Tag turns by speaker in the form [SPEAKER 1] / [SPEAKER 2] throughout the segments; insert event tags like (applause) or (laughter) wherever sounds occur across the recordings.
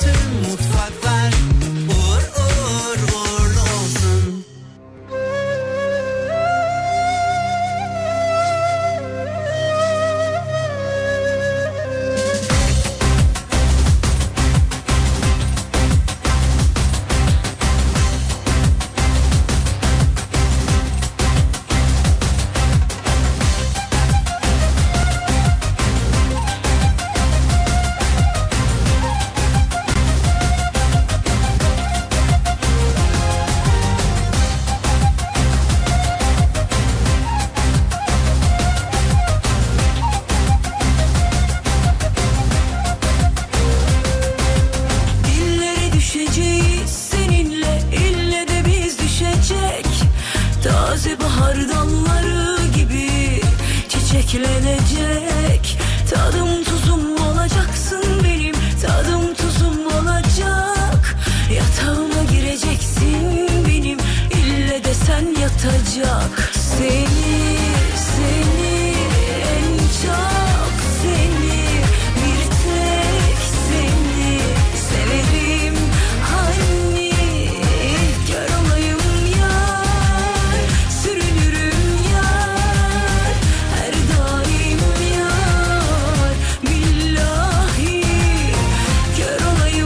[SPEAKER 1] Tüm mutfaklar uğur uğur uğurlu olsun.
[SPEAKER 2] Dillere düşeceğiz seninle ille de biz düşecek Taze bahar dalları gibi çiçeklenecek Tadım tuzum olacaksın benim tadım tuzum olacak Yatağıma gireceksin benim ille de sen yatacak Seni seni en çok seni bir tek seni severim hani kör olayım yar sürünürüm yar her daim yar
[SPEAKER 3] ah hani Hani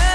[SPEAKER 3] Hani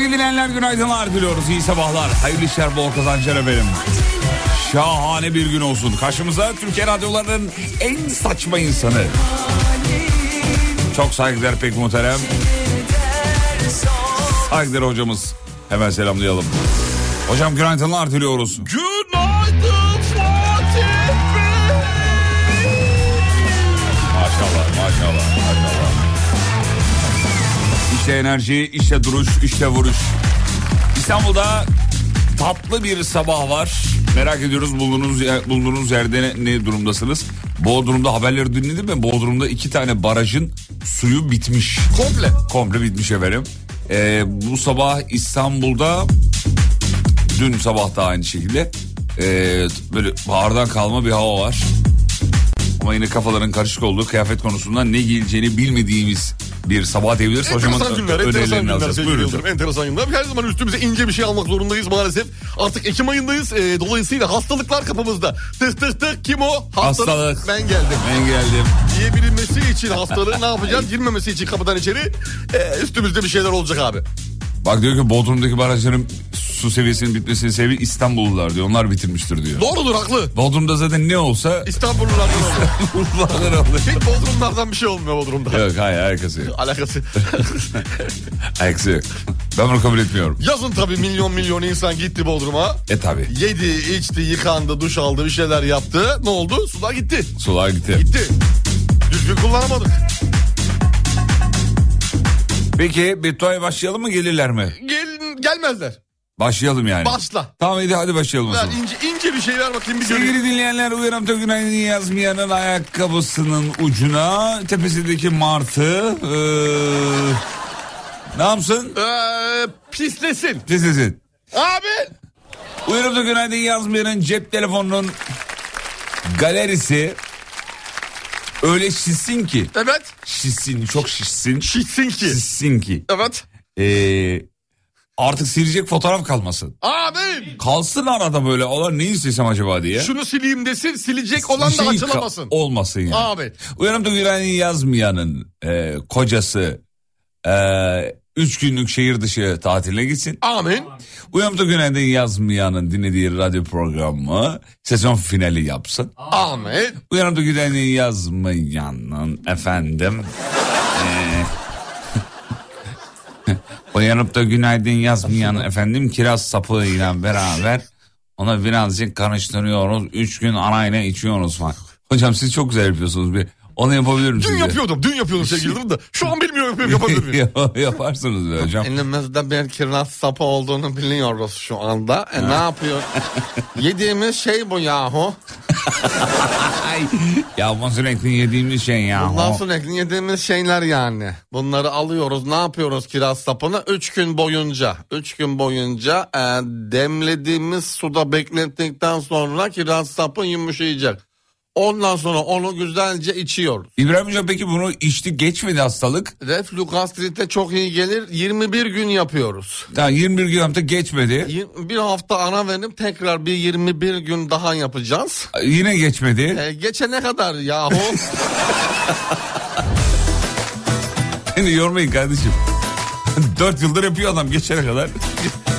[SPEAKER 3] Hani
[SPEAKER 4] Bilenler günaydınlar diliyoruz. İyi sabahlar. Hayırlı işler, bol kazançlar efendim. Şahane bir gün olsun. Karşımıza Türkiye radyolarının en saçma insanı. Çok saygılar pek muhterem. Saygılar hocamız. Hemen selamlayalım. Hocam günaydınlar diliyoruz.
[SPEAKER 5] Günaydın Fatih
[SPEAKER 4] Maşallah, maşallah, maşallah. İşte enerji, işte duruş, işte vuruş. İstanbul'da tatlı bir sabah var. Merak ediyoruz bulunduğunuz, yer- bulunduğunuz yerde ne, ne durumdasınız? Bodrum'da haberleri dinledin mi? Bodrum'da iki tane barajın suyu bitmiş. Komple? Komple bitmiş efendim. Ee, bu sabah İstanbul'da dün sabah da aynı şekilde ee, böyle bahardan kalma bir hava var. Ama yine kafaların karışık olduğu kıyafet konusunda ne giyileceğini bilmediğimiz bir sabah diyebiliriz.
[SPEAKER 5] Enteresan günler, enteresan
[SPEAKER 4] önerilerini
[SPEAKER 5] günler
[SPEAKER 4] alacağız.
[SPEAKER 5] sevgili
[SPEAKER 4] Buyurun.
[SPEAKER 5] Yıldırım, Enteresan günler. Her zaman üstümüze ince bir şey almak zorundayız maalesef. Artık Ekim ayındayız. Ee, dolayısıyla hastalıklar kapımızda. Tık tık tık kim o?
[SPEAKER 4] Hastalık.
[SPEAKER 5] Ben geldim.
[SPEAKER 4] Ben geldim.
[SPEAKER 5] Diyebilmesi için hastalığı ne yapacağız? Girmemesi için kapıdan içeri ee, üstümüzde bir şeyler olacak abi.
[SPEAKER 4] Bak diyor ki Bodrum'daki barajların su seviyesinin bitmesinin sebebi İstanbullular diyor. Onlar bitirmiştir diyor.
[SPEAKER 5] Doğrudur haklı.
[SPEAKER 4] Bodrum'da zaten
[SPEAKER 5] (laughs)
[SPEAKER 4] ne olsa
[SPEAKER 5] İstanbullulardan oluyor.
[SPEAKER 4] Urfalılar alır.
[SPEAKER 5] Hiç Bodrumlardan bir şey olmuyor Bodrum'da.
[SPEAKER 4] Yok hayır alakası yok.
[SPEAKER 5] Alakası. (laughs)
[SPEAKER 4] Alakası yok. Ben bunu kabul etmiyorum.
[SPEAKER 5] Yazın tabii milyon milyon insan gitti Bodrum'a.
[SPEAKER 4] E tabi.
[SPEAKER 5] Yedi, içti, yıkandı, duş aldı, bir şeyler yaptı. Ne oldu? Sular gitti.
[SPEAKER 4] Sular gitti.
[SPEAKER 5] Gitti. Düzgün kullanamadık.
[SPEAKER 4] Peki Beto'ya başlayalım mı gelirler mi?
[SPEAKER 5] Gel, gelmezler.
[SPEAKER 4] Başlayalım yani.
[SPEAKER 5] Başla.
[SPEAKER 4] Tamam hadi, hadi başlayalım o
[SPEAKER 5] Ver,
[SPEAKER 4] zaman.
[SPEAKER 5] ince, ince bir şey ver bakayım bir göreyim.
[SPEAKER 4] Sevgili dinleyenler uyanıp da günaydın yazmayanın ayakkabısının ucuna tepesindeki martı eee, ne yapsın?
[SPEAKER 5] Ee, pislesin.
[SPEAKER 4] Titresin.
[SPEAKER 5] Abi.
[SPEAKER 4] Uyurup da günaydın yazmayanın cep telefonunun galerisi öyle şişsin ki.
[SPEAKER 5] Evet.
[SPEAKER 4] Şişsin çok şişsin.
[SPEAKER 5] Şişsin ki.
[SPEAKER 4] Şişsin ki.
[SPEAKER 5] Evet.
[SPEAKER 4] Ee, artık silecek fotoğraf kalmasın.
[SPEAKER 5] Abi.
[SPEAKER 4] Kalsın arada böyle. Olar ne istesem acaba diye.
[SPEAKER 5] Şunu sileyim desin silecek olan da
[SPEAKER 4] Şey ka-
[SPEAKER 5] açılamasın.
[SPEAKER 4] Olmasın yani.
[SPEAKER 5] Abi.
[SPEAKER 4] Uyanıp da günaydın yazmayanın e, kocası e, üç günlük şehir dışı tatiline gitsin.
[SPEAKER 5] Amin.
[SPEAKER 4] Uyanıp da günaydın yazmayanın dinlediği radyo programı sezon finali yapsın.
[SPEAKER 5] Amin.
[SPEAKER 4] Uyanıp da günaydın yazmayanın efendim. eee, Ee, (laughs) uyanıp da günaydın yazmayan efendim kiraz sapığıyla beraber ona birazcık karıştırıyoruz. Üç gün arayla içiyoruz falan. Hocam siz çok güzel yapıyorsunuz. Bir onu yapabilir misiniz?
[SPEAKER 5] Dün yapıyordum. Dün yapıyordum sevgili Yıldırım da. Şu an bilmiyorum yapıyorum yapabilir miyim?
[SPEAKER 4] (laughs) Yaparsınız be hocam.
[SPEAKER 5] (laughs) E, Elimizde bir kiraz sapı olduğunu biliyoruz şu anda. E, ne (laughs) yapıyor? Yediğimiz şey bu yahu.
[SPEAKER 4] Ay, ya bu sürekli yediğimiz şey ya.
[SPEAKER 5] Bundan
[SPEAKER 4] O-
[SPEAKER 5] sürekli yediğimiz şeyler yani. Bunları alıyoruz. Ne yapıyoruz kiraz sapını? Üç gün boyunca. Üç gün boyunca e, demlediğimiz suda beklettikten sonra kiraz sapı yumuşayacak. Ondan sonra onu güzelce içiyor.
[SPEAKER 4] İbrahim Hocam peki bunu içti geçmedi hastalık.
[SPEAKER 5] Reflü gastrite çok iyi gelir. 21 gün yapıyoruz.
[SPEAKER 4] Daha 21 gramda geçmedi.
[SPEAKER 5] Yir- Bir hafta ara verip tekrar bir 21 gün daha yapacağız.
[SPEAKER 4] Yine geçmedi.
[SPEAKER 5] E, geçene kadar yahu. (laughs)
[SPEAKER 4] Beni yormayın kardeşim. (laughs) Dört yıldır yapıyor adam geçene kadar.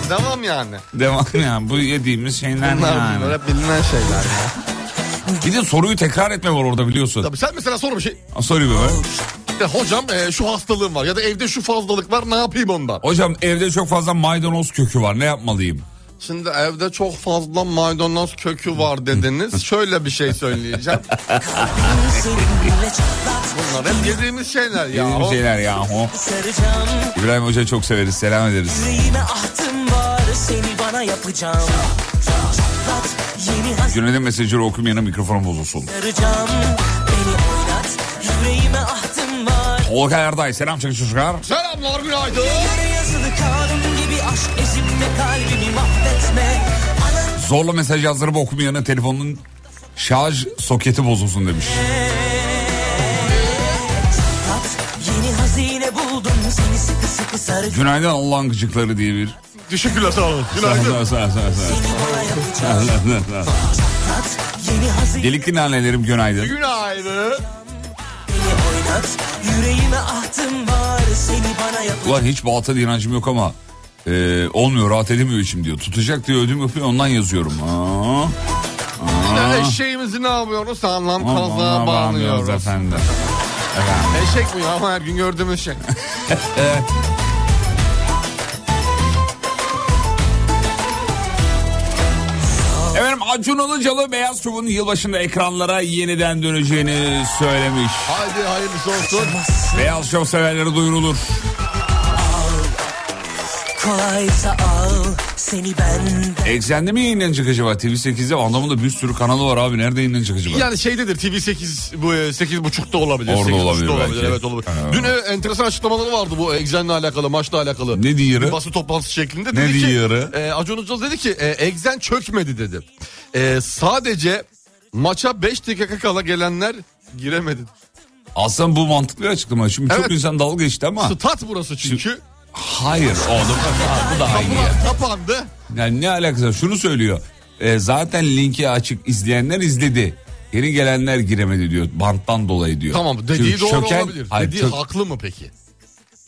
[SPEAKER 5] Devam yani. (laughs)
[SPEAKER 4] Devam yani bu yediğimiz şeyler
[SPEAKER 5] Bunlar
[SPEAKER 4] yani.
[SPEAKER 5] bunlar hep bilinen şeyler. ya.
[SPEAKER 4] Bir de soruyu tekrar etme var orada biliyorsun.
[SPEAKER 5] Tabii sen mesela sor bir şey.
[SPEAKER 4] Soruyu be.
[SPEAKER 5] İşte hocam e, şu hastalığım var ya da evde şu fazlalık var ne yapayım ondan?
[SPEAKER 4] Hocam evde çok fazla maydanoz kökü var ne yapmalıyım?
[SPEAKER 5] Şimdi evde çok fazla maydanoz kökü var (laughs) dediniz. Şöyle bir şey söyleyeceğim. Bunlar hep yediğimiz şeyler ya.
[SPEAKER 4] Yediğimiz şeyler yahu.
[SPEAKER 2] Saracağım
[SPEAKER 4] İbrahim Hoca çok severiz selam ederiz.
[SPEAKER 2] yüreğime ahtım var seni bana yapacağım. Çatlat yeni hazır
[SPEAKER 4] Günaydın mesajları okumayana mikrofon bozulsun.
[SPEAKER 2] saracağım beni oynat yüreğime ahtım var.
[SPEAKER 4] Tolga Erday selam çakı çocuklar.
[SPEAKER 5] Selamlar günaydın.
[SPEAKER 2] Yere yazılı kanun gibi aşk ezimle kalbimi mahvetme. Ananı
[SPEAKER 4] Zorla mesaj yazdırıp okumayana telefonun şarj soketi bozulsun demiş.
[SPEAKER 2] çatlat yeni hazine buldum seni sıkı sıkı saracağım.
[SPEAKER 4] Günaydın Allah'ın gıcıkları diye bir.
[SPEAKER 5] Teşekkürler sağ olun. Günaydın.
[SPEAKER 4] (laughs) Sağ- sağ- sağ- sağ.
[SPEAKER 2] Seni bana yapacağım. Çatlat yeni hazine
[SPEAKER 4] Delikli nanelerim günaydın.
[SPEAKER 5] Günaydın.
[SPEAKER 2] oynat yüreğime ahtım var seni bana yapacağım.
[SPEAKER 4] Ulan hiç batıl inancım yok ama Ee, olmuyor rahat edemiyor içim diyor. Tutacak diye ödüm yapıyor ondan yazıyorum. Aa,
[SPEAKER 5] İşte eşeğimizi ne yapıyoruz? Anlam
[SPEAKER 4] aman,
[SPEAKER 5] kazığa
[SPEAKER 4] aman,
[SPEAKER 5] bağlıyoruz.
[SPEAKER 4] efendim.
[SPEAKER 5] Eşek mi ya? Ama her gün gördüğümüz (laughs) şey.
[SPEAKER 4] Efendim Acun Ilıcalı Beyaz Şov'un yılbaşında ekranlara yeniden döneceğini söylemiş.
[SPEAKER 5] Haydi hayırlısı olsun.
[SPEAKER 4] Beyaz Şov severleri duyurulur.
[SPEAKER 2] Kolaysa al seni benden
[SPEAKER 4] Eksende mi yayınlanacak acaba? TV8'de anlamında bir sürü kanalı var abi. Nerede yayınlanacak acaba?
[SPEAKER 5] Yani şeydedir TV8 bu 8 buçukta olabilir.
[SPEAKER 4] Orada
[SPEAKER 5] 8.30'da
[SPEAKER 4] olabilir belki.
[SPEAKER 5] Evet olabilir.
[SPEAKER 4] Ha.
[SPEAKER 5] Dün e, enteresan açıklamaları vardı bu Exxen'le alakalı, maçla alakalı.
[SPEAKER 4] Ne diyor?
[SPEAKER 5] Bir basın toplantısı şeklinde.
[SPEAKER 4] Ne
[SPEAKER 5] dedi ki,
[SPEAKER 4] diyor?
[SPEAKER 5] E, Acun Ilıcalı dedi ki e, Exxen çökmedi dedi. E, sadece maça 5 dakika kala gelenler giremedi.
[SPEAKER 4] Aslında bu mantıklı bir açıklama. Şimdi
[SPEAKER 5] Evet.
[SPEAKER 4] çok insan dalga geçti ama.
[SPEAKER 5] Stat burası çünkü.
[SPEAKER 4] Hayır oğlum. (laughs) bu da aynı. ya.
[SPEAKER 5] Kapılar kapandı.
[SPEAKER 4] Yani ne alakası var? Şunu söylüyor. E, zaten linki açık izleyenler izledi. Yeni gelenler giremedi diyor. Banttan dolayı diyor.
[SPEAKER 5] Tamam dediği
[SPEAKER 4] Çünkü
[SPEAKER 5] doğru
[SPEAKER 4] çöken-
[SPEAKER 5] olabilir.
[SPEAKER 4] Hayır,
[SPEAKER 5] dediği
[SPEAKER 4] çök-
[SPEAKER 5] haklı mı peki?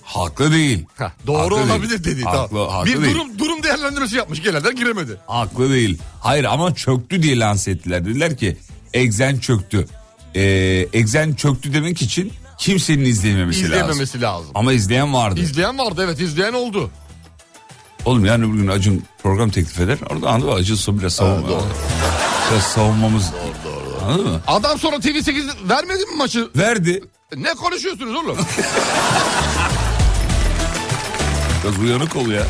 [SPEAKER 4] haklı değil.
[SPEAKER 5] Heh, doğru
[SPEAKER 4] Haklı
[SPEAKER 5] olabilir
[SPEAKER 4] değil.
[SPEAKER 5] dediği
[SPEAKER 4] Haklı,
[SPEAKER 5] tamam.
[SPEAKER 4] haklı
[SPEAKER 5] bir
[SPEAKER 4] değil.
[SPEAKER 5] durum durum değerlendirmesi yapmış gelenler giremedi.
[SPEAKER 4] Haklı değil. Hayır ama çöktü diye lanse ettiler. Dediler ki egzen çöktü. Ee, egzen çöktü demek için kimsenin izleyememesi, lazım.
[SPEAKER 5] İzleyememesi lazım.
[SPEAKER 4] Ama izleyen vardı.
[SPEAKER 5] İzleyen vardı evet izleyen oldu.
[SPEAKER 4] Oğlum yani bugün Acun program teklif eder. Orada anı var. Acun Su biraz savunma. Biraz savunmamız. Anladın mı?
[SPEAKER 5] Adam sonra TV8 vermedi mi maçı?
[SPEAKER 4] Verdi.
[SPEAKER 5] Ne konuşuyorsunuz oğlum?
[SPEAKER 4] Biraz uyanık ol ya.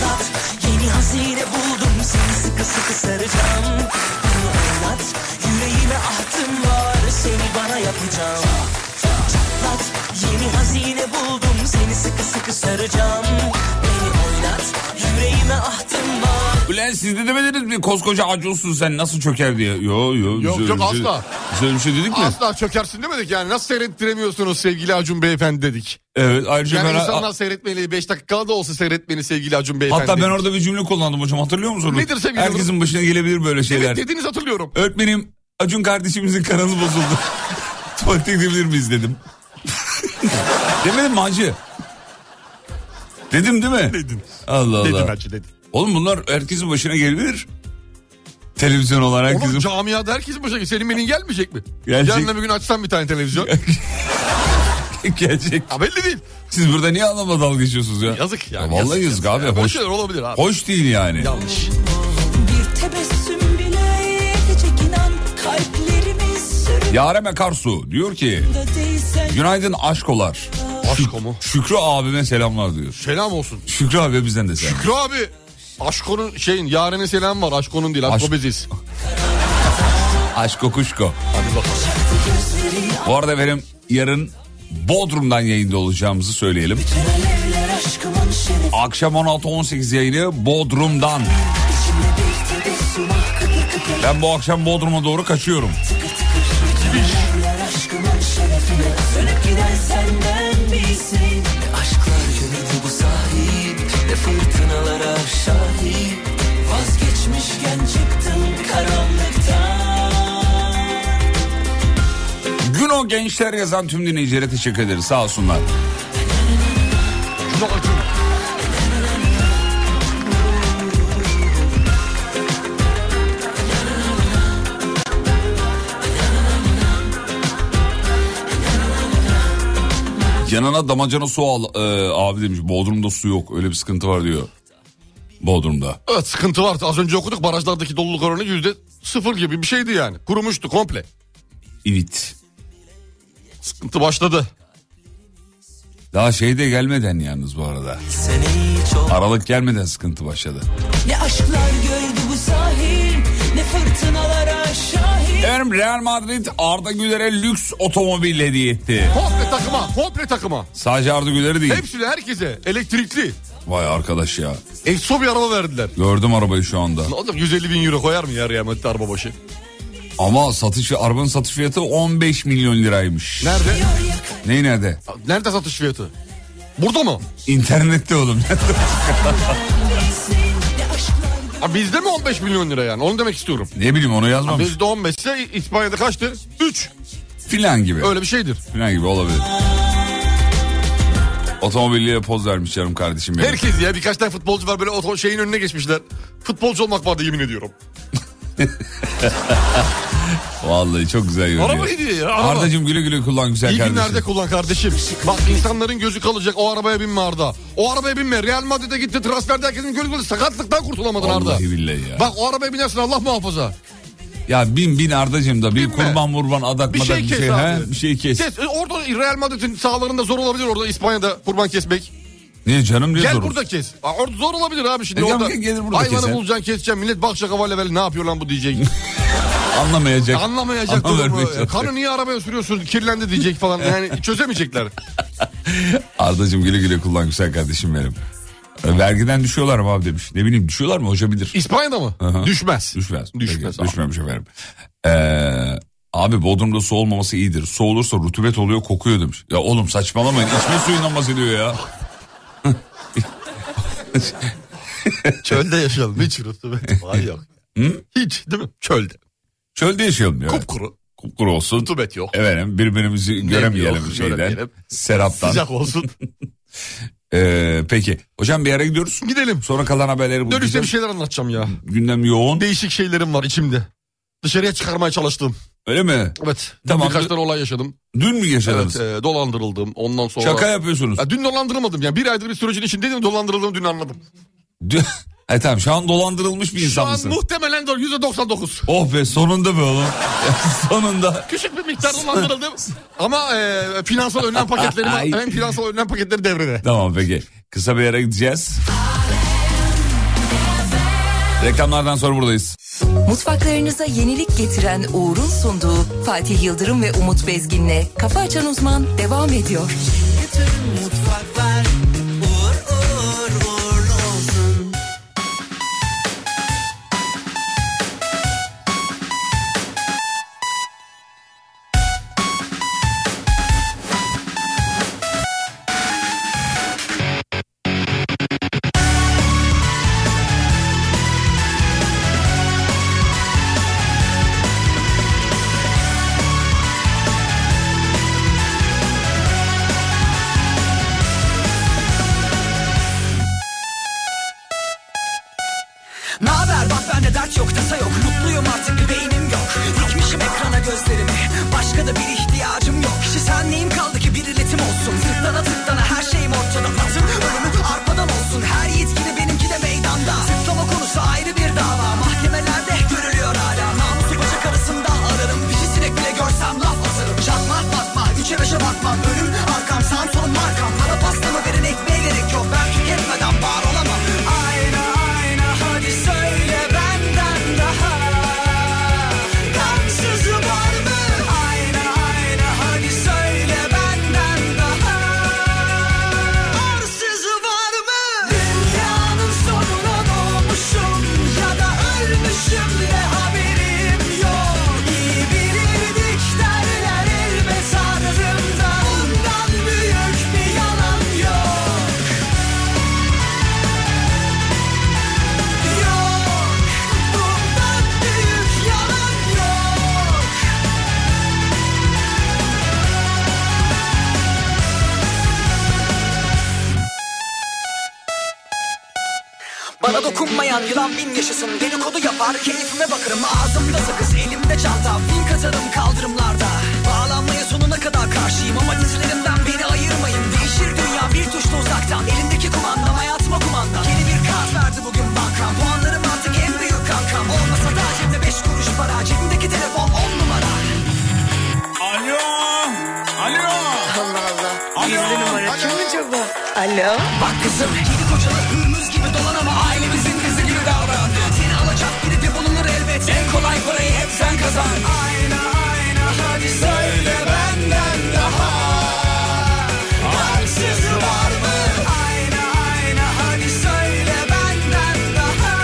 [SPEAKER 2] tat Yeni hazine buldum seni sıkı sıkı saracağım Bunu anlat yüreğime ahtım var seni bana yapacağım Çatlat yeni hazine buldum seni sıkı sıkı saracağım Beni oynat yüreğime ahtım var
[SPEAKER 4] Ulan siz de demediniz mi koskoca Acun'sun sen nasıl çöker diye. Yo yo.
[SPEAKER 5] Yok,
[SPEAKER 4] bize
[SPEAKER 5] yok,
[SPEAKER 4] öyle bir şey-
[SPEAKER 5] asla.
[SPEAKER 4] Bize öyle bir şey dedik mi?
[SPEAKER 5] Asla çökersin demedik yani. Nasıl seyrettiremiyorsunuz sevgili Acun Beyefendi dedik.
[SPEAKER 4] Evet ayrıca
[SPEAKER 5] Yani
[SPEAKER 4] ben...
[SPEAKER 5] insanlar seyretmeli 5 dakikada da olsa seyretmeli sevgili Acun Beyefendi.
[SPEAKER 4] Hatta ben
[SPEAKER 5] dedik.
[SPEAKER 4] orada bir cümle kullandım hocam hatırlıyor musunuz?
[SPEAKER 5] Nedir sevgili
[SPEAKER 4] Herkesin
[SPEAKER 5] durum?
[SPEAKER 4] başına gelebilir böyle şeyler.
[SPEAKER 5] Evet dediğinizi hatırlıyorum.
[SPEAKER 4] Öğretmenim Acun kardeşimizin kanalı bozuldu.
[SPEAKER 5] (laughs)
[SPEAKER 4] Tuvalete gidebilir miyiz dedim. (laughs) Demedim mi hacı? Dedim değil mi?
[SPEAKER 5] Dedin.
[SPEAKER 4] Allah Allah.
[SPEAKER 5] Dedim bence dedim.
[SPEAKER 4] Oğlum bunlar herkesin başına gelebilir. Televizyon olan herkesin.
[SPEAKER 5] Oğlum camiada herkes bu şekilde. Senin benim gelmeyecek mi?
[SPEAKER 4] Gelecek.
[SPEAKER 5] Yarın bir gün açsam bir tane televizyon.
[SPEAKER 4] (laughs) Gelecek.
[SPEAKER 5] ha belli değil.
[SPEAKER 4] Siz burada niye anlamla dalga geçiyorsunuz ya?
[SPEAKER 5] Yazık yani.
[SPEAKER 4] Ya vallahi yazık, abi.
[SPEAKER 5] Yani böyle
[SPEAKER 4] hoş,
[SPEAKER 5] şeyler olabilir abi.
[SPEAKER 4] hoş değil yani.
[SPEAKER 5] Yanlış.
[SPEAKER 3] Bir tebessüm bile yetecek inan kalplerimiz sürüp
[SPEAKER 4] Yareme Karsu diyor ki
[SPEAKER 3] da değilsen
[SPEAKER 4] günaydın aşkolar.
[SPEAKER 5] Aşko mu?
[SPEAKER 4] Şükrü abime selamlar diyor.
[SPEAKER 5] Selam olsun.
[SPEAKER 4] Şükrü abi bizden de selam.
[SPEAKER 5] Şükrü abi. Aşko'nun şeyin yarene selam var. Aşko'nun değil. Aşko
[SPEAKER 4] Aşk-
[SPEAKER 5] biziz.
[SPEAKER 4] Aşko kuşko.
[SPEAKER 5] Hadi bakalım.
[SPEAKER 4] Bu arada benim yarın Bodrum'dan yayında olacağımızı söyleyelim.
[SPEAKER 3] bütün alevler aşkımın şerefi
[SPEAKER 4] Akşam 16-18 yayını Bodrum'dan.
[SPEAKER 3] içimde bir tebessüm ah kıpır kıpır
[SPEAKER 4] Ben bu akşam Bodrum'a doğru kaçıyorum.
[SPEAKER 3] tıkır tıkır bütün alevler aşkımın şerefine sönüp giden senden bilsin
[SPEAKER 2] Aşklar yönüdü bu sahip Ne fırtınalara şahit Vazgeçmişken çıktın karanlıktan
[SPEAKER 4] Gün o gençler yazan tüm dinleyicilere teşekkür ederiz. Sağ olsunlar.
[SPEAKER 5] Şuna bak, şuna.
[SPEAKER 4] Yanına damacana su al e, abi demiş. Bodrum'da su yok. Öyle bir sıkıntı var diyor. Bodrum'da.
[SPEAKER 5] Evet sıkıntı vardı. Az önce okuduk barajlardaki doluluk oranı yüzde sıfır gibi bir şeydi yani. Kurumuştu komple.
[SPEAKER 4] İvit.
[SPEAKER 5] Sıkıntı başladı.
[SPEAKER 4] Daha şey de gelmeden yalnız bu arada.
[SPEAKER 2] Seni çok
[SPEAKER 4] Aralık gelmeden sıkıntı başladı.
[SPEAKER 2] Ne aşklar gördü bu sahil Ne fırtınalara şahit
[SPEAKER 4] Efendim Real Madrid Arda Güler'e lüks otomobil hediye etti.
[SPEAKER 5] Komple takıma, komple takıma.
[SPEAKER 4] Sadece Arda Güler'e değil.
[SPEAKER 5] Hepsine herkese elektrikli.
[SPEAKER 4] Vay arkadaş ya.
[SPEAKER 5] Ekso bir araba verdiler.
[SPEAKER 4] Gördüm arabayı şu anda.
[SPEAKER 5] Ne Oğlum 150 bin euro koyar mı ya Real Madrid araba başı?
[SPEAKER 4] Ama satış arabanın satış fiyatı 15 milyon liraymış.
[SPEAKER 5] Nerede?
[SPEAKER 4] Ney nerede?
[SPEAKER 5] Nerede satış fiyatı? Burada mı?
[SPEAKER 4] İnternette oğlum. (laughs)
[SPEAKER 5] Ha, bizde mi 15 milyon lira yani? Onu demek istiyorum.
[SPEAKER 4] ne bileyim onu yazmamış.
[SPEAKER 5] Bizde 15 ise İspanya'da kaçtı? 3.
[SPEAKER 4] Filan gibi.
[SPEAKER 5] Öyle bir şeydir.
[SPEAKER 4] Filan gibi olabilir. Otomobiliyle poz vermiş canım kardeşim benim.
[SPEAKER 5] Herkes ya birkaç tane futbolcu var böyle oto şeyin önüne geçmişler. Futbolcu olmak vardı yemin ediyorum.
[SPEAKER 4] Vallahi çok güzel görünüyor.
[SPEAKER 5] Araba iyi ya, araba.
[SPEAKER 4] Ardacığım güle güle kullan güzel
[SPEAKER 5] İyi
[SPEAKER 4] kardeşim.
[SPEAKER 5] günlerde kullan kardeşim. Bak insanların gözü kalacak o arabaya binme Arda. O arabaya binme. Real Madrid'e gitti transferde herkesin gözü kalacak. Sakatlıktan kurtulamadın Arda.
[SPEAKER 4] Vallahi billahi ya.
[SPEAKER 5] Bak o arabaya binersin Allah muhafaza.
[SPEAKER 4] Ya bin bin Ardacığım da bir
[SPEAKER 5] Binme.
[SPEAKER 4] kurban vurban adak
[SPEAKER 5] Bir
[SPEAKER 4] madak
[SPEAKER 5] şey
[SPEAKER 4] bir
[SPEAKER 5] kes
[SPEAKER 4] şey,
[SPEAKER 5] abi.
[SPEAKER 4] he? bir şey kes.
[SPEAKER 5] Kes, e, orada Real Madrid'in sahalarında zor olabilir orada İspanya'da kurban kesmek.
[SPEAKER 4] Niye canım ne
[SPEAKER 5] Gel
[SPEAKER 4] zoruz?
[SPEAKER 5] burada kes. Aa, Orada zor olabilir abi şimdi.
[SPEAKER 4] E, gel-
[SPEAKER 5] orada
[SPEAKER 4] gel- gelir burada
[SPEAKER 5] hayvanı
[SPEAKER 4] keser.
[SPEAKER 5] bulacaksın keseceksin. Millet bakacak havale böyle ne yapıyor lan bu
[SPEAKER 4] (laughs)
[SPEAKER 5] diyecek.
[SPEAKER 4] Anlamayacak.
[SPEAKER 5] Anlamayacak
[SPEAKER 4] Anlam
[SPEAKER 5] durumu.
[SPEAKER 4] vermeyecek.
[SPEAKER 5] Kanı niye arabaya sürüyorsun kirlendi diyecek falan.
[SPEAKER 4] (laughs)
[SPEAKER 5] Yani çözemeyecekler.
[SPEAKER 4] Ardacığım güle güle kullan güzel kardeşim benim. E, Vergiden düşüyorlar mı abi demiş. Ne bileyim düşüyorlar mı hoca bilir.
[SPEAKER 5] İspanya'da mı?
[SPEAKER 4] Aha.
[SPEAKER 5] Düşmez.
[SPEAKER 4] Düşmez.
[SPEAKER 5] Düşmez.
[SPEAKER 4] Peki, düşmemiş efendim. Ee, abi Bodrum'da su olmaması iyidir. Su olursa rutubet oluyor kokuyor demiş. Ya oğlum saçmalamayın içme suyundan bahsediyor ya.
[SPEAKER 5] Çölde yaşayalım. Hiç
[SPEAKER 4] (laughs)
[SPEAKER 5] rutubet var yok. Hiç değil mi? Çölde.
[SPEAKER 4] Çölde yaşayalım ya.
[SPEAKER 5] Kupkuru.
[SPEAKER 4] Kupkuru olsun.
[SPEAKER 5] Rutubet yok.
[SPEAKER 4] Efendim birbirimizi göremeyelim
[SPEAKER 5] yok,
[SPEAKER 4] şeyden.
[SPEAKER 5] göremeyelim.
[SPEAKER 4] Seraptan.
[SPEAKER 5] Sıcak
[SPEAKER 4] (laughs)
[SPEAKER 5] olsun.
[SPEAKER 4] Ee, peki. Hocam bir yere gidiyoruz.
[SPEAKER 5] Gidelim.
[SPEAKER 4] Sonra kalan haberleri bu.
[SPEAKER 5] Dönüşte bir şey- şeyler anlatacağım ya.
[SPEAKER 4] Gündem yoğun.
[SPEAKER 5] Değişik şeylerim var içimde. Dışarıya çıkarmaya çalıştım.
[SPEAKER 4] Öyle mi?
[SPEAKER 5] Evet.
[SPEAKER 4] Tamam.
[SPEAKER 5] Birkaç tane olay yaşadım.
[SPEAKER 4] Dün mü yaşadınız?
[SPEAKER 5] Evet. e, dolandırıldım. Ondan sonra...
[SPEAKER 4] Şaka yapıyorsunuz.
[SPEAKER 5] Ya dün dolandırılmadım yani bir aydır bir sürecin içindeydim dolandırıldığımı dün anladım.
[SPEAKER 4] Dün... Ha, tamam şu an dolandırılmış bir
[SPEAKER 5] Şu
[SPEAKER 4] insan
[SPEAKER 5] an
[SPEAKER 4] mısın?
[SPEAKER 5] muhtemelen do- %99.
[SPEAKER 4] Oh be sonunda be oğlum. (laughs) sonunda.
[SPEAKER 5] Küçük bir
[SPEAKER 4] (laughs)
[SPEAKER 5] miktar dolandırıldım ama e, finansal önlem paketleri var.
[SPEAKER 4] (laughs) Ay.
[SPEAKER 5] Hem finansal önlem paketleri devrede.
[SPEAKER 4] Tamam peki. Kısa bir yere gideceğiz. Reklamlardan sonra buradayız.
[SPEAKER 6] Mutfaklarınıza yenilik getiren Uğur'un sunduğu Fatih Yıldırım ve Umut Bezgin'le Kafa Açan Uzman devam ediyor.
[SPEAKER 1] Bütün mutfaklar uğur uğur uğurlu olsun.
[SPEAKER 2] Naber bak bende dert yok tasa yok Mutluyum artık bir beynim yok Dikmişim ekrana gözlerimi Başka da bir ihtiyacım yok Kişi neyim kaldı ki bir iletim olsun Tıklana tıklana her şeyim ortada Atım ölümü arpadan olsun Her yiğit gibi benimki de meydanda Tıklama konusu ayrı bir dava Mahkemelerde görülüyor hala Namusu bacak arasında ararım Dişi sinek bile görsem laf atarım Çatma batma üçe beşe bakmam Önüm arkam sağım solum markam Para pastamı verin ekmeğe gerek yok Ben tüketmeden var olamam Ayna ayna hadi söyle benden daha Gamsızı var mı? Ayna ayna hadi söyle benden daha Arsızı var mı? Dünyanın sonuna doğmuşum ya da ölmüşüm de haberim yok İyi bilirdik derler elbet ardımda Bundan büyük bir yalan yok Yok, bundan büyük yalan yok. Bana dokunmayan yılan bin yaşasın Dedikodu yapar keyfime bakarım Ağzımda sakız elimde çanta Bin katarım kaldırımlarda Bağlanmaya sonuna kadar karşıyım Ama dizilerimden beni ayırmayın Değişir dünya bir tuşla uzaktan Elimdeki kumandam hayatıma kumandan Yeni bir kart verdi bugün bankam Puanlarım artık en büyük kankam Olmasa da cebimde beş kuruş para Cebimdeki telefon on numara
[SPEAKER 4] Alo. Alo.
[SPEAKER 7] Allah Allah.
[SPEAKER 4] Alo.
[SPEAKER 7] Gizli numara kim acaba? Alo.
[SPEAKER 2] Bak kızım yedi kocalı hürmüz gibi dolan ama ailemizin kızı gibi davran Seni alacak biri de bulunur elbet En kolay parayı hep sen kazan Ayna ayna hadi söyle benden daha Haksızı var mı? Ayna ayna hadi söyle benden daha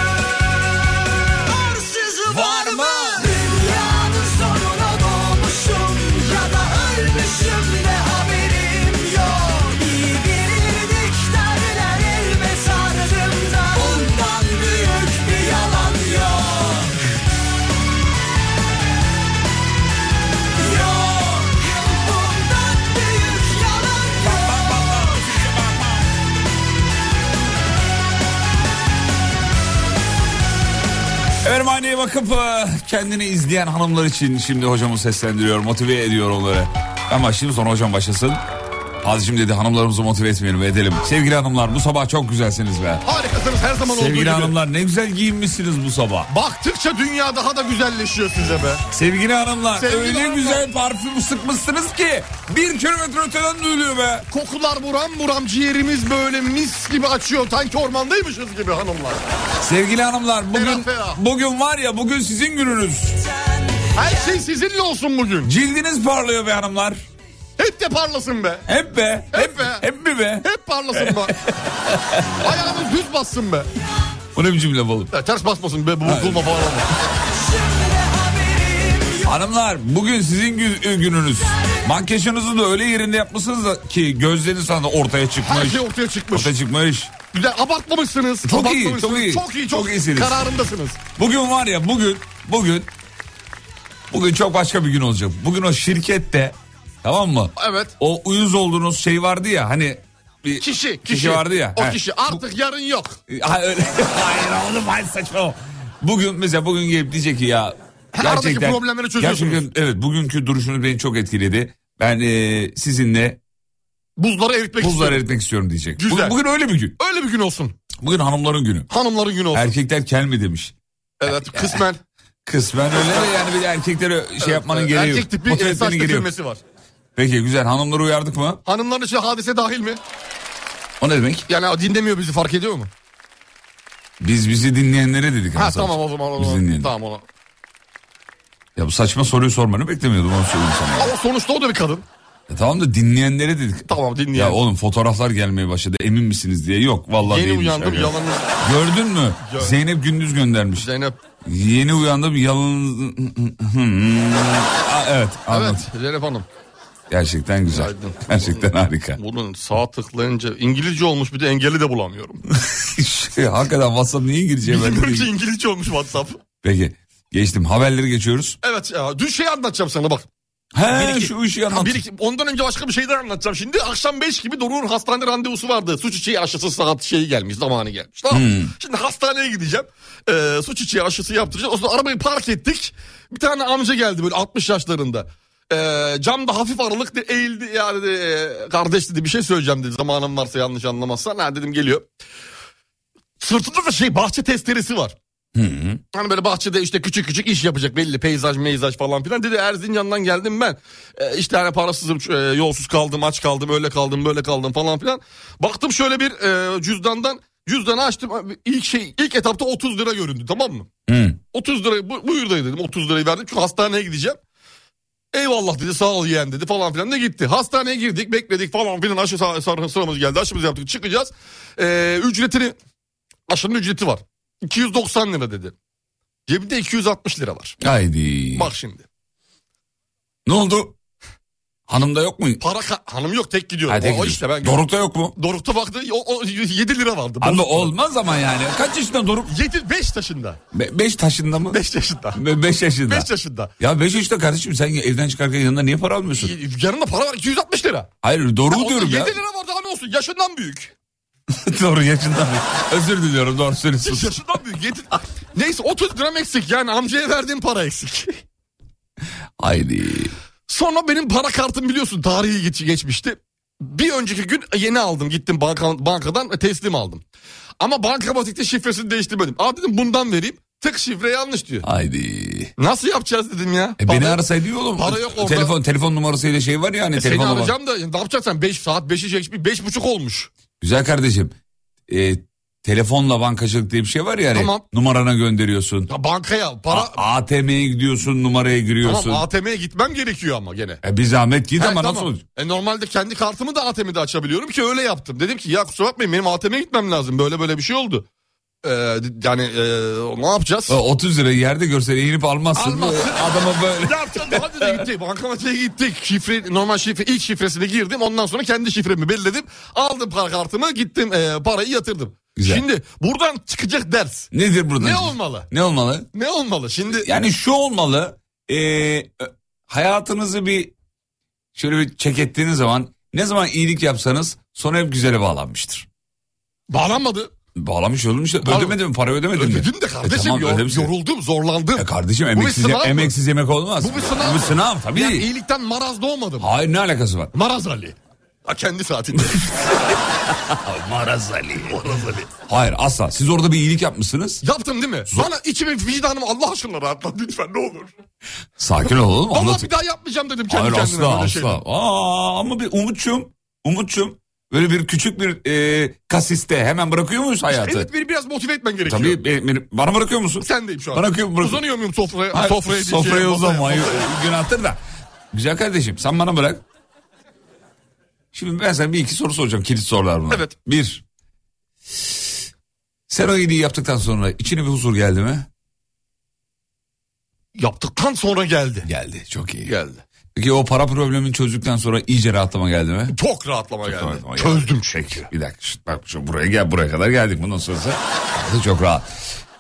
[SPEAKER 2] Arsızı var mı? Dünyanın sonuna doğmuşum ya da ölmüşüm de haberim yok. İyi bilirdik derler elbet ardımda bundan büyük bir yalan yok.
[SPEAKER 4] bakıp e, kendini izleyen hanımlar için şimdi hocamı seslendiriyor, motive ediyor onları. Ama şimdi sonra hocam başlasın. Azıcım dedi hanımlarımızı motive etmeyelim edelim. Sevgili hanımlar bu sabah çok güzelsiniz be.
[SPEAKER 5] Harikasınız her zaman olduğu
[SPEAKER 4] Sevgili
[SPEAKER 5] gibi.
[SPEAKER 4] hanımlar ne güzel giyinmişsiniz bu sabah.
[SPEAKER 5] Baktıkça dünya daha da güzelleşiyor size be.
[SPEAKER 4] Sevgili hanımlar
[SPEAKER 5] Sevgili
[SPEAKER 4] öyle
[SPEAKER 5] hanımlar.
[SPEAKER 4] güzel parfüm sıkmışsınız ki bir kilometre öteden duyuluyor be.
[SPEAKER 5] Kokular buram buram ciğerimiz böyle mis gibi açıyor. Sanki ormandaymışız gibi hanımlar.
[SPEAKER 4] Sevgili hanımlar bugün
[SPEAKER 5] Ferah ferah.
[SPEAKER 4] bugün var ya bugün sizin gününüz.
[SPEAKER 5] Her şey sizinle olsun bugün.
[SPEAKER 4] Cildiniz parlıyor be hanımlar.
[SPEAKER 5] Hep de parlasın be.
[SPEAKER 4] Hep be. Hep,
[SPEAKER 5] Hep
[SPEAKER 4] hep
[SPEAKER 5] be.
[SPEAKER 4] be. Hep mi be?
[SPEAKER 5] Hep parlasın be.
[SPEAKER 4] (laughs)
[SPEAKER 5] Ayağımız düz bassın be.
[SPEAKER 4] Bu ne biçim laf oğlum?
[SPEAKER 5] Ya, ters basmasın be. Bu Bozulma falan olmasın.
[SPEAKER 4] Hanımlar bugün sizin gü- e, gününüz. Makyajınızı da öyle yerinde yapmışsınız da ki gözleriniz sana ortaya
[SPEAKER 5] Her
[SPEAKER 4] çıkmış.
[SPEAKER 5] şey ortaya çıkmış.
[SPEAKER 4] Ortaya çıkmış.
[SPEAKER 5] Güzel abartmamışsınız.
[SPEAKER 4] Çok iyi,
[SPEAKER 5] abartmamışsınız.
[SPEAKER 4] çok iyi.
[SPEAKER 5] Çok iyi, çok,
[SPEAKER 4] Çok iyisiniz.
[SPEAKER 5] Kararındasınız.
[SPEAKER 4] Bugün var ya bugün bugün bugün çok başka bir gün olacak. Bugün o şirkette tamam mı?
[SPEAKER 5] Evet.
[SPEAKER 4] O uyuz olduğunuz şey vardı ya hani bir
[SPEAKER 5] Kişi, kişi.
[SPEAKER 4] vardı ya.
[SPEAKER 5] O
[SPEAKER 4] he.
[SPEAKER 5] kişi artık yarın yok.
[SPEAKER 4] Ee, Ha, öyle. (laughs) Hayır oğlum hayır saçma. o. Bugün mesela bugün gelip diyecek ki ya
[SPEAKER 5] Aradaki problemleri çözüyorsunuz.
[SPEAKER 4] Gerçekten evet bugünkü duruşunuz beni çok etkiledi. Ben e, sizinle
[SPEAKER 5] Buzları eritmek
[SPEAKER 4] buzlar
[SPEAKER 5] istiyorum.
[SPEAKER 4] eritmek istiyorum diyecek.
[SPEAKER 5] Güzel.
[SPEAKER 4] Bugün, bugün öyle bir gün.
[SPEAKER 5] Öyle bir gün olsun.
[SPEAKER 4] Bugün hanımların günü.
[SPEAKER 5] Hanımların günü olsun.
[SPEAKER 4] Erkekler kel mi demiş.
[SPEAKER 5] evet kısmen.
[SPEAKER 4] Kısmen öyle de yani bir de erkeklere şey yapmanın
[SPEAKER 5] Evet,
[SPEAKER 4] gereği yok.
[SPEAKER 5] Erkek tipi
[SPEAKER 4] Motive
[SPEAKER 5] e, saç
[SPEAKER 4] etmenin gereği yok.
[SPEAKER 5] dökülmesi var.
[SPEAKER 4] Peki güzel hanımları uyardık mı?
[SPEAKER 5] Hanımların içinde hadise dahil mi?
[SPEAKER 4] O ne demek?
[SPEAKER 5] Yani dinlemiyor bizi fark ediyor mu?
[SPEAKER 4] Biz bizi dinleyenlere dedik.
[SPEAKER 5] Ha
[SPEAKER 4] aslında.
[SPEAKER 5] tamam o zaman. O
[SPEAKER 4] Biz
[SPEAKER 5] zaman.
[SPEAKER 4] dinleyelim.
[SPEAKER 5] Tamam ona.
[SPEAKER 4] Ya bu saçma soruyu sormanı beklemiyordum onu söyleyeyim sana.
[SPEAKER 5] Ama sonuçta o da bir kadın.
[SPEAKER 4] E, tamam da dinleyenlere dedik.
[SPEAKER 5] Tamam
[SPEAKER 4] Ya
[SPEAKER 5] dinleyelim.
[SPEAKER 4] oğlum fotoğraflar gelmeye başladı emin misiniz diye. Yok vallahi
[SPEAKER 5] Yeni
[SPEAKER 4] değilmiş
[SPEAKER 5] uyandım
[SPEAKER 4] aga.
[SPEAKER 5] yalanı.
[SPEAKER 4] Gördün mü?
[SPEAKER 5] Gör-
[SPEAKER 4] Zeynep Gündüz göndermiş.
[SPEAKER 5] Zeynep.
[SPEAKER 4] Yeni uyandım yalan... Aa, evet anladım.
[SPEAKER 5] Evet Zeynep Hanım.
[SPEAKER 4] Gerçekten güzel.
[SPEAKER 5] Aydın.
[SPEAKER 4] Gerçekten
[SPEAKER 5] (laughs)
[SPEAKER 4] harika.
[SPEAKER 5] Bunun sağ tıklayınca İngilizce olmuş bir de engeli de bulamıyorum.
[SPEAKER 4] Şey, Hakikaten WhatsApp niye gireceğim ben de
[SPEAKER 5] Bizim
[SPEAKER 4] bilmiyorum.
[SPEAKER 5] İngilizce olmuş WhatsApp.
[SPEAKER 4] Peki geçtim haberleri geçiyoruz.
[SPEAKER 5] Evet ya dün şey anlatacağım sana bak.
[SPEAKER 4] He
[SPEAKER 5] iki-
[SPEAKER 4] şu işi
[SPEAKER 5] Ha,
[SPEAKER 4] anlat.
[SPEAKER 5] bir iki, ondan önce başka bir şeyden anlatacağım. Şimdi akşam 5 gibi Doruk'un hastane randevusu vardı. Su çiçeği aşısı saat şeyi gelmiş zamanı gelmiş. Tamam. mı? Şimdi hastaneye gideceğim. Ee, su çiçeği aşısı yaptıracağız. O zaman arabayı park ettik. Bir tane amca geldi böyle 60 yaşlarında. Ee, camda hafif aralık de eğildi yani de, kardeş dedi bir şey söyleyeceğim dedi zamanım varsa yanlış anlamazsan ha dedim geliyor. Sırtında da şey bahçe testeresi var. Hani böyle bahçede işte küçük küçük iş yapacak belli peyzaj meyzaj falan filan. Dedi Erzincan'dan geldim ben. E, işte hani parasızım e, yolsuz kaldım aç kaldım öyle kaldım böyle kaldım falan filan. Baktım şöyle bir e, cüzdandan cüzdanı açtım. İlk şey ilk etapta 30 lira göründü tamam mı?
[SPEAKER 4] Hı.
[SPEAKER 5] 30 lira bu, buyur dayı dedim 30 lirayı verdim çünkü hastaneye gideceğim. Eyvallah dedi sağ ol yeğen dedi falan filan da gitti. Hastaneye girdik bekledik falan filan aşı sa- sa- sıramız geldi aşımızı yaptık çıkacağız. Ee, ücretini aşının ücreti var. 290 lira dedi. Cebinde 260 lira var.
[SPEAKER 4] Haydi.
[SPEAKER 5] Bak şimdi.
[SPEAKER 4] Ne oldu? Hanımda yok mu?
[SPEAKER 5] Para ka- hanım yok tek gidiyorum.
[SPEAKER 4] Hadi
[SPEAKER 5] o, o
[SPEAKER 4] gidiyoruz.
[SPEAKER 5] işte ben
[SPEAKER 4] Doruk'ta yok mu?
[SPEAKER 5] Doruk'ta baktı o, o 7 lira vardı.
[SPEAKER 4] Abi olmaz ama yani. Kaç yaşında Doruk?
[SPEAKER 5] 7 5 yaşında.
[SPEAKER 4] Be- beş taşında mı?
[SPEAKER 5] 5 yaşında.
[SPEAKER 4] Be- beş yaşında.
[SPEAKER 5] 5 yaşında.
[SPEAKER 4] Ya 5 yaşında kardeşim sen evden çıkarken yanında niye para almıyorsun?
[SPEAKER 5] Yanında para var 260 lira.
[SPEAKER 4] Hayır doğru diyorum
[SPEAKER 5] 7
[SPEAKER 4] ya.
[SPEAKER 5] lira var daha ne olsun yaşından büyük.
[SPEAKER 4] (laughs) doğru yaşından. Özür diliyorum doğru söylüyorsun.
[SPEAKER 5] yaşından büyük. Yedi... (laughs) Neyse 30 gram eksik yani amcaya verdiğim para eksik.
[SPEAKER 4] Haydi.
[SPEAKER 5] Sonra benim para kartım biliyorsun tarihi geç- geçmişti. Bir önceki gün yeni aldım gittim banka, bankadan teslim aldım. Ama bankamatikte şifresini değiştirmedim. Abi dedim bundan vereyim. Tık şifre yanlış diyor.
[SPEAKER 4] Haydi.
[SPEAKER 5] Nasıl yapacağız dedim ya.
[SPEAKER 4] E
[SPEAKER 5] Para-
[SPEAKER 4] beni arasaydı iyi oğlum.
[SPEAKER 5] Para yok orada.
[SPEAKER 4] Telefon, telefon numarasıyla şey var ya hani
[SPEAKER 5] e Seni
[SPEAKER 4] telefon numara.
[SPEAKER 5] arayacağım da ne yapacaksın? 5 saat 5'i geçmiş 5.30 olmuş.
[SPEAKER 4] Güzel kardeşim. E, telefonla bankacılık diye bir şey var ya hani.
[SPEAKER 5] Tamam.
[SPEAKER 4] Numarana gönderiyorsun.
[SPEAKER 5] Ya bankaya para...
[SPEAKER 4] A- ATM'ye gidiyorsun numaraya giriyorsun.
[SPEAKER 5] tamam ATM'ye gitmem gerekiyor ama gene.
[SPEAKER 4] E bir zahmet git
[SPEAKER 5] He,
[SPEAKER 4] ama
[SPEAKER 5] tamam.
[SPEAKER 4] nasıl olacak?
[SPEAKER 5] E, normalde kendi kartımı da ATM'de açabiliyorum ki öyle yaptım. Dedim ki ya kusura bakmayın benim ATM'ye gitmem lazım. Böyle böyle bir şey oldu. Ee, d- yani e, ne yapacağız?
[SPEAKER 4] E, 30 lira yerde görsen eğilip almazsın.
[SPEAKER 5] Almazsın.
[SPEAKER 4] Adama böyle.
[SPEAKER 5] ne yapacağız? Hadi de gittik. Bankamatiğe gittik. Şifre, normal şifre, ilk şifresine girdim. Ondan sonra kendi şifremi belirledim. Aldım para kartımı gittim e, parayı yatırdım.
[SPEAKER 4] Güzel.
[SPEAKER 5] Şimdi buradan çıkacak ders.
[SPEAKER 4] Nedir burada?
[SPEAKER 5] Ne olmalı?
[SPEAKER 4] Ne olmalı?
[SPEAKER 5] Ne olmalı? Şimdi
[SPEAKER 4] Yani şu olmalı. e, e, hayatınızı bir şöyle bir çek ettiğiniz zaman ne zaman iyilik yapsanız sonra hep güzele bağlanmıştır.
[SPEAKER 5] bağlanmadı.
[SPEAKER 4] Bağlamış olmuş da ödemedi mi para ödemedi mi?
[SPEAKER 5] Ödedim de kardeşim
[SPEAKER 4] E tamam,
[SPEAKER 5] yor-
[SPEAKER 4] ödemişsin.
[SPEAKER 5] yoruldum zorlandım.
[SPEAKER 4] E kardeşim
[SPEAKER 5] Bu bir
[SPEAKER 4] emeksiz,
[SPEAKER 5] sınav mı?
[SPEAKER 4] emeksiz yemek olmaz.
[SPEAKER 5] Bu bir sınav.
[SPEAKER 4] Bu
[SPEAKER 5] mı?
[SPEAKER 4] sınav tabii.
[SPEAKER 5] Ya iyilikten maraz doğmadım.
[SPEAKER 4] Hayır ne alakası var?
[SPEAKER 5] Maraz Ali. Ha, kendi saatinde.
[SPEAKER 4] (laughs) Maraz Ali. Hayır asla. Siz orada bir iyilik yapmışsınız.
[SPEAKER 5] Yaptım değil mi? Bana içimi vicdanım Allah aşkına rahatlat lütfen ne olur.
[SPEAKER 4] Sakin ol oğlum.
[SPEAKER 5] Vallahi
[SPEAKER 4] anlat.
[SPEAKER 5] bir daha yapmayacağım dedim kendi
[SPEAKER 4] Hayır
[SPEAKER 5] kendime.
[SPEAKER 4] asla
[SPEAKER 5] böyle
[SPEAKER 4] asla.
[SPEAKER 5] şeyleri.
[SPEAKER 4] Aa, ama bir Umut'cum. Umut'cum. Böyle bir küçük bir e, kasiste hemen bırakıyor muyuz hayatı?
[SPEAKER 5] Evet beni biraz motive etmen gerekiyor.
[SPEAKER 4] Tabii e, beni- bana bırakıyor musun?
[SPEAKER 5] Sendeyim şu an.
[SPEAKER 4] Bırakıyor bırakıyor.
[SPEAKER 5] Uzanıyor muyum sofraya?
[SPEAKER 4] Hayır,
[SPEAKER 5] sofraya şey diyeceğim,
[SPEAKER 4] şey sofraya
[SPEAKER 5] masaya.
[SPEAKER 4] uzanma. Hayır, Günahtır da. Güzel kardeşim sen bana bırak. Şimdi ben sana bir iki soru soracağım. Kilit sorular bunlar.
[SPEAKER 5] Evet.
[SPEAKER 4] Bir. Sen o iyiliği yaptıktan sonra içine bir huzur geldi mi?
[SPEAKER 5] Yaptıktan sonra geldi.
[SPEAKER 4] Geldi. Çok iyi.
[SPEAKER 5] Geldi.
[SPEAKER 4] Peki o para problemini çözdükten sonra iyice rahatlama geldi mi?
[SPEAKER 5] Çok rahatlama geldi.
[SPEAKER 4] rahatlama geldi.
[SPEAKER 5] Çözdüm çünkü.
[SPEAKER 4] Bir dakika şu- bak şu buraya gel buraya kadar geldik bundan sonrası da çok rahat.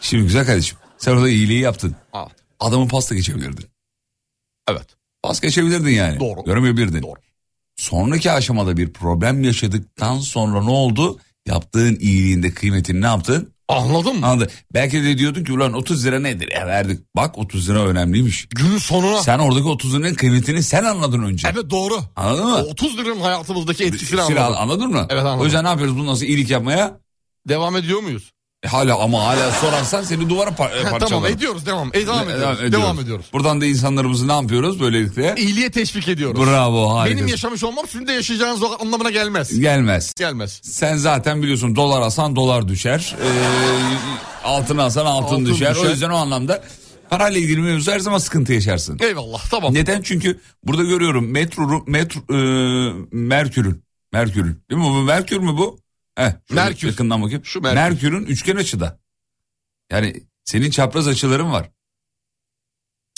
[SPEAKER 4] Şimdi güzel kardeşim sen orada iyiliği yaptın.
[SPEAKER 5] Aa,
[SPEAKER 4] Adamın pasta geçebilirdin.
[SPEAKER 5] evet.
[SPEAKER 4] Pas geçebilirdin yani.
[SPEAKER 5] Doğru.
[SPEAKER 4] Göremeyebilirdin.
[SPEAKER 5] Doğru.
[SPEAKER 4] Sonraki aşamada bir problem yaşadıktan sonra ne oldu? Yaptığın iyiliğinde kıymetini ne yaptın?
[SPEAKER 5] Anladın mı?
[SPEAKER 4] Anladın. Belki de diyordun ki ulan 30 lira nedir? E verdik. Bak 30 lira önemliymiş.
[SPEAKER 5] Günün sonuna.
[SPEAKER 4] Sen oradaki 30 liranın kıymetini sen anladın önce.
[SPEAKER 5] Evet doğru.
[SPEAKER 4] Anladın mı?
[SPEAKER 5] O 30 liranın hayatımızdaki etkisini
[SPEAKER 4] Silah-
[SPEAKER 5] anladım.
[SPEAKER 4] anladın mı?
[SPEAKER 5] Evet, anladım.
[SPEAKER 4] O yüzden ne yapıyoruz? Bunu nasıl iyilik yapmaya?
[SPEAKER 5] Devam ediyor muyuz?
[SPEAKER 4] E, hala ama hala sorarsan seni duvara par- e,
[SPEAKER 5] Ha, (laughs)
[SPEAKER 4] parçalarım.
[SPEAKER 5] tamam ediyoruz devam. E, devam, ediyoruz. Devam ediyoruz.
[SPEAKER 4] Buradan da insanlarımızı ne yapıyoruz böylelikle?
[SPEAKER 5] İyiliğe teşvik ediyoruz.
[SPEAKER 4] Bravo harika.
[SPEAKER 5] Benim yaşamış olmam sizin de yaşayacağınız anlamına gelmez.
[SPEAKER 4] Gelmez.
[SPEAKER 5] Gelmez.
[SPEAKER 4] Sen zaten biliyorsun dolar alsan dolar düşer. Ee, altın alsan altın,
[SPEAKER 5] Altın
[SPEAKER 4] düşer. O
[SPEAKER 5] düşer.
[SPEAKER 4] yüzden o anlamda parayla ilgili mevzu her zaman sıkıntı yaşarsın.
[SPEAKER 5] Eyvallah tamam.
[SPEAKER 4] Neden? Çünkü burada görüyorum metro, metro e, Merkür'ün. Merkür'ün. Değil mi bu? Merkür mü bu? Heh, şöyle
[SPEAKER 5] Merkür.
[SPEAKER 4] Yakından bakayım.
[SPEAKER 5] Şu Merkür.
[SPEAKER 4] Merkür. Merkür'ün üçgen açıda. Yani senin çapraz açıların var.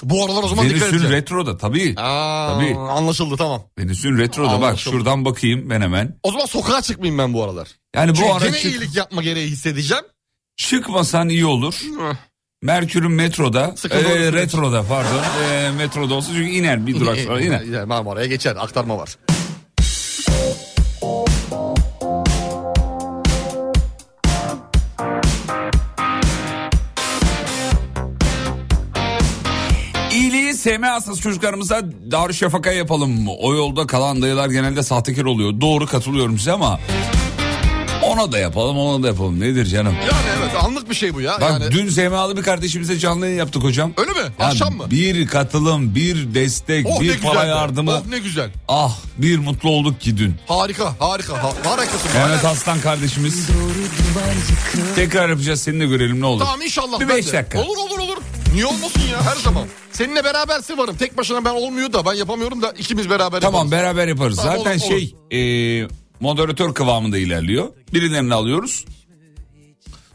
[SPEAKER 5] Bu aralar o zaman dikkat
[SPEAKER 4] Venüs'ün
[SPEAKER 5] edeceğim.
[SPEAKER 4] retroda tabii.
[SPEAKER 5] Aa,
[SPEAKER 4] Tabii.
[SPEAKER 5] Anlaşıldı tamam.
[SPEAKER 4] Venüs'ün retroda bak
[SPEAKER 5] Anlaşıldı.
[SPEAKER 4] şuradan bakayım ben hemen.
[SPEAKER 5] O zaman sokağa çıkmayayım ben bu aralar.
[SPEAKER 4] Yani bu
[SPEAKER 5] Çünkü
[SPEAKER 4] ara
[SPEAKER 5] gene
[SPEAKER 4] çık-
[SPEAKER 5] iyilik yapma gereği hissedeceğim.
[SPEAKER 4] çıkmasan iyi olur.
[SPEAKER 5] Ah.
[SPEAKER 4] Merkür'ün metroda,
[SPEAKER 5] Sıkıntı
[SPEAKER 4] e,
[SPEAKER 5] olursun.
[SPEAKER 4] retroda pardon, e, metroda olsa çünkü iner bir durak sonra iner.
[SPEAKER 5] Yine Marmara'ya geçer aktarma var.
[SPEAKER 4] İyiliği sevme hastası çocuklarımıza Darüşşafaka yapalım mı? O yolda kalan dayılar genelde sahtekar oluyor. Doğru katılıyorum size ama ona da yapalım, ona da yapalım. Nedir canım?
[SPEAKER 5] Yani evet anlık bir şey bu ya.
[SPEAKER 4] Bak
[SPEAKER 5] yani,
[SPEAKER 4] dün Semalı bir kardeşimize canlı yayın yaptık hocam.
[SPEAKER 5] Öyle mi?
[SPEAKER 4] Ya
[SPEAKER 5] Akşam mı?
[SPEAKER 4] Bir katılım, bir destek,
[SPEAKER 5] oh ne
[SPEAKER 4] bir
[SPEAKER 5] güzel.
[SPEAKER 4] para
[SPEAKER 5] be.
[SPEAKER 4] yardımı.
[SPEAKER 5] Oh ne güzel.
[SPEAKER 4] Ah bir mutlu olduk ki dün.
[SPEAKER 5] Harika harika. Ha, harikasın.
[SPEAKER 4] Mehmet Aslan kardeşimiz. Tekrar yapacağız seni de görelim ne olur.
[SPEAKER 5] Tamam inşallah.
[SPEAKER 4] Bir
[SPEAKER 5] ben
[SPEAKER 4] beş
[SPEAKER 5] de.
[SPEAKER 4] dakika.
[SPEAKER 5] Olur olur olur. Niye olmasın ya her zaman. Seninle berabersin varım. Tek başına ben olmuyor da ben yapamıyorum da ikimiz beraber
[SPEAKER 4] Tamam
[SPEAKER 5] yaparız.
[SPEAKER 4] beraber yaparız.
[SPEAKER 5] Tamam,
[SPEAKER 4] Zaten
[SPEAKER 5] olur,
[SPEAKER 4] şey e, moderatör kıvamında ilerliyor. Birilerini alıyoruz.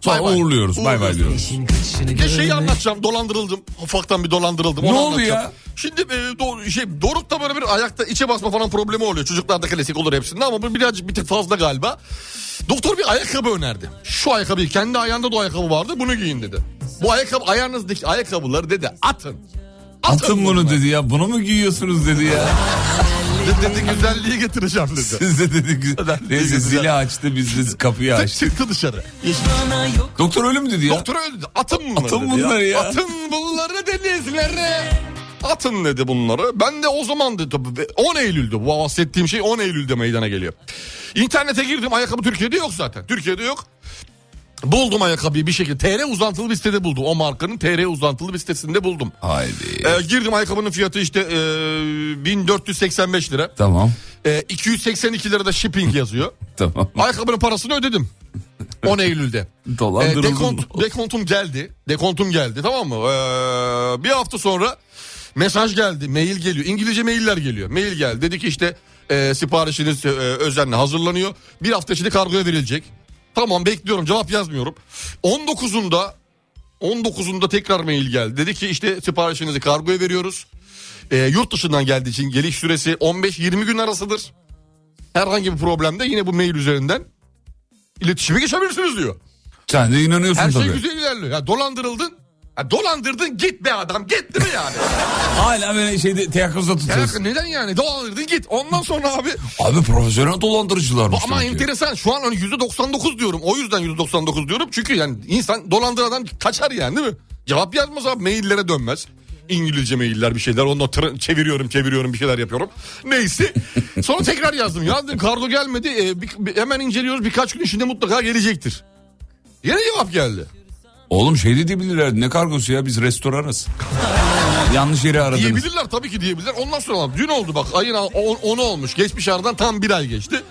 [SPEAKER 4] Sonra
[SPEAKER 5] Bay bay.
[SPEAKER 4] uğurluyoruz. Bay bay
[SPEAKER 5] Uğurluyoruz.
[SPEAKER 4] diyoruz.
[SPEAKER 5] Bir şeyi anlatacağım. Dolandırıldım. Ufaktan bir dolandırıldım.
[SPEAKER 4] Ne
[SPEAKER 5] Onu
[SPEAKER 4] oldu
[SPEAKER 5] anlatacağım.
[SPEAKER 4] ya?
[SPEAKER 5] Şimdi e, do- şey Doruk'ta böyle bir ayakta içe basma falan problemi oluyor. Çocuklarda klasik olur hepsinde ama bu birazcık bir tık fazla galiba. Doktor bir ayakkabı önerdi. Şu ayakkabıyı kendi ayağında da o ayakkabı vardı bunu giyin dedi. Bu ayakkabı ayağınızdaki ayakkabıları dedi atın.
[SPEAKER 4] Atın bunu dedi ya. Bunu mu giyiyorsunuz dedi ya.
[SPEAKER 5] (laughs) Dedi, dedi güzelliği getireceğim dedi.
[SPEAKER 4] Siz de dedi. Neyse zili açtı biz de kapıyı açtık.
[SPEAKER 5] Çıktı dışarı.
[SPEAKER 4] Doktor öyle mi dedi ya?
[SPEAKER 5] Doktor öyle dedi. Atın bunları
[SPEAKER 4] Atın
[SPEAKER 5] dedi
[SPEAKER 4] bunları ya.
[SPEAKER 5] Atın bunları denizlere. Atın dedi bunları. Ben de o zaman dedi tabii 10 Eylül'de bu bahsettiğim şey 10 Eylül'de meydana geliyor. İnternete girdim ayakkabı Türkiye'de yok zaten. Türkiye'de yok. Buldum ayakkabıyı bir şekilde. TR uzantılı bir sitede buldum. O markanın TR uzantılı bir sitesinde buldum.
[SPEAKER 4] Haydi.
[SPEAKER 5] Ee, girdim ayakkabının fiyatı işte ee, 1485 lira.
[SPEAKER 4] Tamam.
[SPEAKER 5] Ee, 282 lira da shipping yazıyor.
[SPEAKER 4] (laughs) Tamam.
[SPEAKER 5] Ayakkabının parasını ödedim. 10 Eylül'de. E,
[SPEAKER 4] Dolandırıldım.
[SPEAKER 5] dekont, dekontum geldi. Dekontum geldi tamam mı? Ee, bir hafta sonra mesaj geldi. Mail geliyor. İngilizce mailler geliyor. Mail geldi. Dedi ki işte e, siparişiniz e, özenle hazırlanıyor. Bir hafta içinde kargoya verilecek. Tamam bekliyorum cevap yazmıyorum. 19'unda 19'unda tekrar mail geldi. Dedi ki işte siparişinizi kargoya veriyoruz. Ee, yurt dışından geldiği için geliş süresi 15-20 gün arasıdır. Herhangi bir problemde yine bu mail üzerinden iletişime geçebilirsiniz diyor.
[SPEAKER 4] Sen de inanıyorsun
[SPEAKER 5] Her şey
[SPEAKER 4] tabii.
[SPEAKER 5] güzel ilerliyor. Ya dolandırıldın. Ha, dolandırdın git be adam git değil mi yani?
[SPEAKER 4] Hala böyle şeyde teyakkuzda
[SPEAKER 5] Ya
[SPEAKER 4] tutuyorsun.
[SPEAKER 5] neden yani dolandırdın git ondan sonra abi.
[SPEAKER 4] Abi profesyonel dolandırıcılarmış.
[SPEAKER 5] Ama
[SPEAKER 4] sanki.
[SPEAKER 5] enteresan şu an hani %99 diyorum o yüzden %99 diyorum çünkü yani insan dolandıradan kaçar yani değil mi? Cevap yazmaz abi maillere dönmez. İngilizce mailler bir şeyler onu tra- çeviriyorum çeviriyorum bir şeyler yapıyorum. Neyse sonra tekrar yazdım yazdım kargo gelmedi e, bir- bir- hemen inceliyoruz birkaç gün içinde mutlaka gelecektir. Yine cevap geldi.
[SPEAKER 4] Oğlum şey de diyebilirler ne kargosu ya
[SPEAKER 5] (laughs)
[SPEAKER 4] biz restoranız. Yanlış yeri aradınız.
[SPEAKER 5] Diyebilirler tabii ki diyebilirler. Ondan sonra dün oldu bak ayın 10'u olmuş. Geçmiş aradan tam bir ay geçti.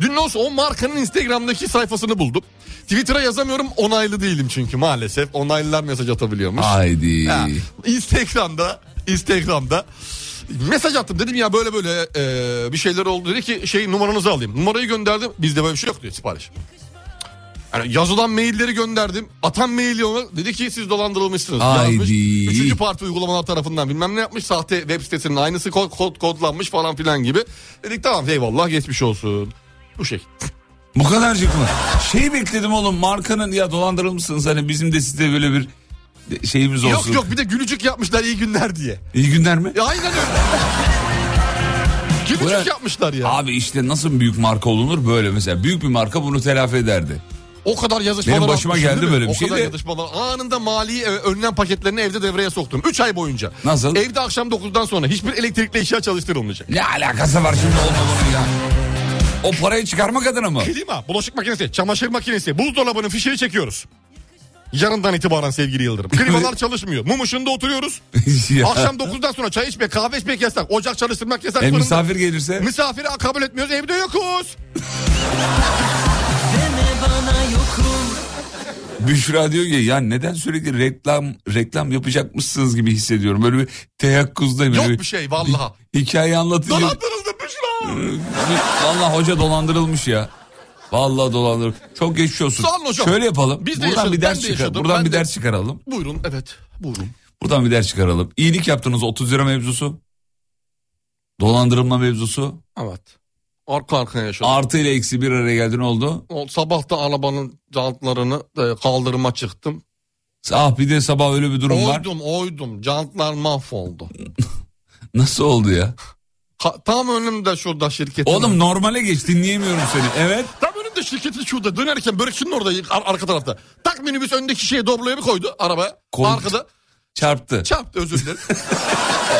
[SPEAKER 5] Dün ne olsa o markanın Instagram'daki sayfasını buldum. Twitter'a yazamıyorum onaylı değilim çünkü maalesef. Onaylılar mesaj atabiliyormuş.
[SPEAKER 4] Haydi.
[SPEAKER 5] Ha, Instagram'da Instagram'da mesaj attım dedim ya böyle böyle e, bir şeyler oldu dedi ki şey numaranızı alayım. Numarayı gönderdim bizde böyle bir şey yok diyor sipariş. Yani yazılan mailleri gönderdim. Atan maili ona dedi ki siz dolandırılmışsınız. Yazmış.
[SPEAKER 4] Haydi.
[SPEAKER 5] Üçüncü parti uygulamalar tarafından bilmem ne yapmış. Sahte web sitesinin aynısı kod, kod- kodlanmış falan filan gibi. Dedik tamam eyvallah geçmiş olsun. Bu şey.
[SPEAKER 4] Bu kadarcık mı? Şey bekledim oğlum markanın ya dolandırılmışsınız hani bizim de size böyle bir şeyimiz olsun.
[SPEAKER 5] Yok yok bir de gülücük yapmışlar iyi günler diye.
[SPEAKER 4] İyi günler mi?
[SPEAKER 5] Ya aynen
[SPEAKER 4] (laughs)
[SPEAKER 5] öyle. gülücük
[SPEAKER 4] Ulan-
[SPEAKER 5] yapmışlar ya.
[SPEAKER 4] Abi işte nasıl büyük marka olunur böyle mesela. Büyük bir marka bunu telafi ederdi.
[SPEAKER 5] O kadar yazışmalar
[SPEAKER 4] Benim başıma
[SPEAKER 5] atmışım,
[SPEAKER 4] geldi
[SPEAKER 5] değil mi?
[SPEAKER 4] böyle bir
[SPEAKER 5] o
[SPEAKER 4] şey
[SPEAKER 5] kadar
[SPEAKER 4] de.
[SPEAKER 5] yazışmalar. Anında mali e, önlem paketlerini evde devreye soktum. 3 ay boyunca.
[SPEAKER 4] Nasıl?
[SPEAKER 5] Evde akşam 9'dan sonra hiçbir elektrikli eşya çalıştırılmayacak.
[SPEAKER 4] Ne alakası var şimdi onunla bunun ya? O parayı çıkarmak adına mı? (laughs)
[SPEAKER 5] Klima, Şey bulaşık makinesi, çamaşır makinesi, buzdolabının fişini çekiyoruz. Yarından itibaren sevgili
[SPEAKER 4] (laughs)
[SPEAKER 5] Yıldırım. Klimalar çalışmıyor. Mum ışığında oturuyoruz.
[SPEAKER 4] Ya.
[SPEAKER 5] Akşam 9'dan sonra çay içmek, kahve içmek yasak. Ocak çalıştırmak yasak.
[SPEAKER 4] E,
[SPEAKER 5] fırında-
[SPEAKER 4] misafir gelirse?
[SPEAKER 5] Misafiri kabul etmiyoruz. Evde yokuz.
[SPEAKER 4] Büşra diyor ki ya neden sürekli reklam reklam yapacakmışsınız gibi hissediyorum. Böyle bir teyakkuzdayım.
[SPEAKER 5] Yok
[SPEAKER 4] Böyle
[SPEAKER 5] bir şey vallaha.
[SPEAKER 4] Hikaye anlatınca
[SPEAKER 5] Dolandırıldım şey Büşra.
[SPEAKER 4] Vallahi hoca dolandırılmış ya. Vallahi dolandırılmış. Çok geçmiş olsun.
[SPEAKER 5] Sağ olun hocam.
[SPEAKER 4] Şöyle yapalım.
[SPEAKER 5] Biz de
[SPEAKER 4] buradan
[SPEAKER 5] yaşadık,
[SPEAKER 4] bir ders
[SPEAKER 5] ben de
[SPEAKER 4] çıkar.
[SPEAKER 5] yaşadım,
[SPEAKER 4] buradan
[SPEAKER 5] ben
[SPEAKER 4] bir
[SPEAKER 5] de-
[SPEAKER 4] ders çıkaralım.
[SPEAKER 5] Buyurun evet buyurun.
[SPEAKER 4] Buradan bir ders çıkaralım. İyilik yaptınız 30 lira mevzusu. Dolandırılma mevzusu.
[SPEAKER 5] Evet. Arka arkaya yaşadık.
[SPEAKER 4] Artı ile eksi bir araya geldi ne oldu?
[SPEAKER 5] O sabah da arabanın jantlarını e, kaldırıma çıktım.
[SPEAKER 4] Ah bir de sabah öyle bir durum var.
[SPEAKER 5] Oydum oydum jantlar mahvoldu.
[SPEAKER 4] Nasıl oldu ya?
[SPEAKER 5] Ha, tam önümde şurada şirketin.
[SPEAKER 4] Oğlum normale geç dinleyemiyorum seni. Evet.
[SPEAKER 5] Tam önümde şirketin şurada dönerken börekçinin orada ar- arka tarafta. Tak minibüs öndeki şeye dobloya bir koydu arabaya.
[SPEAKER 4] Kol-
[SPEAKER 5] Arkada
[SPEAKER 4] Çarptı.
[SPEAKER 5] çarptı özür dilerim.
[SPEAKER 4] (laughs)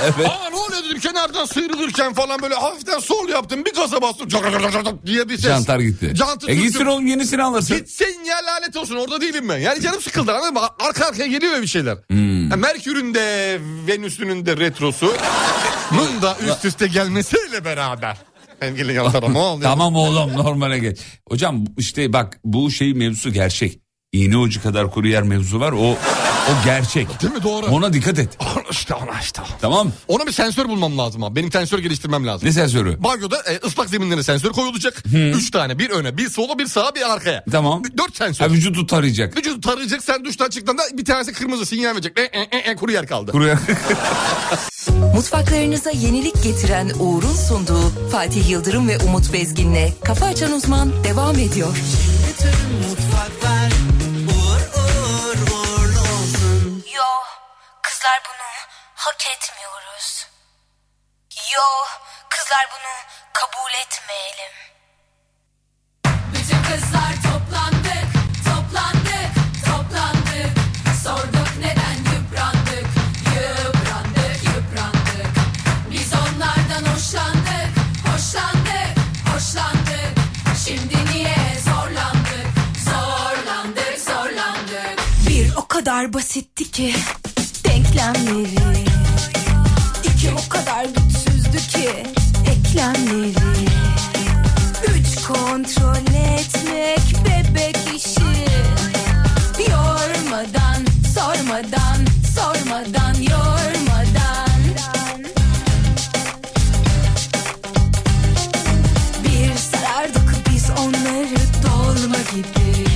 [SPEAKER 4] Evet.
[SPEAKER 5] Aa ne oluyor dedim kenardan sıyrılırken falan böyle hafiften sol yaptım bir gaza bastım. Cak, cak, cak, cak, cak diye bir ses.
[SPEAKER 4] Jantar gitti.
[SPEAKER 5] Jantı
[SPEAKER 4] e gitsin
[SPEAKER 5] sürttüm.
[SPEAKER 4] oğlum yenisini alırsın.
[SPEAKER 5] Gitsen ya lanet olsun orada değilim ben. Yani canım sıkıldı anladın mı? Arka arkaya geliyor ya bir şeyler.
[SPEAKER 4] Hmm.
[SPEAKER 5] Ya Merkür'ün de Venüs'ünün de retrosu. Bunun da üst üste gelmesiyle beraber. Sevgili Yalçın ne oluyor?
[SPEAKER 4] Tamam oğlum normale geç. Hocam işte bak bu şey mevzusu gerçek. İğne ucu kadar kuru yer mevzu var o o gerçek.
[SPEAKER 5] Değil mi? Doğru.
[SPEAKER 4] Ona dikkat et.
[SPEAKER 5] işte ona işte.
[SPEAKER 4] Tamam.
[SPEAKER 5] Ona bir sensör bulmam lazım abi. Benim sensör geliştirmem lazım.
[SPEAKER 4] Ne sensörü?
[SPEAKER 5] Banyoda e, ıslak zeminlere sensör koyulacak. Üç tane. Bir öne, bir sola, bir sağa, bir arkaya.
[SPEAKER 4] Tamam.
[SPEAKER 5] Dört sensör.
[SPEAKER 4] Ha, vücudu tarayacak.
[SPEAKER 5] Vücudu tarayacak. Sen duştan çıktığında bir tanesi kırmızı sinyal verecek. E, e, e, e, kuru yer kaldı.
[SPEAKER 4] Kuru yer. (laughs)
[SPEAKER 6] Mutfaklarınıza yenilik getiren Uğur'un sunduğu Fatih Yıldırım ve Umut Bezgin'le Kafa Açan Uzman devam ediyor.
[SPEAKER 1] Bütün mutfaklar uğur uğur uğurlu olsun.
[SPEAKER 8] Yo, kızlar bunu hak etmiyoruz. Yo, kızlar bunu kabul etmeyelim.
[SPEAKER 9] Bütün kızlar toplandık, toplandık, toplandık. Sorduk neden yıprandık, yıprandık, yıprandık. Biz onlardan hoşlandık, hoşlandık, hoşlandık. Şimdi niye zorlandık, zorlandık, zorlandık.
[SPEAKER 7] Bir o kadar basitti ki denklemleri. İki o kadar güçsüzdü ki eklemleri. Üç kontrol etmek bebek işi. Yormadan, sormadan, sormadan, yormadan. Bir sarardık biz onları dolma gibi.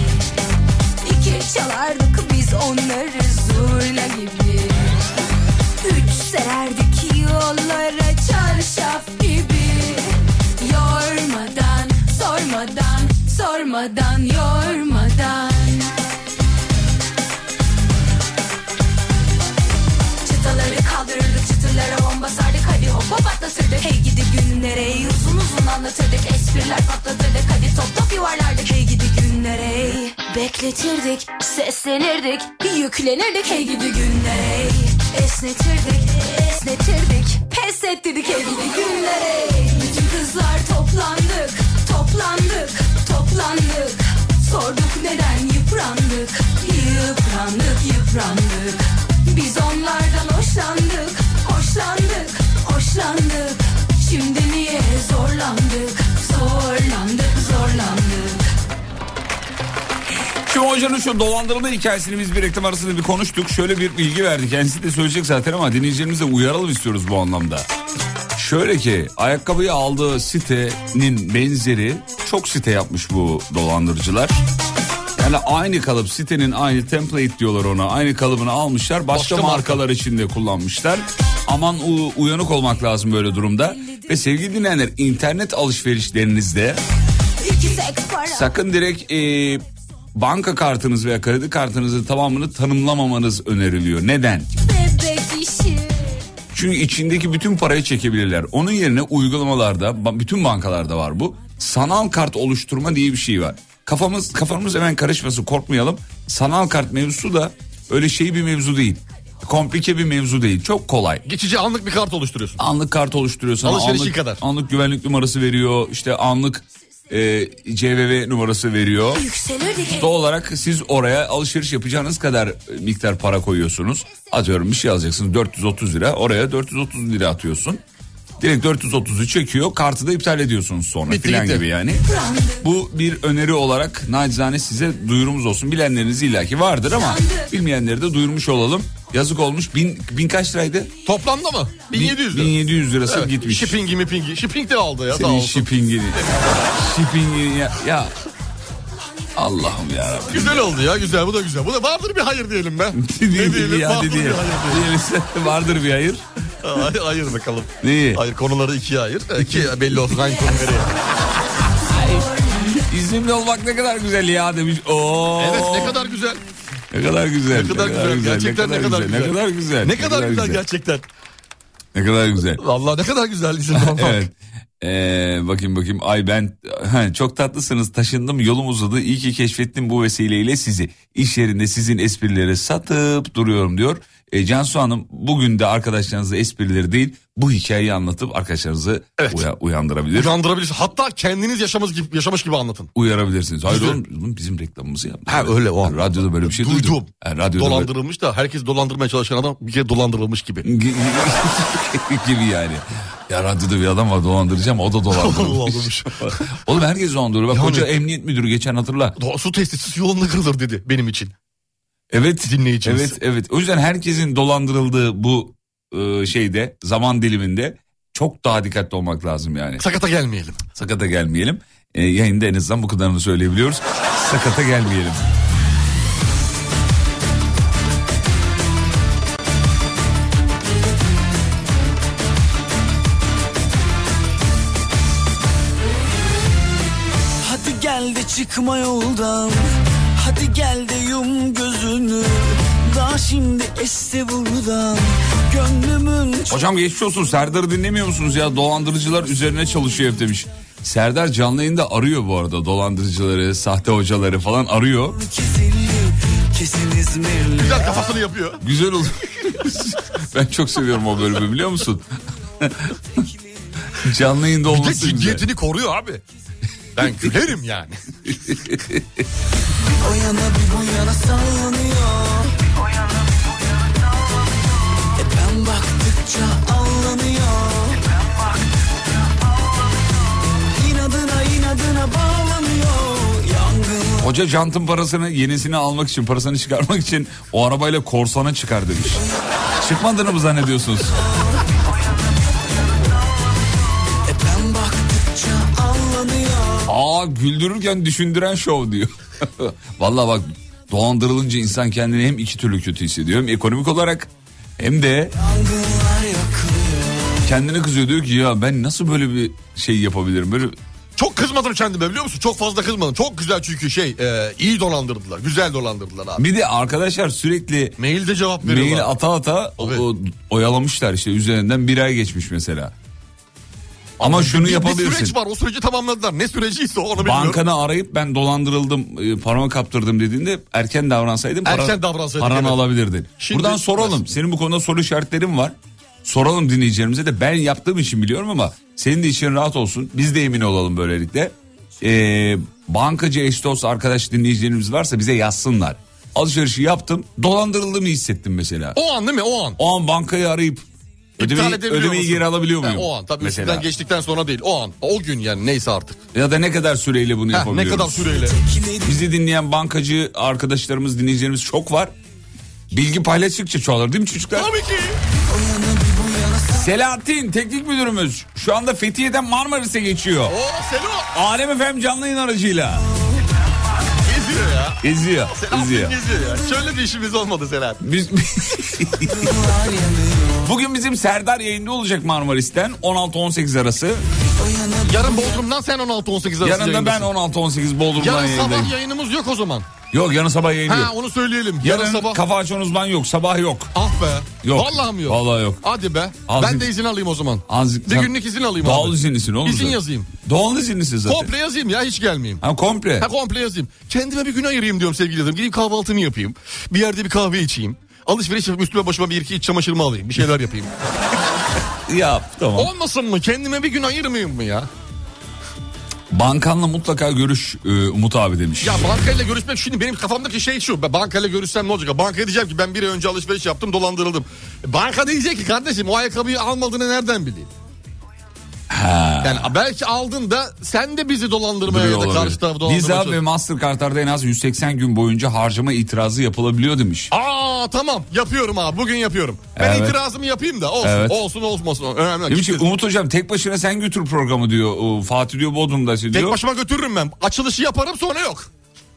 [SPEAKER 7] İki çalardık biz onları zurna gibi. Üç sererdik yollara çarşaf gibi. Yormadan, sormadan, sormadan, yormadan. patlatırdık Hey gidi günlere ey, uzun uzun anlatırdık Espriler patlatırdık hadi top top yuvarlardık Hey gidi günlere ey. Bekletirdik, seslenirdik, yüklenirdik Hey gidi günlere ey. Esnetirdik, esnetirdik, pes ettirdik Hey gidi günlere ey. Bütün kızlar toplandık, toplandık, toplandık Sorduk neden yıprandık, yıprandık, yıprandık Biz onlardan hoşlandık, hoşlandık, hoşlandık Şimdi niye zorlandık, zorlandık, zorlandık
[SPEAKER 4] Şimdi hocanın şu dolandırılma hikayesini biz bir reklam arasında bir konuştuk. Şöyle bir bilgi verdi. Kendisi de söyleyecek zaten ama dinleyicilerimize uyaralım istiyoruz bu anlamda. Şöyle ki ayakkabıyı aldığı sitenin benzeri çok site yapmış bu dolandırıcılar. Yani aynı kalıp sitenin aynı template diyorlar ona. Aynı kalıbını almışlar başka,
[SPEAKER 5] Başka marka.
[SPEAKER 4] markalar içinde kullanmışlar. Aman u- uyanık olmak lazım böyle durumda. Ve sevgili dinleyenler internet alışverişlerinizde
[SPEAKER 7] İki tek para
[SPEAKER 4] Sakın direkt e, banka kartınız veya kredi kartınızın tamamını tanımlamamanız öneriliyor. Neden?
[SPEAKER 7] bebek işi
[SPEAKER 4] Çünkü içindeki bütün parayı çekebilirler. Onun yerine uygulamalarda, ba- bütün bankalarda var bu. Sanal kart oluşturma diye bir şey var. Kafamız kafamız hemen karışmasın, korkmayalım. Sanal kart mevzusu da öyle şey bir mevzu değil. Komplike bir mevzu değil. Çok kolay.
[SPEAKER 5] Geçici anlık bir kart oluşturuyorsun.
[SPEAKER 4] Anlık kart oluşturuyor sana.
[SPEAKER 5] Alışverişi
[SPEAKER 4] anlık,
[SPEAKER 5] kadar.
[SPEAKER 4] Anlık güvenlik numarası veriyor. İşte anlık e, CVV numarası veriyor.
[SPEAKER 7] yükselirdik hey.
[SPEAKER 4] Doğal olarak siz oraya alışveriş yapacağınız kadar e, miktar para koyuyorsunuz. Atıyorum bir şey alacaksınız 430 lira. Oraya 430 lira atıyorsun. Direkt 430'u çekiyor. Kartı da iptal ediyorsunuz sonra
[SPEAKER 5] Bitti
[SPEAKER 4] filan
[SPEAKER 5] gitti.
[SPEAKER 4] gibi yani. Bu bir öneri olarak nacizane size duyurumuz olsun. Bilenleriniz illaki vardır ama bilmeyenleri de duyurmuş olalım. Yazık olmuş. Bin, bin kaç liraydı?
[SPEAKER 5] Toplamda mı? 1700 lira.
[SPEAKER 4] 1700 lirası
[SPEAKER 5] Evet,
[SPEAKER 4] gitmiş.
[SPEAKER 5] Shipping'i mipping'i. Shipping de aldı ya sağ
[SPEAKER 4] Senin
[SPEAKER 5] olsun.
[SPEAKER 4] shippingini. shippingini ya. ya. Allah'ım ya.
[SPEAKER 5] Güzel oldu ya güzel bu da güzel. Bu da vardır bir hayır diyelim (laughs) be.
[SPEAKER 4] Dedi diyelim? Ya,
[SPEAKER 5] vardır
[SPEAKER 4] dedi
[SPEAKER 5] bir
[SPEAKER 4] diyelim.
[SPEAKER 5] hayır
[SPEAKER 4] Diyelim. (laughs) Vardır bir hayır.
[SPEAKER 5] (laughs) diyelim. Hayır, hayır bakalım.
[SPEAKER 4] Neyi?
[SPEAKER 5] Hayır konuları ikiye ayır. İki belli olsun hangi konu nereye.
[SPEAKER 4] İzmirli olmak ne kadar güzel ya demiş. Oo.
[SPEAKER 5] Evet ne kadar güzel.
[SPEAKER 4] ne kadar güzel.
[SPEAKER 5] Ne kadar güzel. Gerçekten ne kadar güzel.
[SPEAKER 4] Ne kadar güzel.
[SPEAKER 5] Ne kadar güzel gerçekten.
[SPEAKER 4] Ne kadar güzel.
[SPEAKER 5] Vallahi ne kadar güzel (laughs) İzmir'den bak.
[SPEAKER 4] Evet. Ee, bakayım bakayım ay ben ha, çok tatlısınız taşındım yolum uzadı iyi ki keşfettim bu vesileyle sizi iş yerinde sizin esprileri satıp duruyorum diyor. E, Cansu Hanım bugün de arkadaşlarınıza esprileri değil bu hikayeyi anlatıp arkadaşlarınızı uya- uyandırabilir.
[SPEAKER 5] Uyandırabilirsin. Hatta kendiniz yaşamış gibi, yaşamış gibi anlatın.
[SPEAKER 4] uyarabilirsiniz. Hayır
[SPEAKER 5] Güzel.
[SPEAKER 4] oğlum oğlum bizim reklamımızı yap.
[SPEAKER 5] Ha, öyle o.
[SPEAKER 4] Radyoda böyle bir şey duydum.
[SPEAKER 5] Duydum.
[SPEAKER 4] Ha, radyoda böyle-
[SPEAKER 5] Dolandırılmış da herkes dolandırmaya çalışan adam bir kere dolandırılmış gibi.
[SPEAKER 4] (laughs) gibi yani. Ya radyoda bir adam var dolandıracağım o
[SPEAKER 5] (laughs)
[SPEAKER 4] da dolandırılmış.
[SPEAKER 5] Dolandırılmış.
[SPEAKER 4] oğlum herkes dolandırıyor. Bak
[SPEAKER 5] Yani-
[SPEAKER 4] koca emniyet müdürü geçen hatırla.
[SPEAKER 5] Do- Su testisi su yolunda kırılır dedi benim için.
[SPEAKER 4] Evet.
[SPEAKER 5] Dinleyicimiz.
[SPEAKER 4] Evet evet. O yüzden herkesin dolandırıldığı bu e, şeyde zaman diliminde çok daha dikkatli olmak lazım yani.
[SPEAKER 5] Sakata gelmeyelim.
[SPEAKER 4] Sakata gelmeyelim. E, yayında en azından bu kadarını söyleyebiliyoruz. Sakata gelmeyelim.
[SPEAKER 2] Hadi gel de çıkma yoldan Hadi gel de yum gözünü Daha şimdi este buradan Gönlümün
[SPEAKER 4] Hocam geçmiş olsun Serdar'ı dinlemiyor musunuz ya dolandırıcılar üzerine çalışıyor hep demiş. Serdar canlı yayında arıyor bu arada dolandırıcıları, sahte hocaları falan arıyor.
[SPEAKER 2] kesilli Kesin İzmirli
[SPEAKER 5] Güzel kafasını yapıyor.
[SPEAKER 4] Güzel oldu. ben çok seviyorum o bölümü biliyor musun? canlı yayında
[SPEAKER 5] Bir de
[SPEAKER 4] olması güzel.
[SPEAKER 5] ciddiyetini koruyor abi. (laughs) Ben gülerim yani.
[SPEAKER 2] O yana bir bu yana sallanıyor E ben baktıkça allanıyor İnadına inadına bağlanıyor Yangın
[SPEAKER 4] Hoca jantın parasını yenisini almak için parasını çıkarmak için o arabayla korsana çıkar demiş. Çıkmadığını mı zannediyorsunuz?
[SPEAKER 2] E ben baktıkça allanıyor
[SPEAKER 4] Aa güldürürken düşündüren şov diyor. (laughs) Vallahi bak dolandırılınca insan kendini hem iki türlü kötü hissediyor. Hem ekonomik olarak hem de
[SPEAKER 2] Yangınlar yakılıyor
[SPEAKER 4] kendine kızıyor diyor ki ya ben nasıl böyle bir şey yapabilirim? Böyle
[SPEAKER 5] Çok kızmadım kendime biliyor musun? Çok fazla kızmadım. Çok güzel çünkü şey e, iyi dolandırdılar. Güzel dolandırdılar abi.
[SPEAKER 4] bir de arkadaşlar sürekli
[SPEAKER 5] Mailde cevap veriyorlar.
[SPEAKER 4] mail ata ata o-
[SPEAKER 5] Tabii.
[SPEAKER 4] o- oyalamışlar işte üzerinden bir ay geçmiş mesela. Ama şunu
[SPEAKER 5] Bir- Bir
[SPEAKER 4] yapabilirsin.
[SPEAKER 5] süreç var o süreci tamamladılar. Ne süreciyse onu bilmiyorum.
[SPEAKER 4] Bankanı arayıp ben dolandırıldım, e, paramı kaptırdım dediğinde erken davransaydın para-
[SPEAKER 5] Erken davransaydın,
[SPEAKER 4] paranı
[SPEAKER 5] evet.
[SPEAKER 4] alabilirdin.
[SPEAKER 5] Şimdi-
[SPEAKER 4] Buradan soralım. Senin bu konuda soru işaretlerin var. Soralım dinleyicilerimize de ben yaptığım için biliyorum ama senin de için rahat olsun. Biz de emin olalım böylelikle. Ee, bankacı eş dost arkadaş dinleyicilerimiz varsa bize yazsınlar. Alışverişi yaptım dolandırıldığımı hissettim mesela.
[SPEAKER 5] O an değil mi o an?
[SPEAKER 4] O an bankayı arayıp
[SPEAKER 5] İptal
[SPEAKER 4] ödemeyi,
[SPEAKER 5] edebiliyor
[SPEAKER 4] ödemeyi
[SPEAKER 5] musun?
[SPEAKER 4] geri alabiliyor
[SPEAKER 5] Ha,
[SPEAKER 4] muyum?
[SPEAKER 5] o an tabii
[SPEAKER 4] mesela.
[SPEAKER 5] üstünden geçtikten sonra değil o an. O gün yani neyse artık.
[SPEAKER 4] Ya da ne kadar süreyle bunu
[SPEAKER 5] Heh, ne
[SPEAKER 4] yapabiliyoruz?
[SPEAKER 5] kadar süreyle.
[SPEAKER 4] Bizi dinleyen bankacı arkadaşlarımız, dinleyicilerimiz çok var. Bilgi paylaştıkça çoğalır değil mi çocuklar?
[SPEAKER 5] Tabii ki.
[SPEAKER 4] Selahattin teknik müdürümüz şu anda Fethiye'den Marmaris'e geçiyor.
[SPEAKER 5] O Selo
[SPEAKER 4] Alem efem canlı yayın aracıyla.
[SPEAKER 5] geziyor ya.
[SPEAKER 4] Geziyor,
[SPEAKER 5] Selahattin
[SPEAKER 4] geziyor.
[SPEAKER 5] geziyor ya. Şöyle bir işimiz olmadı Selahattin.
[SPEAKER 4] Biz... (laughs) Bugün bizim Serdar yayında olacak Marmaris'ten 16-18 arası.
[SPEAKER 5] Yarın Bodrum'dan sen 16-18 arası
[SPEAKER 4] Yarın da ben
[SPEAKER 5] yayındasın.
[SPEAKER 4] 16-18 Bodrum'dan
[SPEAKER 5] Yarın sabah
[SPEAKER 4] yayındayım.
[SPEAKER 5] yayınımız yok o zaman.
[SPEAKER 4] Yok yarın sabah yayın
[SPEAKER 5] Ha
[SPEAKER 4] yok.
[SPEAKER 5] onu söyleyelim. Yarın,
[SPEAKER 4] Yarın,
[SPEAKER 5] sabah.
[SPEAKER 4] kafa açan uzman yok, sabah yok.
[SPEAKER 5] ah be.
[SPEAKER 4] Yok.
[SPEAKER 5] Vallahi mi yok?
[SPEAKER 4] Vallahi yok.
[SPEAKER 5] Hadi be.
[SPEAKER 4] Az-
[SPEAKER 5] Ben de izin alayım o zaman.
[SPEAKER 4] Az-
[SPEAKER 5] Bir
[SPEAKER 4] sen-
[SPEAKER 5] günlük izin alayım
[SPEAKER 4] Doğal
[SPEAKER 5] abi.
[SPEAKER 4] izinlisin oğlum.
[SPEAKER 5] İzin
[SPEAKER 4] sen.
[SPEAKER 5] yazayım.
[SPEAKER 4] Doğal izinlisin zaten.
[SPEAKER 5] Komple yazayım ya hiç gelmeyeyim.
[SPEAKER 4] Ha komple.
[SPEAKER 5] Ha komple yazayım. Kendime bir gün ayırayım diyorum sevgili adam. Gideyim kahvaltımı yapayım. Bir yerde bir kahve içeyim. Alışveriş yapıp üstüme başıma bir iki iç çamaşırımı alayım. Bir şeyler yapayım.
[SPEAKER 4] Yap tamam.
[SPEAKER 5] Olmasın mı? Kendime bir gün ayırmayayım mı ya?
[SPEAKER 4] Bankanla mutlaka görüş e, Umut abi demiş.
[SPEAKER 5] Ya bankayla görüşmek şimdi benim kafamdaki şey şu. Ben bankayla görüşsem ne olacak? Bankaya diyeceğim ki ben bir ay önce alışveriş yaptım dolandırıldım. E, Banka diyecek ki kardeşim o ayakkabıyı almadığını nereden bileyim? Yani belki aldın da sen de bizi dolandırmaya ya da karşı tarafı dolandırmaya
[SPEAKER 4] Visa ve
[SPEAKER 5] çalış-
[SPEAKER 4] Mastercard'larda en az 180 gün boyunca harcama itirazı yapılabiliyor demiş.
[SPEAKER 5] Aa tamam yapıyorum abi bugün yapıyorum. Ben
[SPEAKER 4] Evet.
[SPEAKER 5] itirazımı yapayım da olsun
[SPEAKER 4] Evet.
[SPEAKER 5] olsun olmasın önemli. değil.
[SPEAKER 4] Demiş ki Umut hocam tek başına sen götür programı diyor. E, Fatih diyor Bodrum'da şey diyor.
[SPEAKER 5] Tek başıma götürürüm ben. Açılışı yaparım sonra yok.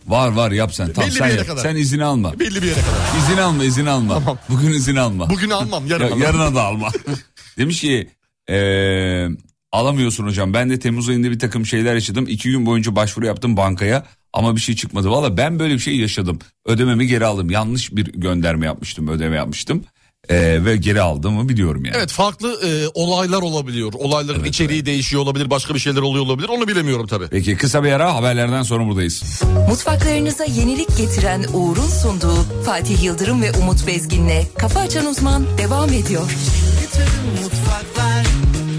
[SPEAKER 4] Var var yap sen. Tamam,
[SPEAKER 5] Belli
[SPEAKER 4] sen,
[SPEAKER 5] bir yere
[SPEAKER 4] yap.
[SPEAKER 5] kadar.
[SPEAKER 4] sen izin alma.
[SPEAKER 5] Belli bir yere kadar.
[SPEAKER 4] İzin alma izin alma. Bugün izin alma.
[SPEAKER 5] Bugün almam yarın.
[SPEAKER 4] Ya-
[SPEAKER 5] alırım.
[SPEAKER 4] yarına da alma. (laughs) Demiş ki eee, alamıyorsun hocam. Ben de Temmuz ayında bir takım şeyler yaşadım. İki gün boyunca başvuru yaptım bankaya ama bir şey çıkmadı. Valla ben böyle bir şey yaşadım. Ödememi geri aldım. Yanlış bir gönderme yapmıştım. Ödeme yapmıştım. Eee, ve geri aldığımı biliyorum yani.
[SPEAKER 5] Evet farklı e, olaylar olabiliyor. Olayların içeriği değişiyor olabilir. Başka bir şeyler oluyor olabilir. Onu bilemiyorum tabii.
[SPEAKER 4] Peki kısa bir ara haberlerden sonra buradayız.
[SPEAKER 6] Mutfaklarınıza yenilik getiren Uğur'un sunduğu Fatih Yıldırım ve Umut Bezgin'le Kafa Açan Uzman devam ediyor.
[SPEAKER 1] mutfaklar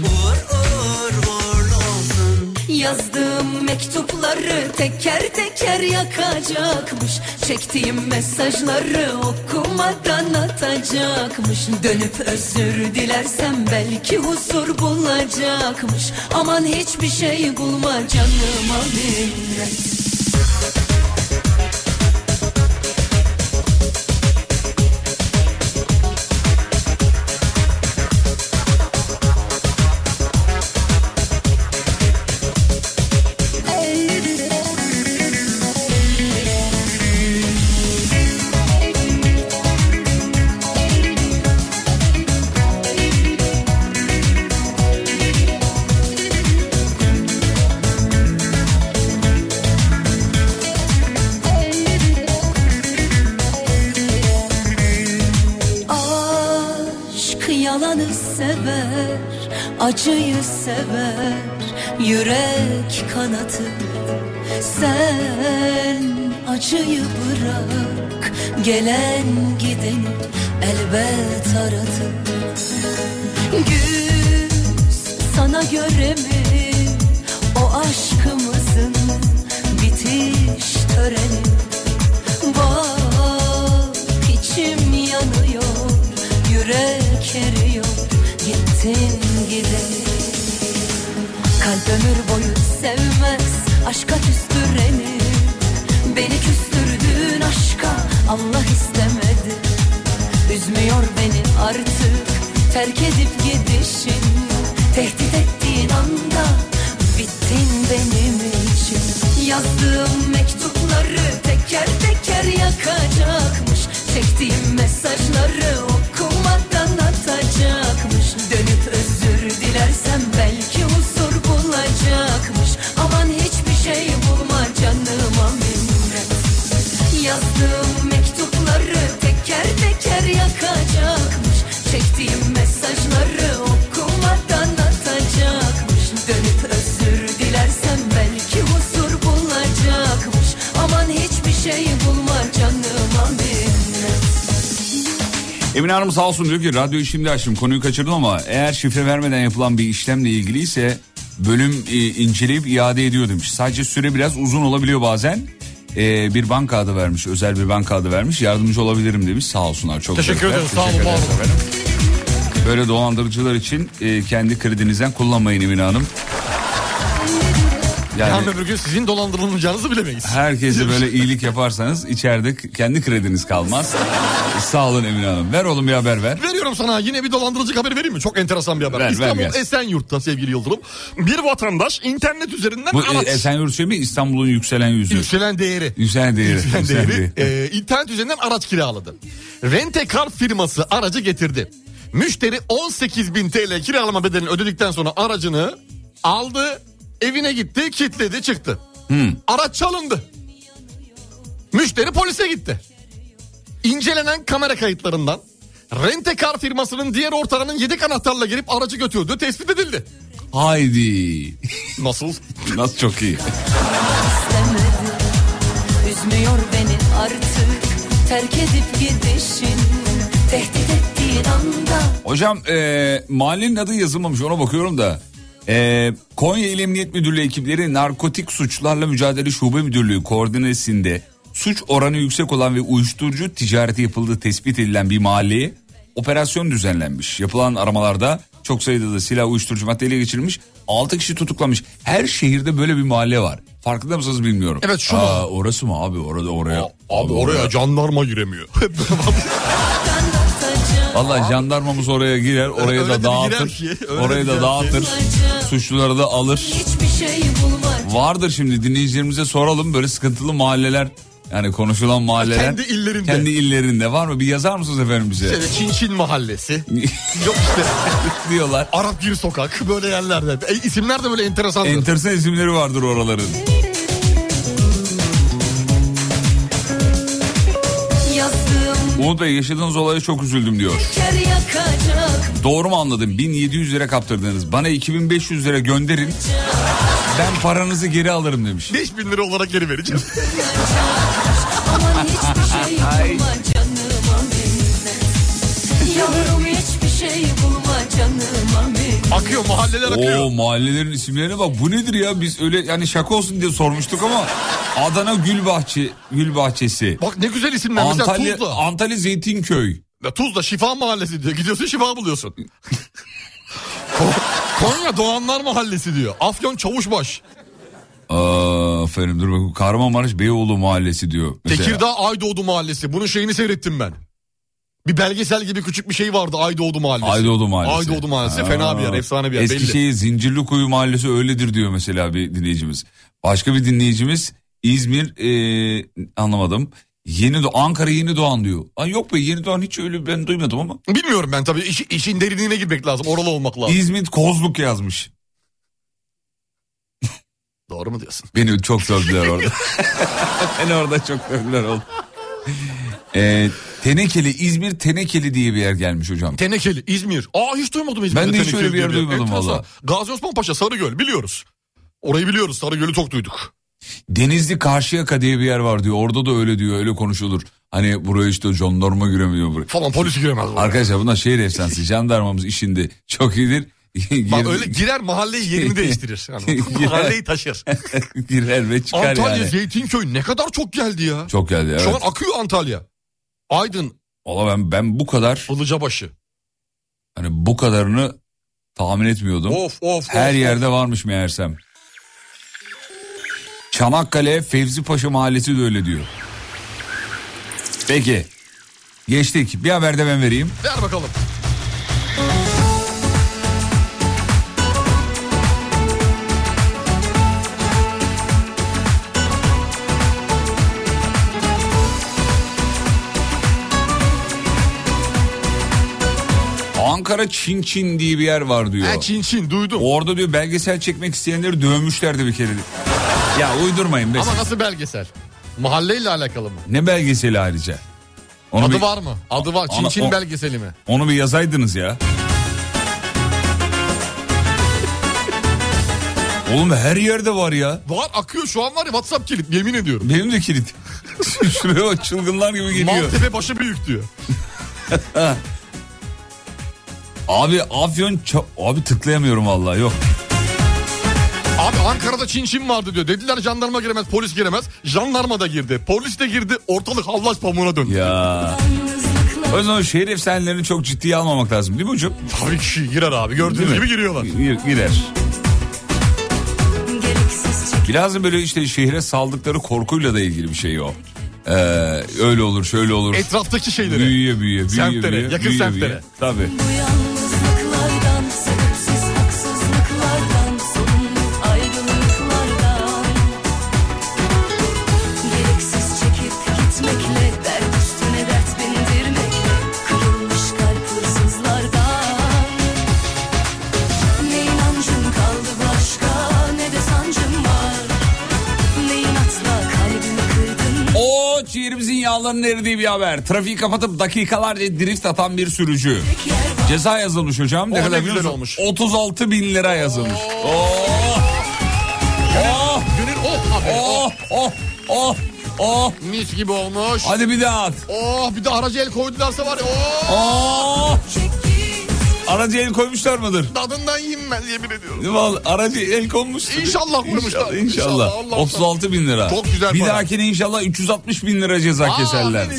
[SPEAKER 1] uğur uğur uğurlu olsun.
[SPEAKER 9] Yazdığım mektupları teker teker yakacakmış Çektiğim mesajları okumadan atacakmış Dönüp özür dilersem belki huzur bulacakmış Aman hiçbir şey bulma canıma minnet Aşk yalanı sever, acıyı sever, yürek kanatır. Sen acıyı bırak, gelen gideni elbet aratır. Güz sana göre mi o aşkımızın bitiş töreni? Bak içim yanıyor, yürek eriyor, gittin gidelim. Kalp ömür boyu sevmez, aşka küstüreni. Beni küstürdüğün aşka Allah istemedi. Üzmüyor beni artık, terk edip gidişin. Tehdit ettiğin anda bittin benim için. Yazdığım mektupları teker teker yakacakmış. Çektiğim mesajları okumadan atacakmış. Dönüp özür dilersem belki huzur bulacakmış. Aman hiçbir şey bulma canıma minnet. Yazdığım mektupları teker teker yakacakmış Çektiğim mesajları okumadan atacakmış
[SPEAKER 2] şey
[SPEAKER 4] Emine Hanım sağ olsun diyor ki radyoyu şimdi açtım konuyu kaçırdım ama eğer şifre vermeden yapılan bir işlemle ilgiliyse bölüm e, inceleyip iade ediyor demiş. Sadece süre biraz uzun olabiliyor bazen. E, bir banka adı vermiş özel bir banka adı vermiş yardımcı olabilirim demiş sağ olsunlar. Çok
[SPEAKER 5] Teşekkür
[SPEAKER 4] teşekkürler.
[SPEAKER 5] ederim. Sağ olun,
[SPEAKER 4] Teşekkür ederiz
[SPEAKER 5] var olun.
[SPEAKER 4] efendim. Böyle dolandırıcılar için e, kendi kredinizden kullanmayın Emine Hanım.
[SPEAKER 5] Yarın öbür gün sizin dolandırılmayacağınızı bilemeyiz. (laughs)
[SPEAKER 4] Herkese böyle iyilik yaparsanız içeride k- kendi krediniz kalmaz. Sağ olun Emine Hanım. Ver oğlum bir haber ver.
[SPEAKER 5] Veriyorum sana yine bir dolandırıcı haberi vereyim mi? Çok enteresan bir haber.
[SPEAKER 4] Ver, ver
[SPEAKER 5] İstanbul
[SPEAKER 4] gelsin.
[SPEAKER 5] Esenyurt'ta sevgili Yıldırım. Bir vatandaş internet üzerinden
[SPEAKER 4] Bu
[SPEAKER 5] araç...
[SPEAKER 4] e, Esenyurt şey mi? İstanbul'un yükselen yüzü.
[SPEAKER 5] Yükselen değeri.
[SPEAKER 4] Yükselen değeri.
[SPEAKER 5] Yükselen
[SPEAKER 4] Yükselen
[SPEAKER 5] değeri.
[SPEAKER 4] değeri.
[SPEAKER 5] e, internet üzerinden araç kiraladı. Rentekar firması aracı getirdi. Müşteri 18 bin TL kiralama bedelini ödedikten sonra aracını aldı, evine gitti, kilitledi, çıktı. Araç çalındı. Müşteri polise gitti. İncelenen kamera kayıtlarından rentekar firmasının diğer ortağının yedek anahtarla gelip aracı götürdüğü tespit edildi.
[SPEAKER 4] (laughs) Haydi.
[SPEAKER 5] Nasıl?
[SPEAKER 4] Nasıl çok iyi.
[SPEAKER 9] istemedi Üzmüyor beni artık terk edip gidişin Tehdit ettiğin anda
[SPEAKER 4] Hocam e, mahallenin adı yazılmamış ona bakıyorum da. E, Konya İl Emniyet Müdürlüğü ekipleri narkotik suçlarla mücadele şube müdürlüğü koordinesinde suç oranı yüksek olan ve uyuşturucu ticareti yapıldığı tespit edilen bir mahalleye operasyon düzenlenmiş. Yapılan aramalarda çok sayıda da silah uyuşturucu madde ele geçirilmiş. 6 kişi tutuklamış. Her şehirde böyle bir mahalle var. Farkında mısınız bilmiyorum.
[SPEAKER 5] Evet, şu
[SPEAKER 4] Aa, orası mı abi orada oraya.
[SPEAKER 5] Abi oraya jandarma giremiyor.
[SPEAKER 4] Valla jandarmamız oraya girer, oraya
[SPEAKER 5] Öyle de
[SPEAKER 4] da
[SPEAKER 5] bir
[SPEAKER 4] dağıtır.
[SPEAKER 5] girer ki, öyle de
[SPEAKER 4] Oraya
[SPEAKER 5] bir
[SPEAKER 4] da
[SPEAKER 5] girer
[SPEAKER 4] dağıtır. Suçluları da alır.
[SPEAKER 9] hiçbir şey bulmak
[SPEAKER 4] Vardır şimdi dinleyicilerimize soralım böyle sıkıntılı mahalleler yani konuşulan mahalleler.
[SPEAKER 5] Kendi illerinde.
[SPEAKER 4] Kendi illerinde var mı? Bir yazar mısınız efendim bize?
[SPEAKER 5] İşte Çinçin mahallesi. Yok işte
[SPEAKER 4] diyorlar.
[SPEAKER 5] Arap Gir Sokak böyle yerlerde. E, isimler de böyle enteresandır.
[SPEAKER 4] Enteresan isimleri vardır oraların.
[SPEAKER 9] yazdığım
[SPEAKER 4] Umut Bey yaşadığınız olaya çok üzüldüm diyor.
[SPEAKER 9] ker yakacak
[SPEAKER 4] Doğru mu anladım? 1700 lira kaptırdınız. Bana 2500 lira gönderin. Ben paranızı geri alırım demiş.
[SPEAKER 5] 5000 lira olarak
[SPEAKER 9] (laughs)
[SPEAKER 5] geri vereceğim.
[SPEAKER 9] aman hiçbir şey bulma canıma minnet Yavrum hiçbir şey bulma canıma minnet
[SPEAKER 5] akıyor mahalleler akıyor.
[SPEAKER 4] Oo mahallelerin isimlerine bak bu nedir ya biz öyle yani şaka olsun diye sormuştuk ama Adana Gülbahçe Gülbahçesi.
[SPEAKER 5] Bak ne güzel isimler. Mesela
[SPEAKER 4] Antalya
[SPEAKER 5] Tuzla.
[SPEAKER 4] Antalya Zeytinköy.
[SPEAKER 5] Ya Tuzla Şifa Mahallesi diyor. Gidiyorsun şifa buluyorsun. (laughs) Ko- Konya Doğanlar Mahallesi diyor. Afyon Çavuşbaş.
[SPEAKER 4] Aa, aferin dur bakayım. Kahramanmaraş Beyoğlu Mahallesi diyor. Mesela.
[SPEAKER 5] Tekirdağ Aydoğdu Mahallesi. Bunun şeyini seyrettim ben. Bir belgesel gibi küçük bir şey vardı Aydoğdu Mahallesi.
[SPEAKER 4] Aydoğdu Mahallesi.
[SPEAKER 5] Aydoğdu Mahallesi fena bir yer, efsane bir yer belli.
[SPEAKER 4] Eskişehir Zincirlikuyu Mahallesi öyledir diyor mesela bir dinleyicimiz. Başka bir dinleyicimiz İzmir ee, anlamadım. Yeni Do- Ankara Yeni Doğan diyor. Ay yok be Yeni Doğan hiç öyle ben duymadım ama.
[SPEAKER 5] Bilmiyorum ben tabii İş- işin derinliğine girmek lazım. Oralı olmak lazım.
[SPEAKER 4] İzmit Kozluk yazmış.
[SPEAKER 5] Doğru mu diyorsun?
[SPEAKER 4] Beni çok sövdüler orada.
[SPEAKER 5] (laughs)
[SPEAKER 4] Beni orada çok sövdüler oldu. Ee, tenekeli, İzmir Tenekeli diye bir yer gelmiş hocam.
[SPEAKER 5] Tenekeli, İzmir. Aa hiç duymadım İzmir'de.
[SPEAKER 4] Ben de hiç
[SPEAKER 5] Tenekeli
[SPEAKER 4] öyle bir yer
[SPEAKER 5] diye
[SPEAKER 4] duymadım
[SPEAKER 5] Enteresan.
[SPEAKER 4] valla.
[SPEAKER 5] Gazi Osman Paşa, Sarıgöl biliyoruz. Orayı biliyoruz. Sarıgöl'ü çok duyduk.
[SPEAKER 4] Denizli Karşıyaka diye bir yer var diyor. Orada da öyle diyor, öyle konuşulur. Hani buraya işte jandarma giremiyor buraya.
[SPEAKER 5] Falan polis giremez. oraya.
[SPEAKER 4] Arkadaşlar bunlar şehir efsanesi. Jandarmamız işinde çok iyidir. (laughs) Gir-
[SPEAKER 5] Bak öyle girer mahalleyi
[SPEAKER 4] (laughs)
[SPEAKER 5] yerini değiştirir. Yani
[SPEAKER 4] Girer.
[SPEAKER 5] mahalleyi taşır.
[SPEAKER 4] (laughs) girer ve çıkar
[SPEAKER 5] Antalya,
[SPEAKER 4] yani.
[SPEAKER 5] Zeytinköy ne kadar çok geldi ya.
[SPEAKER 4] Çok geldi evet.
[SPEAKER 5] Şu an akıyor Antalya. Aydın,
[SPEAKER 4] Valla ben, ben bu kadar
[SPEAKER 5] Ilıcabaşı.
[SPEAKER 4] hani bu kadarını tahmin etmiyordum.
[SPEAKER 5] Of of.
[SPEAKER 4] Her
[SPEAKER 5] of.
[SPEAKER 4] yerde varmış meğersem. Çanakkale Fevzi Paşa Mahallesi de öyle diyor. Peki. Geçtik. Bir haber de ben vereyim.
[SPEAKER 5] Ver bakalım.
[SPEAKER 4] Ankara Çin Çin diye bir yer var diyor.
[SPEAKER 5] Ha, Çin Çin duydum.
[SPEAKER 4] Orada diyor belgesel çekmek isteyenleri dövmüşlerdi bir kere. Ya uydurmayın be.
[SPEAKER 5] Ama nasıl belgesel? Mahalleyle alakalı mı?
[SPEAKER 4] Ne belgeseli ayrıca? Onu
[SPEAKER 5] Adı
[SPEAKER 4] bir,
[SPEAKER 5] var mı? Adı var. Çin
[SPEAKER 4] Ana-
[SPEAKER 5] Çin
[SPEAKER 4] o-
[SPEAKER 5] belgeseli mi?
[SPEAKER 4] Onu bir yazaydınız ya. Oğlum her yerde var ya.
[SPEAKER 5] Var akıyor şu an var ya WhatsApp kilit yemin ediyorum.
[SPEAKER 4] (laughs) Benim de kilit. Şuraya bak çılgınlar gibi geliyor.
[SPEAKER 5] Maltepe başı büyük diyor.
[SPEAKER 4] Abi Afyon ça- abi tıklayamıyorum vallahi yok.
[SPEAKER 5] Abi Ankara'da Çin Çin vardı diyor. Dediler jandarma giremez, polis giremez. Jandarma da girdi. Polis de girdi. Ortalık havlaç pamuğuna döndü.
[SPEAKER 4] Ya. O zaman şehir efsanelerini çok ciddiye almamak lazım değil mi hocam?
[SPEAKER 5] Tabii ki şey girer abi. Gördüğünüz
[SPEAKER 4] Değil mi?
[SPEAKER 5] gibi giriyorlar.
[SPEAKER 4] Gir- girer.
[SPEAKER 2] Gereksiz
[SPEAKER 4] Biraz böyle işte şehre saldıkları korkuyla da ilgili bir şey o. Ee, öyle olur şöyle olur.
[SPEAKER 5] Etraftaki şeyleri.
[SPEAKER 4] büyüye büyüye büyüye
[SPEAKER 5] Semtlere,
[SPEAKER 4] büyüye.
[SPEAKER 5] yakın
[SPEAKER 4] büyüye,
[SPEAKER 5] semtlere.
[SPEAKER 4] büyüye. Tabii.
[SPEAKER 2] Bu yalnızlıklardan, sebepsiz haksızlıklardan, sorumlu ayrılıklardan Gereksiz çekip gitmekle, dert üstüne dert bindirmekle Kırılmış kalp hırsızlardan Ne inancım kaldı başka, ne de sancım var Ne inatla kalbimi kırdın
[SPEAKER 4] O ciğerimizin yağlarının eridiği bir haber. Trafiği kapatıp dakikalarca drift atan bir sürücü. Ceza yazılmış hocam.
[SPEAKER 5] Oh, ne
[SPEAKER 4] kadar
[SPEAKER 5] güzel
[SPEAKER 4] biliyor
[SPEAKER 5] olmuş.
[SPEAKER 4] musun? 36 bin lira yazılmış. Oh. Oh.
[SPEAKER 5] Gönül oh abi. Oh.
[SPEAKER 4] Oh. Oh. Oh. Oh.
[SPEAKER 5] Mis gibi olmuş.
[SPEAKER 4] Hadi bir daha at.
[SPEAKER 5] Oh bir de araca el koydularsa var ya. Oh.
[SPEAKER 4] Oh. Aracı el koymuşlar mıdır?
[SPEAKER 5] Tadından yenmez yemin ediyorum.
[SPEAKER 4] Vallahi aracı el konmuş.
[SPEAKER 5] İnşallah koymuşlar.
[SPEAKER 4] İnşallah.
[SPEAKER 5] İnşallah,
[SPEAKER 4] inşallah.
[SPEAKER 5] Allah'tan.
[SPEAKER 4] 36 bin lira.
[SPEAKER 5] Çok güzel
[SPEAKER 4] Bir
[SPEAKER 5] para.
[SPEAKER 4] dahakine inşallah 360 bin lira ceza keserler.
[SPEAKER 5] Aa,
[SPEAKER 2] Dön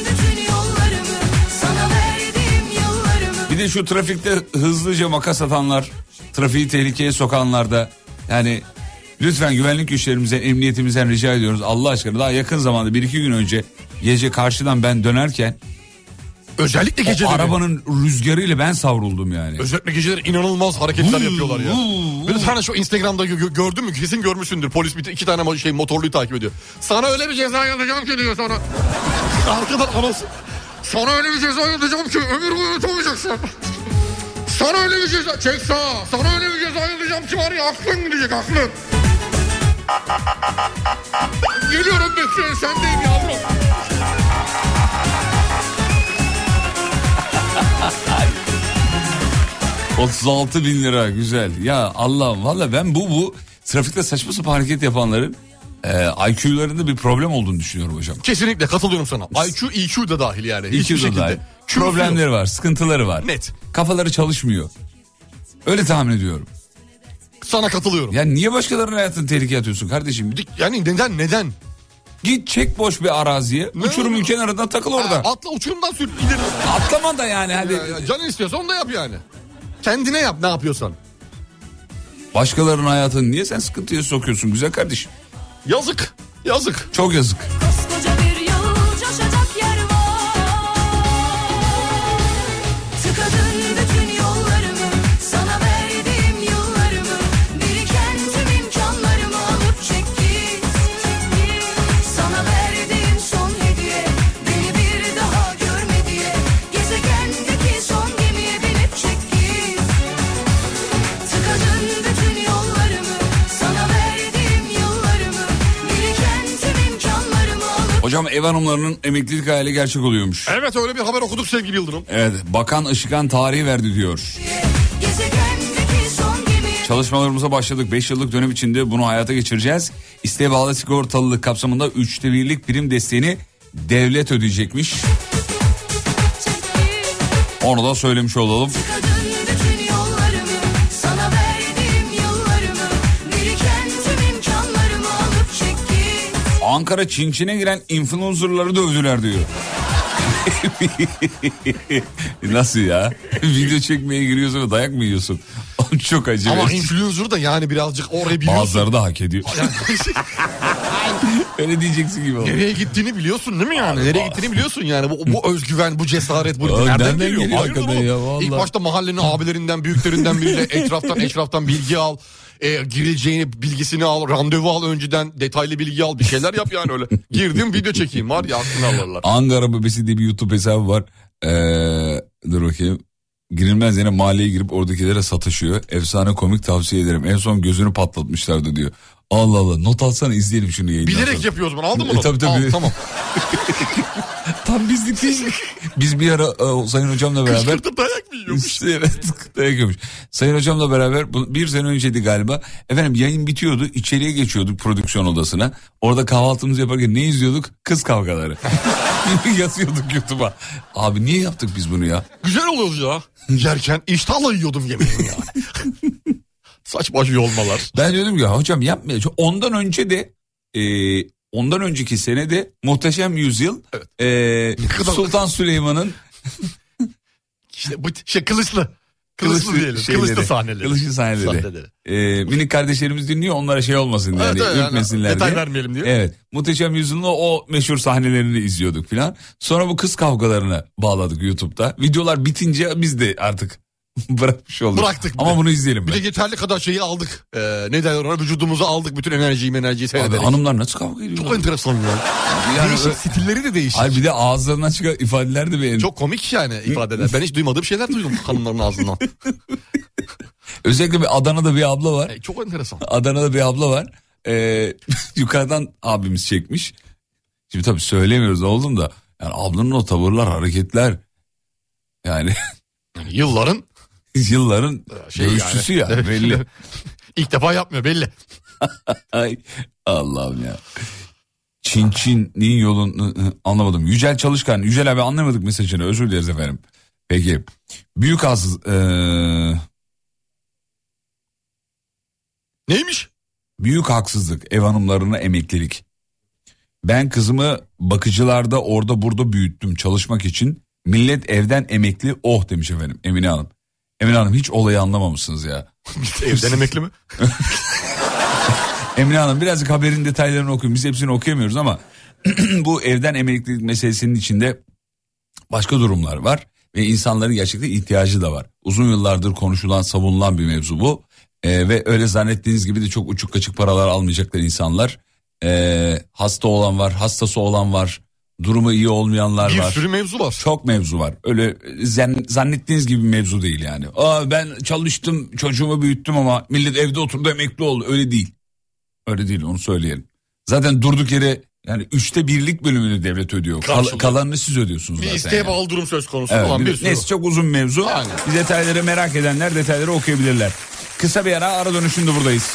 [SPEAKER 2] bütün yollarımı, sana verdiğim yıllarımı
[SPEAKER 4] Bir de şu trafikte hızlıca makas atanlar, trafiği tehlikeye sokanlar da yani lütfen güvenlik güçlerimize, emniyetimizden rica ediyoruz. Allah aşkına daha yakın zamanda bir iki gün önce gece karşıdan ben dönerken
[SPEAKER 5] Özellikle geceleri.
[SPEAKER 4] o arabanın rüzgarıyla ben savruldum yani.
[SPEAKER 5] Özellikle geceleri inanılmaz hareketler
[SPEAKER 4] Vuu,
[SPEAKER 5] yapıyorlar ya.
[SPEAKER 4] vuu,
[SPEAKER 5] Bir tane şu Instagram'da gö- gö- gördün mü? Kesin görmüşsündür. Polis bir iki tane mo- şey motorluyu takip ediyor. Sana öyle bir ceza yazacağım ki diyor sana. (laughs) Arkadan anası. Sana öyle bir ceza yazacağım ki ömür boyu unutamayacaksın. (laughs) Sana öyle bir ceza... Çek sağa. Sana öyle bir ceza yazacağım ki var ya aklın gidecek aklın. (laughs) Geliyorum bekleyin sendeyim yavrum.
[SPEAKER 4] Vuu, 36 bin lira güzel. Ya Allah'ım valla ben bu bu trafikte saçma sapan hareket yapanların e, IQ'larında bir problem olduğunu düşünüyorum hocam.
[SPEAKER 5] Kesinlikle katılıyorum sana. IQ, EQ da dahil yani.
[SPEAKER 4] İki
[SPEAKER 5] Hiçbir
[SPEAKER 4] yılda
[SPEAKER 5] şekilde.
[SPEAKER 4] dair
[SPEAKER 5] Küfür yok.
[SPEAKER 4] problemleri var, sıkıntıları var.
[SPEAKER 5] Net.
[SPEAKER 4] Kafaları çalışmıyor. Öyle tahmin ediyorum.
[SPEAKER 5] Sana katılıyorum.
[SPEAKER 4] Ya niye başkalarının hayatını tehlikeye atıyorsun kardeşim? Dik-
[SPEAKER 5] Yani neden neden?
[SPEAKER 4] Git çek boş bir araziye.
[SPEAKER 5] Ne
[SPEAKER 4] uçurumun
[SPEAKER 5] oluyor?
[SPEAKER 4] kenarında takıl orada.
[SPEAKER 5] Ha, atla uçurumdan sür ileri.
[SPEAKER 4] Atlama da yani hadi.
[SPEAKER 5] Ya, ya, Canın istiyorsa onu da yap yani. Kendine yap ne yapıyorsan.
[SPEAKER 4] Başkalarının hayatını niye sen sıkıntıya sokuyorsun güzel kardeşim?
[SPEAKER 5] Yazık. Yazık.
[SPEAKER 4] Çok yazık.
[SPEAKER 2] Koskoca bir yol coşacak yer var Tıkadın bütün yollarımı Sana verdiğim yıllarımı Biriken tüm imkanlarımı alıp çek git Sana verdiğim son hediye Beni bir daha görme diye Gezegendeki son gemiye binip çek git Tıkadın bütün yollarımı Sana verdiğim yıllarımı Biriken tüm imkanlarımı alıp
[SPEAKER 4] Hocam ev hanımlarının emeklilik hali gerçek oluyormuş.
[SPEAKER 5] Evet öyle bir haber okuduk sevgili Yıldırım.
[SPEAKER 4] Evet bakan Işıkan tarihi verdi diyor.
[SPEAKER 2] Gezegendeki son gemi
[SPEAKER 4] Çalışmalarımıza başladık. 5 yıllık dönem içinde bunu hayata geçireceğiz. İsteğe bağlı sigortalılık kapsamında üçte birlik prim desteğini devlet ödeyecekmiş. Onu da söylemiş olalım.
[SPEAKER 2] kadın bütün yollarımı sana verdiğim yıllarımı biriken tüm imkanlarımı alıp çek git.
[SPEAKER 4] Ankara Çinçin'e giren influencerları dövdüler diyor. (laughs) Nasıl ya? Video çekmeye giriyorsun ve dayak mı yiyorsun? (laughs) Oğlum Çok acı.
[SPEAKER 5] Ama
[SPEAKER 4] verici.
[SPEAKER 5] influencer da yani birazcık orayı biliyorsun.
[SPEAKER 4] Bazıları da hak ediyor. (laughs) Öyle diyeceksin gibi oldu.
[SPEAKER 5] Nereye gittiğini biliyorsun değil mi yani? Nereye gittiğini biliyorsun yani. Bu, bu özgüven, bu cesaret bu
[SPEAKER 4] Aa,
[SPEAKER 5] nereden,
[SPEAKER 4] nereden
[SPEAKER 5] geliyor?
[SPEAKER 4] geliyor
[SPEAKER 5] Hayırdır
[SPEAKER 4] hakikaten
[SPEAKER 5] oğlum?
[SPEAKER 4] ya, vallahi.
[SPEAKER 5] İlk başta mahallenin abilerinden, büyüklerinden
[SPEAKER 4] (laughs)
[SPEAKER 5] biriyle etraftan, eşraftan bilgi al. E, girileceğini, bilgisini al, randevu al önceden, detaylı bilgi al, bir şeyler yap yani öyle. Girdim video çekeyim var ya aklını alırlar.
[SPEAKER 4] Ankara Bebesi diye bir YouTube hesabı var. Ee, dur bakayım. Girilmez yine mahalleye girip oradakilere sataşıyor. Efsane komik tavsiye ederim. En son gözünü patlatmışlardı diyor. Allah Allah not alsana izleyelim şunu yayından
[SPEAKER 5] Bilerek
[SPEAKER 4] sonra.
[SPEAKER 5] yapıyoruz bunu aldın mı?
[SPEAKER 4] E,
[SPEAKER 5] bunu?
[SPEAKER 4] (laughs) tabii, tabii.
[SPEAKER 5] Al, tamam.
[SPEAKER 4] Tam bizlik değil. Biz bir ara e, Sayın Hocam'la beraber...
[SPEAKER 5] Kışkırtıp dayak mı yiyormuş?
[SPEAKER 4] İşte (laughs) evet, dayak yiyormuş. Sayın Hocam'la beraber bu- bir sene önceydi galiba. Efendim yayın bitiyordu. içeriye geçiyorduk prodüksiyon odasına. Orada kahvaltımızı yaparken ne izliyorduk?
[SPEAKER 5] (laughs)
[SPEAKER 4] Kız kavgaları. (laughs) Yatıyorduk YouTube'a. Abi niye yaptık biz bunu ya?
[SPEAKER 5] Güzel oluyoruz ya. Yerken iştahla yiyordum yemeğimi ya.
[SPEAKER 4] (laughs)
[SPEAKER 5] Saçma şey yolmalar.
[SPEAKER 4] Ben diyordum ki hocam yapmayın. Çünkü Ondan önce de e, ondan önceki sene de Muhteşem Yüzyıl e,
[SPEAKER 5] kadar-
[SPEAKER 4] Sultan Süleyman'ın
[SPEAKER 5] İşte bu şey kılıçlı. Kılıçlı, diyelim. Kılıçlı sahneleri.
[SPEAKER 4] Kılıçlı sahneleri. E, minik kardeşlerimiz dinliyor onlara şey olmasın diye.
[SPEAKER 5] Evet,
[SPEAKER 4] hani
[SPEAKER 5] evet, yani
[SPEAKER 4] ürkmesinler
[SPEAKER 5] detay
[SPEAKER 4] diye.
[SPEAKER 5] vermeyelim diye.
[SPEAKER 4] Evet. Muhteşem Yüzyıl'ın o- o meşhur sahnelerini izliyorduk filan. Sonra bu kız kavgalarına bağladık YouTube'da. Videolar bitince biz de artık (laughs) bırakmış olduk.
[SPEAKER 5] Bıraktık bir
[SPEAKER 4] Ama
[SPEAKER 5] de.
[SPEAKER 4] bunu izleyelim.
[SPEAKER 5] Bir de
[SPEAKER 4] ben.
[SPEAKER 5] yeterli kadar şeyi aldık. Ee, ne derler ona vücudumuzu aldık bütün enerjiyi enerjiyi
[SPEAKER 4] Abi,
[SPEAKER 5] seyrederek.
[SPEAKER 4] hanımlar nasıl kavga ediyorlar?
[SPEAKER 5] Çok enteresan ya.
[SPEAKER 4] Yani
[SPEAKER 5] değişik
[SPEAKER 4] ö-
[SPEAKER 5] stilleri de değişik.
[SPEAKER 4] Ay bir de ağızlarından çıkan ifadeler de benim.
[SPEAKER 5] Çok komik yani ifadeler. Ben hiç duymadığım şeyler duydum hanımların
[SPEAKER 4] (laughs)
[SPEAKER 5] ağzından.
[SPEAKER 4] Özellikle bir Adana'da bir abla var.
[SPEAKER 5] E, çok enteresan.
[SPEAKER 4] Adana'da bir abla var. Ee, (laughs) yukarıdan abimiz çekmiş. Şimdi tabii söylemiyoruz oğlum da. Yani ablanın o tavırlar, hareketler. Yani (laughs)
[SPEAKER 5] Yani yılların
[SPEAKER 4] yılların
[SPEAKER 5] şey
[SPEAKER 4] dövüşçüsü
[SPEAKER 5] yani.
[SPEAKER 4] ya
[SPEAKER 5] Evet. (laughs)
[SPEAKER 4] belli.
[SPEAKER 5] ilk defa yapmıyor belli.
[SPEAKER 4] Ay Allah'ım ya. Çin Çin'in yolunu hı, anlamadım. Yücel Çalışkan. Yücel abi anlamadık mesajını. Özür dileriz efendim. Peki. Büyük az... ee,
[SPEAKER 5] Neymiş?
[SPEAKER 4] Büyük haksızlık ev hanımlarına emeklilik. Ben kızımı bakıcılarda orada burada büyüttüm çalışmak için. Millet evden emekli oh demiş efendim Emine Hanım. Emine Hanım hiç olayı anlamamışsınız ya.
[SPEAKER 5] Evden emekli mi?
[SPEAKER 4] Emine Hanım birazcık haberin detaylarını okuyun. Biz hepsini okuyamıyoruz ama (clears throat) bu evden emeklilik meselesinin içinde başka durumlar var. Ve insanların gerçekten ihtiyacı da var. Uzun yıllardır konuşulan, savunulan bir mevzu bu. Ee, ve öyle zannettiğiniz gibi de çok uçuk kaçık paralar almayacaklar insanlar. Ee, hasta olan var, hastası olan var. Durumu iyi olmayanlar
[SPEAKER 5] Bir
[SPEAKER 4] var.
[SPEAKER 5] sürü mevzu var.
[SPEAKER 4] Çok mevzu var. Öyle zen- zannettiğiniz gibi bir mevzu değil yani. Aa ben çalıştım, çocuğumu büyüttüm ama millet evde oturdu emekli oldu. Öyle değil. Öyle değil onu söyleyelim. Zaten durduk yere yani üçte birlik bölümünü devlet ödüyor. Kal-
[SPEAKER 5] Karşılıyor.
[SPEAKER 4] kalanını siz ödüyorsunuz
[SPEAKER 5] Bir
[SPEAKER 4] zaten.
[SPEAKER 5] isteğe
[SPEAKER 4] yani.
[SPEAKER 5] bağlı durum söz konusu
[SPEAKER 4] Evet,
[SPEAKER 5] olan
[SPEAKER 4] bir-
[SPEAKER 5] bir sürü.
[SPEAKER 4] Neyse çok uzun mevzu.
[SPEAKER 5] Yani.
[SPEAKER 4] Detayları merak edenler detayları okuyabilirler. Kısa bir ara ara dönüşünde buradayız.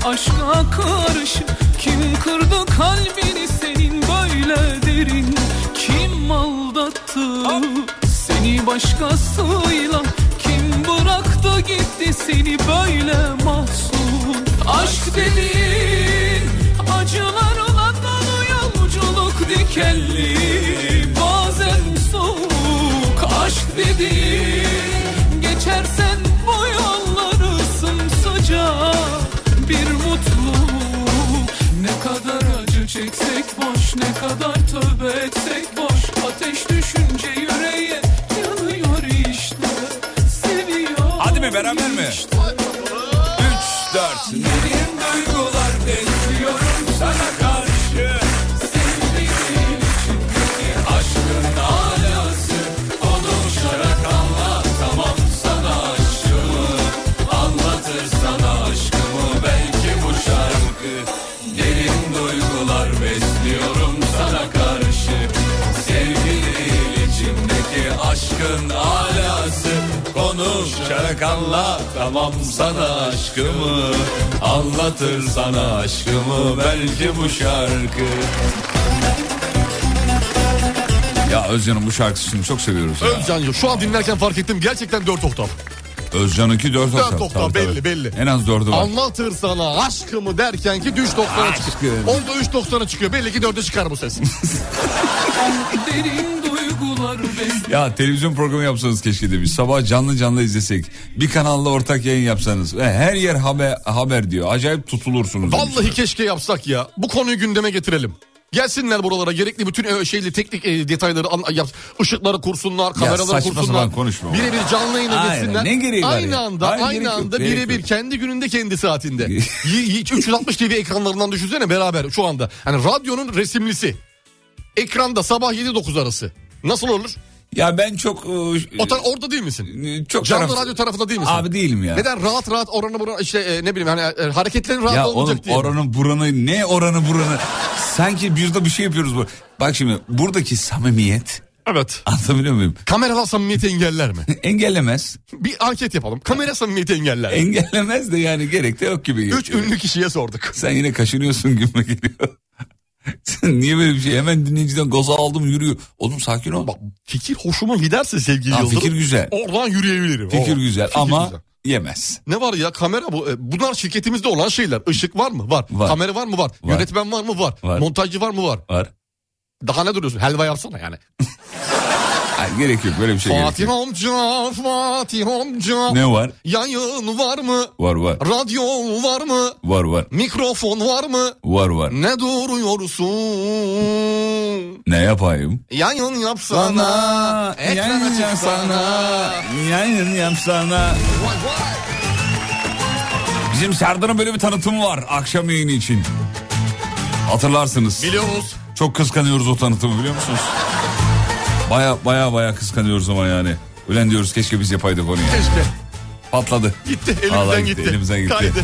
[SPEAKER 3] aşka karşı Kim kırdı kalbini senin böyle derin Kim aldattı seni başkasıyla Kim bıraktı gitti seni böyle mahzun Aşk dediğin acılarla dolu yolculuk dikenli Bazen soğuk aşk dediğin Geçersen bu yolları sımsıcak bir mutluluk Ne kadar acı çeksek boş Ne kadar tövbe etsek boş Ateş düşünce yüreğe yanıyor işte Seviyor
[SPEAKER 4] Hadi be beraber mi? 3, 4.
[SPEAKER 3] Derin duygular besliyorum sana karşı Sevdiğim içimdeki aşkın alası Konuşarak anlatamam sana aşkımı Anlatır sana aşkımı belki bu şarkı Derin duygular besliyorum sana karşı Sevdiğim içimdeki aşkın alası Konuşarak anlatamam sana aşkımı Anlatır sana aşkımı belki bu şarkı
[SPEAKER 4] Ya Özcan'ın bu şarkısını çok seviyoruz. ya.
[SPEAKER 5] Özcan'cığım şu an dinlerken fark ettim gerçekten 4 oktav.
[SPEAKER 4] Özcan'ınki 4
[SPEAKER 5] Dört
[SPEAKER 4] oktav.
[SPEAKER 5] oktav,
[SPEAKER 4] Tabii,
[SPEAKER 5] belli,
[SPEAKER 4] tabii.
[SPEAKER 5] belli.
[SPEAKER 4] En az 4'ü var.
[SPEAKER 5] Anlatır sana aşkımı derken ki 3 90'a çıkıyor.
[SPEAKER 4] Aşkım.
[SPEAKER 5] Orada 3 90'a çıkıyor. Belli ki 4'e çıkar bu ses.
[SPEAKER 3] Derin duygular besliyor
[SPEAKER 4] Ya televizyon programı yapsanız keşke demiş. Sabah canlı canlı izlesek. Bir kanalla ortak yayın yapsanız. Ve her yer haber, haber diyor. Acayip tutulursunuz. demiş.
[SPEAKER 5] Vallahi keşke yapsak ya. Bu konuyu gündeme getirelim. Gelsinler buralara gerekli bütün e, şeyli teknik e, detayları an- yap, ışıkları kursunlar, kameraları
[SPEAKER 4] saçma
[SPEAKER 5] kursunlar.
[SPEAKER 4] sapan konuşma.
[SPEAKER 5] Birebir canlı yayına
[SPEAKER 4] Aynen,
[SPEAKER 5] geçsinler.
[SPEAKER 4] ne gereği var
[SPEAKER 5] aynı
[SPEAKER 4] ya?
[SPEAKER 5] anda
[SPEAKER 4] Hayır, gerek
[SPEAKER 5] aynı
[SPEAKER 4] yok,
[SPEAKER 5] anda
[SPEAKER 4] gerek
[SPEAKER 5] birebir
[SPEAKER 4] yok.
[SPEAKER 5] kendi gününde kendi
[SPEAKER 4] (laughs)
[SPEAKER 5] saatinde. Y- y- 360 TV ekranlarından düşünsene beraber şu anda. Hani radyonun resimlisi. Ekranda sabah 7-9 arası. Nasıl olur?
[SPEAKER 4] Ya ben çok... e,
[SPEAKER 5] O tar- orada değil misin?
[SPEAKER 4] e, çok
[SPEAKER 5] Canlı
[SPEAKER 4] taraf-
[SPEAKER 5] radyo tarafında değil misin?
[SPEAKER 4] Abi değilim ya.
[SPEAKER 5] Neden rahat rahat oranı buranı işte e, ne bileyim hani e, hareketlerin rahat
[SPEAKER 4] Ya
[SPEAKER 5] olmayacak
[SPEAKER 4] oğlum
[SPEAKER 5] diye. mi?
[SPEAKER 4] oranın buranı ne oranı buranı. Sanki bir de bir şey yapıyoruz. bu. Bak şimdi buradaki samimiyet (laughs)
[SPEAKER 5] Evet.
[SPEAKER 4] anlatabiliyor muyum?
[SPEAKER 5] Kameralar samimiyeti engeller
[SPEAKER 4] (laughs)
[SPEAKER 5] mi?
[SPEAKER 4] Engellemez.
[SPEAKER 5] Bir anket yapalım. Kamera samimiyeti engeller. mi?
[SPEAKER 4] Engellemez de yani gerek de yok gibi. geliyor.
[SPEAKER 5] Üç ünlü kişiye sorduk.
[SPEAKER 4] Sen yine kaşınıyorsun gibi (laughs) geliyor. Sen niye böyle bir şey hemen dinleyiciden gaza aldım yürüyor. Oğlum sakin
[SPEAKER 5] (laughs)
[SPEAKER 4] ol.
[SPEAKER 5] Bak fikir hoşuma giderse sevgili
[SPEAKER 4] Ha,
[SPEAKER 5] Yıldırım.
[SPEAKER 4] fikir güzel.
[SPEAKER 5] Oradan yürüyebilirim.
[SPEAKER 4] Fikir
[SPEAKER 5] Oo,
[SPEAKER 4] güzel ama
[SPEAKER 5] güzel.
[SPEAKER 4] yemez.
[SPEAKER 5] Ne var ya kamera bu. e, Bunlar şirketimizde olan şeyler. Işık var mı? Var.
[SPEAKER 4] Var.
[SPEAKER 5] Kamera var mı? Var.
[SPEAKER 4] Var.
[SPEAKER 5] Yönetmen var mı? Var.
[SPEAKER 4] Var.
[SPEAKER 5] Montajcı var mı? Var.
[SPEAKER 4] Var.
[SPEAKER 5] Daha ne duruyorsun? Helva yapsana yani.
[SPEAKER 4] Hayır, gerek yok böyle bir şey gerek
[SPEAKER 5] Fatih
[SPEAKER 4] yok.
[SPEAKER 5] amca, Fatih amca.
[SPEAKER 4] Ne var?
[SPEAKER 5] Yayın var mı?
[SPEAKER 4] Var var.
[SPEAKER 5] Radyo var mı?
[SPEAKER 4] Var var.
[SPEAKER 5] Mikrofon var mı?
[SPEAKER 4] Var var.
[SPEAKER 5] Ne duruyorsun?
[SPEAKER 4] Ne yapayım?
[SPEAKER 5] Yayın yapsana, ekrana çıksana.
[SPEAKER 4] Yayın yapsana. Bizim Serdar'ın böyle bir tanıtımı var akşam yayını için. Hatırlarsınız.
[SPEAKER 5] Biliyoruz.
[SPEAKER 4] Çok kıskanıyoruz o tanıtımı biliyor musunuz? Baya baya baya kıskanıyoruz ama yani. Ulan diyoruz keşke biz yapaydık onu ya.
[SPEAKER 5] Keşke.
[SPEAKER 4] Patladı.
[SPEAKER 5] Gitti, elimizden
[SPEAKER 4] Vallahi
[SPEAKER 5] gitti.
[SPEAKER 4] Elimizden gitti.
[SPEAKER 5] Kaydı.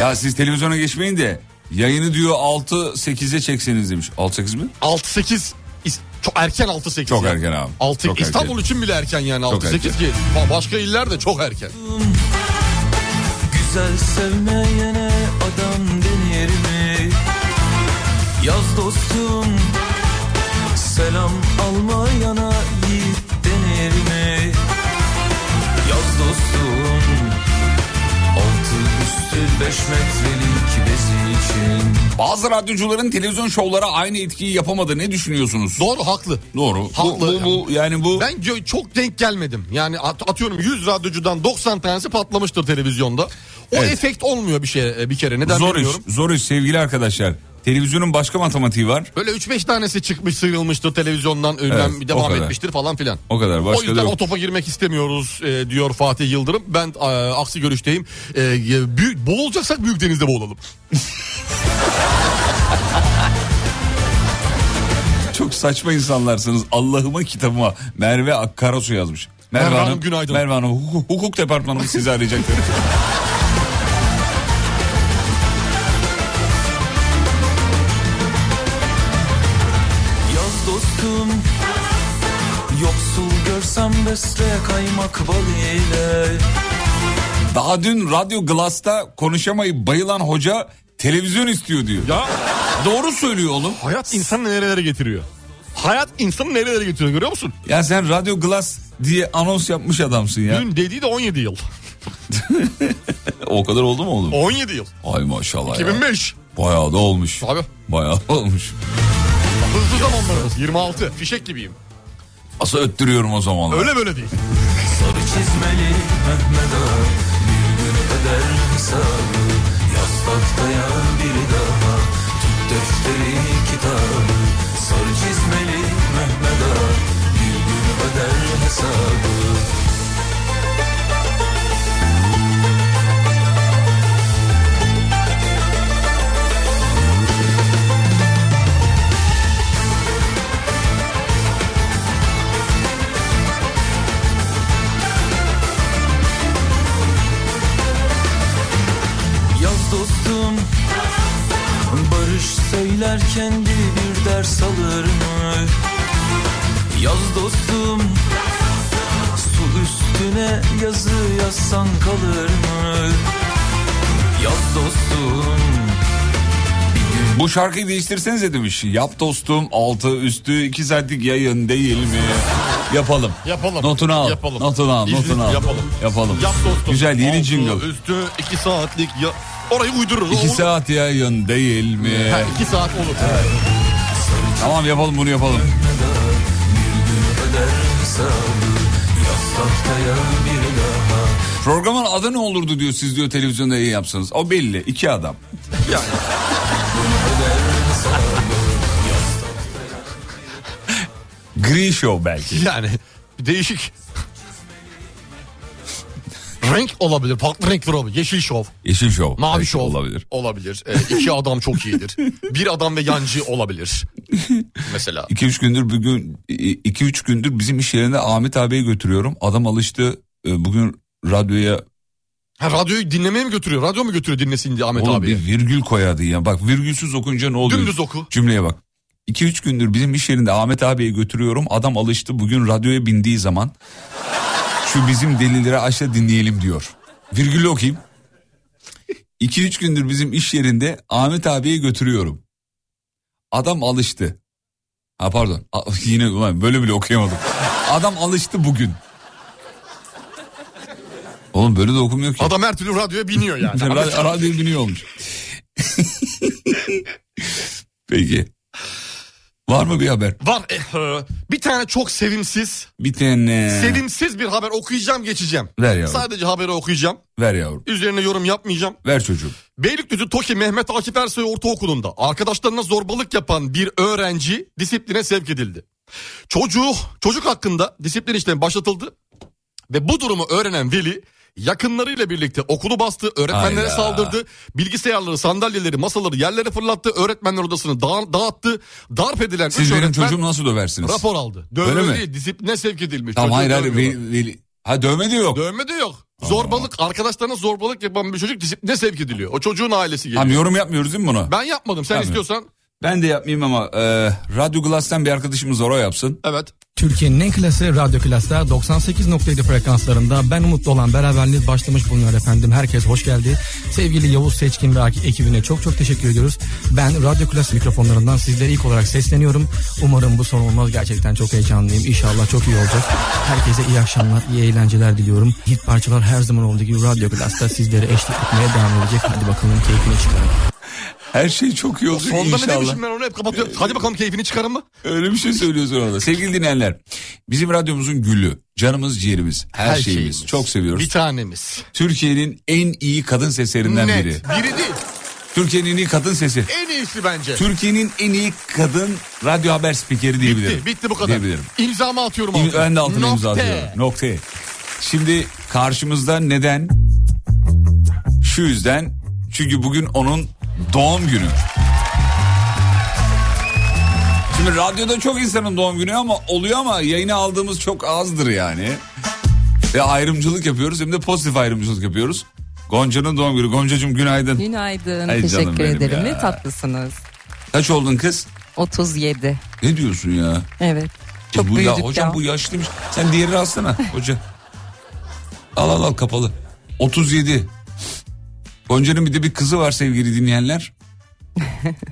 [SPEAKER 4] Ya siz televizyona geçmeyin de yayını diyor 6-8'e çekseniz demiş. 6-8 mi?
[SPEAKER 5] 6-8. is- Çok erken 6-8.
[SPEAKER 4] Çok
[SPEAKER 5] ya.
[SPEAKER 4] erken abi.
[SPEAKER 5] Altı,
[SPEAKER 4] Çok
[SPEAKER 5] İstanbul
[SPEAKER 4] erken.
[SPEAKER 5] için bile erken yani
[SPEAKER 4] Çok
[SPEAKER 5] 6-8 ki. Ba- Başka iller de çok erken.
[SPEAKER 2] Güzel sevmeyene adam denir mi? Yaz dostum Selam almayana yiğit denir mi? Yaz dostum Altı üstü beş metrelik bezi için
[SPEAKER 4] Bazı radyocuların televizyon şovlara aynı etkiyi yapamadı. Ne düşünüyorsunuz?
[SPEAKER 5] Doğru haklı.
[SPEAKER 4] Doğru.
[SPEAKER 5] Haklı.
[SPEAKER 4] Bu, bu, bu- yani bu
[SPEAKER 5] Ben gö- çok denk gelmedim. Yani at- atıyorum 100 radyocudan 90 tanesi patlamıştır televizyonda. O
[SPEAKER 4] Evet.
[SPEAKER 5] efekt olmuyor bir şey bir kere. Neden
[SPEAKER 4] zor iş.
[SPEAKER 5] bilmiyorum.
[SPEAKER 4] Zor iş sevgili arkadaşlar. Televizyonun başka matematiği var. (laughs)
[SPEAKER 5] Böyle 3-5 tanesi çıkmış sıyrılmıştır televizyondan ünlem
[SPEAKER 4] Evet, o
[SPEAKER 5] devam
[SPEAKER 4] kadar.
[SPEAKER 5] etmiştir falan filan.
[SPEAKER 4] O kadar
[SPEAKER 5] o
[SPEAKER 4] başka da
[SPEAKER 5] yüzden o
[SPEAKER 4] yok.
[SPEAKER 5] topa girmek istemiyoruz e, diyor Fatih Yıldırım. Ben e, aksi görüşteyim. E, e, büyük, boğulacaksak büyük denizde boğulalım.
[SPEAKER 4] Çok saçma insanlarsınız. Allah'ıma kitabıma Merve Akkarasu yazmış. Merve,
[SPEAKER 5] Merve
[SPEAKER 4] Hanım,
[SPEAKER 5] Hanım, günaydın.
[SPEAKER 4] Merve Hanım hukuk, hukuk departmanımız sizi (laughs) arayacaktır.
[SPEAKER 2] Yaz dostum Yoksul görsem besle kaymak bal ile
[SPEAKER 4] Daha dün Radyo Glass'ta konuşamayıp bayılan hoca televizyon istiyor diyor. Ya doğru söylüyor oğlum.
[SPEAKER 5] Hayat insanı nerelere getiriyor? Hayat insanı nerelere getiriyor görüyor musun?
[SPEAKER 4] Ya sen Radyo Glass diye anons yapmış adamsın ya.
[SPEAKER 5] Dün dediği de 17 yıl. (laughs)
[SPEAKER 4] O kadar oldu mu oğlum?
[SPEAKER 5] 17 yıl.
[SPEAKER 4] Ay maşallah ya.
[SPEAKER 5] 2005.
[SPEAKER 4] Bayağı da olmuş.
[SPEAKER 5] Abi
[SPEAKER 4] Bayağı da olmuş.
[SPEAKER 5] hızlı
[SPEAKER 4] (laughs)
[SPEAKER 5] zamanlarımız 26. Fişek gibiyim.
[SPEAKER 4] Asa öttürüyorum o zamanlar.
[SPEAKER 5] Öyle böyle değil.
[SPEAKER 2] Sarı çizmeli Mehmet Ağa Bir gün öder hesabı Yaz tahtaya bir daha Tut defteri kitabı Sarı çizmeli Mehmet Ağa Bir gün öder hesabı Yaz dostum Barış söylerken gibi bir ders alır mı? Yaz dostum Su üstüne yazı yazsan kalır mı? Yaz dostum
[SPEAKER 4] Bu şarkıyı değiştirsenize demiş. Yap dostum altı üstü iki saatlik yayın değil mi? Yapalım.
[SPEAKER 5] Yapalım.
[SPEAKER 4] Notunu al.
[SPEAKER 5] Yapalım.
[SPEAKER 4] Notunu al.
[SPEAKER 5] İzin-
[SPEAKER 4] Notunu al.
[SPEAKER 5] yapalım.
[SPEAKER 4] Yapalım.
[SPEAKER 5] Yap dostum.
[SPEAKER 4] Güzel yeni
[SPEAKER 5] Altı
[SPEAKER 4] jingle.
[SPEAKER 5] Üstü 2 saatlik ya... Orayı uydururuz.
[SPEAKER 4] İki saat yayın değil mi?
[SPEAKER 5] 2 saat olur.
[SPEAKER 4] Tamam yapalım bunu yapalım.
[SPEAKER 2] öder hesabı Yaz tahtaya bir daha
[SPEAKER 4] Programın adı ne olurdu diyor siz diyor televizyonda yayın yapsanız. O belli. iki adam. Gri Show belki.
[SPEAKER 5] Yani değişik. Renk olabilir. Farklı renkler olabilir. Yeşil şov.
[SPEAKER 4] Yeşil Show.
[SPEAKER 5] Mavi
[SPEAKER 4] belki
[SPEAKER 5] şov.
[SPEAKER 4] Olabilir.
[SPEAKER 5] Olabilir. Ee, iki adam çok iyidir. Bir adam ve yancı olabilir. Mesela.
[SPEAKER 4] 2-3 gündür bugün 2-3 gündür bizim iş yerine Ahmet abiye götürüyorum. Adam alıştı. E, Bugün radyoya
[SPEAKER 5] Ha, radyoyu dinlemeye mi götürüyor? Radyo mu götürüyor dinlesin diye Ahmet
[SPEAKER 4] oğlum
[SPEAKER 5] abi?
[SPEAKER 4] bir virgül koyardı ya. Bak virgülsüz okunca ne oluyor?
[SPEAKER 5] Dümdüz oku.
[SPEAKER 4] Cümleye bak. 2-3 gündür bizim iş yerinde Ahmet abiye götürüyorum. Adam alıştı bugün radyoya bindiği zaman. Şu bizim delilere aşla dinleyelim diyor. Virgülü okuyayım. 2-3 gündür bizim iş yerinde Ahmet abiye götürüyorum. Adam alıştı. Ha pardon. A- (laughs) Yine ulan böyle bile okuyamadım. Adam alıştı bugün. Oğlum böyle de okumuyor ki.
[SPEAKER 5] Adam her türlü radyoya biniyor yani.
[SPEAKER 4] Ra- radyo biniyor olmuş. Peki. Var mı bir haber?
[SPEAKER 5] Var. eh, e, bir tane çok sevimsiz,
[SPEAKER 4] Bir tane.
[SPEAKER 5] sevimsiz bir haber okuyacağım geçeceğim.
[SPEAKER 4] Ver yavrum.
[SPEAKER 5] Sadece haberi okuyacağım.
[SPEAKER 4] Ver yavrum.
[SPEAKER 5] Üzerine yorum yapmayacağım.
[SPEAKER 4] Ver çocuğum.
[SPEAKER 5] Beylikdüzü Toki Mehmet Akif Ersoy Ortaokulu'nda arkadaşlarına zorbalık yapan bir öğrenci disipline sevk edildi. Çocuğu, çocuk hakkında disiplin işlemi başlatıldı ve bu durumu öğrenen veli yakınlarıyla birlikte okulu bastı, öğretmenlere
[SPEAKER 4] Hayda.
[SPEAKER 5] saldırdı, bilgisayarları, sandalyeleri, masaları yerlere fırlattı, öğretmenler odasını dağı- dağıttı, darp edilen
[SPEAKER 4] Siz
[SPEAKER 5] üç
[SPEAKER 4] benim
[SPEAKER 5] öğretmen
[SPEAKER 4] çocuğumu nasıl döversiniz?
[SPEAKER 5] rapor aldı.
[SPEAKER 4] Öyle
[SPEAKER 5] Dövme
[SPEAKER 4] mi?
[SPEAKER 5] değil, disipline sevk edilmiş.
[SPEAKER 4] Tamam
[SPEAKER 5] Çocuğu
[SPEAKER 4] hayır hayır.
[SPEAKER 5] dövmüyorlar.
[SPEAKER 4] Veli, veli- Ha dövme de yok.
[SPEAKER 5] Dövme de yok. Zorbalık, arkadaşlarına zorbalık yapan bir çocuk disipline sevk ediliyor. O çocuğun ailesi geliyor.
[SPEAKER 4] Tamam yorum yapmıyoruz değil mi bunu? Ben,
[SPEAKER 5] Ben yapmadım. Sen
[SPEAKER 4] Tabii.
[SPEAKER 5] istiyorsan
[SPEAKER 4] de yapmayayım ama e, Radyo Glass'tan bir arkadaşımız var o yapsın.
[SPEAKER 5] evet.
[SPEAKER 10] Türkiye'nin en klası Radyo Klas'ta 98.7 frekanslarında ben Umutlu olan beraberliği başlamış bulunuyor efendim. Herkes hoş geldi. Sevgili Yavuz Seçkin ve ekibine çok çok teşekkür ediyoruz. Ben Radyo Klas mikrofonlarından sizlere ilk olarak sesleniyorum. Umarım bu son olmaz. Gerçekten çok heyecanlıyım. İnşallah çok iyi olacak. Herkese iyi akşamlar, iyi eğlenceler diliyorum. Hit parçalar her zaman olduğu gibi Radyo Klas'ta sizlere eşlik etmeye devam edecek. Hadi bakalım keyfini çıkarın.
[SPEAKER 4] Her şey çok iyi olacak
[SPEAKER 5] Sonunda ne
[SPEAKER 4] inşallah. Ee,
[SPEAKER 5] demişim ben onu hep kapatıyorum. Hadi bakalım keyfini çıkarın mı?
[SPEAKER 4] Öyle bir şey söylüyorsun orada. Sevgili dinleyenler bizim radyomuzun gülü, canımız ciğerimiz, her,
[SPEAKER 5] Her
[SPEAKER 4] şeyimiz.
[SPEAKER 5] şeyimiz.
[SPEAKER 4] Çok seviyoruz.
[SPEAKER 5] Bir tanemiz.
[SPEAKER 4] Türkiye'nin en iyi kadın seslerinden
[SPEAKER 5] Net.
[SPEAKER 4] biri.
[SPEAKER 5] Biri değil.
[SPEAKER 4] Türkiye'nin en iyi kadın sesi.
[SPEAKER 5] En iyisi bence.
[SPEAKER 4] Türkiye'nin en iyi kadın radyo haber spikeri diyebilirim.
[SPEAKER 5] Bitti. Bitti bu kadar.
[SPEAKER 4] Diyebilirim.
[SPEAKER 5] İmzamı atıyorum
[SPEAKER 4] İm-
[SPEAKER 5] altına.
[SPEAKER 4] Ben de altına imza
[SPEAKER 5] Nokta.
[SPEAKER 4] atıyorum. Nokta. Şimdi karşımızda neden? Şu yüzden. Çünkü bugün onun doğum günü. Şimdi radyoda çok insanın doğum günü ama oluyor ama yayına aldığımız çok azdır yani. Ve ayrımcılık yapıyoruz hem de pozitif ayrımcılık yapıyoruz. Gonca'nın doğum günü. Gonca'cığım günaydın.
[SPEAKER 6] Günaydın.
[SPEAKER 4] Ay canım
[SPEAKER 6] Teşekkür
[SPEAKER 4] benim
[SPEAKER 6] ederim.
[SPEAKER 4] ya.
[SPEAKER 6] Ne tatlısınız.
[SPEAKER 4] Kaç oldun kız?
[SPEAKER 6] 37.
[SPEAKER 4] Ne diyorsun ya?
[SPEAKER 6] Evet. Çok
[SPEAKER 4] E bu ya,
[SPEAKER 6] büyüdük
[SPEAKER 4] hocam
[SPEAKER 6] ya.
[SPEAKER 4] bu yaşlıymış. Sen diğerini alsana hoca. Al al al kapalı. 37. Gonca'nın bir de bir kızı var sevgili
[SPEAKER 6] (laughs)
[SPEAKER 4] dinleyenler.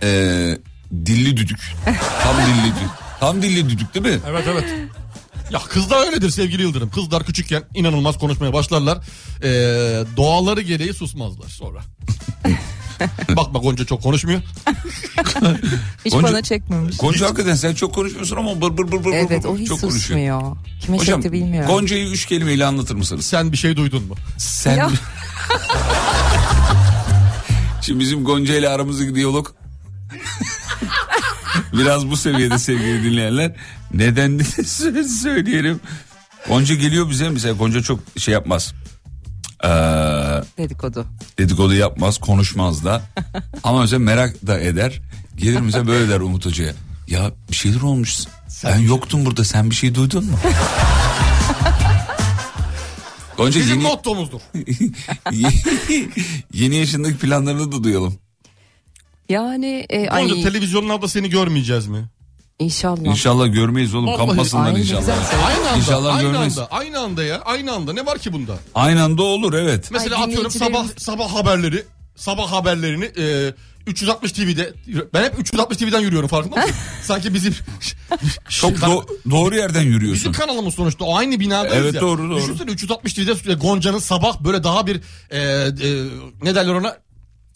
[SPEAKER 4] Ee, dilli düdük. Tam dilli düdük. Tam dilli düdük değil mi?
[SPEAKER 5] Evet evet. Ya kızlar öyledir sevgili Yıldırım. Kızlar küçükken inanılmaz konuşmaya başlarlar. Ee, doğaları gereği susmazlar
[SPEAKER 4] (laughs)
[SPEAKER 5] sonra. Bakma Gonca çok konuşmuyor.
[SPEAKER 6] Hiç
[SPEAKER 4] Gonca-
[SPEAKER 6] bana çekmemiş.
[SPEAKER 4] Gonca hakikaten sen çok konuşmuyorsun ama bır bır bır bır
[SPEAKER 6] Evet
[SPEAKER 4] bır
[SPEAKER 6] o
[SPEAKER 4] bır
[SPEAKER 6] hiç
[SPEAKER 4] çok konuşuyor.
[SPEAKER 6] susmuyor. Kime çekti bilmiyorum.
[SPEAKER 4] Gonca'yı üç kelimeyle anlatır mısınız?
[SPEAKER 5] Sen bir şey duydun mu?
[SPEAKER 4] Sen...
[SPEAKER 6] Ya.
[SPEAKER 4] (laughs) Şimdi bizim Gonca ile aramızdaki diyalog (laughs) biraz bu seviyede sevgili dinleyenler. Neden de sö- söyleyelim. Gonca geliyor bize mesela Gonca çok şey yapmaz. Ee,
[SPEAKER 6] Dedikodu.
[SPEAKER 4] dedikodu yapmaz konuşmaz da. Ama mesela merak da eder. Gelir mesela böyle der Umut Hoca'ya. Ya bir şeyler olmuş. ben yoktum burada sen bir şey duydun mu? Gonca
[SPEAKER 5] Bizim
[SPEAKER 4] yeni,
[SPEAKER 5] mottomuzdur.
[SPEAKER 4] (laughs) yeni yaşındaki planlarını da duyalım.
[SPEAKER 6] Yani e,
[SPEAKER 5] Gonca
[SPEAKER 6] ay,
[SPEAKER 5] televizyonlarda seni görmeyeceğiz mi?
[SPEAKER 6] inşallah.
[SPEAKER 4] İnşallah görmeyiz oğlum.
[SPEAKER 5] Vallahi-
[SPEAKER 4] Kampasından
[SPEAKER 5] Ay, ne
[SPEAKER 4] inşallah.
[SPEAKER 5] güzel şey. söylüyorsun. Aynı anda,
[SPEAKER 4] İnşallah
[SPEAKER 5] aynı
[SPEAKER 4] görmeyiz.
[SPEAKER 5] anda, aynı anda ya, aynı anda. Ne var ki bunda?
[SPEAKER 4] Aynı anda olur evet.
[SPEAKER 5] Mesela atıyorum sabah
[SPEAKER 6] dinleyicilerimiz-
[SPEAKER 5] sabah haberleri, sabah haberlerini e, 360 TV'de, ben hep 360 TV'den yürüyorum farkında mısın? Sanki bizim
[SPEAKER 4] Çok do- doğru yerden yürüyorsun.
[SPEAKER 5] Bizim kanalımız sonuçta o aynı binadayız
[SPEAKER 4] Evet,
[SPEAKER 5] ya.
[SPEAKER 4] doğru, doğru.
[SPEAKER 5] Düşünsene 360 TV'de Gonca'nın sabah böyle daha bir e, e, ne derler ona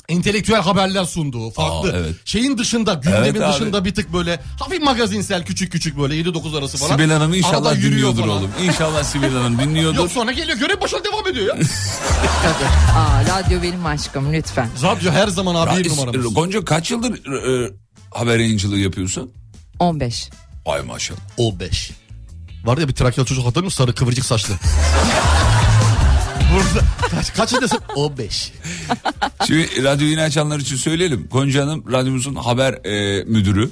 [SPEAKER 5] entelektüel haberler sunduğu farklı.
[SPEAKER 4] Aa, evet.
[SPEAKER 5] Şeyin dışında gündemin
[SPEAKER 4] Evet abi.
[SPEAKER 5] dışında bir tık böyle hafif magazinsel küçük küçük böyle 7-9 arası falan.
[SPEAKER 4] Sibel Hanım
[SPEAKER 5] Arada
[SPEAKER 4] inşallah
[SPEAKER 5] yürüyor
[SPEAKER 4] dinliyordur
[SPEAKER 5] falan.
[SPEAKER 4] oğlum. İnşallah Sibel Hanım
[SPEAKER 5] (laughs) Yok
[SPEAKER 4] dinliyordur.
[SPEAKER 5] sonra geliyor görev başına devam ediyor ya.
[SPEAKER 6] Aa, radyo benim aşkım lütfen.
[SPEAKER 5] (laughs) Radyo her zaman abi bir
[SPEAKER 4] Ra-
[SPEAKER 5] numaramız.
[SPEAKER 4] Gonca kaç yıldır e, e, haber yayıncılığı yapıyorsun?
[SPEAKER 6] 15.
[SPEAKER 4] Ay maşallah.
[SPEAKER 5] 15. Var ya bir Trakyalı çocuk hatırlıyor musun? Sarı kıvırcık saçlı. Burada kaç, kaç yaşındasın? 15. Ah.
[SPEAKER 4] Şimdi radyo yeni açanlar için söyleyelim. Gonca Hanım radyomuzun haber e, müdürü.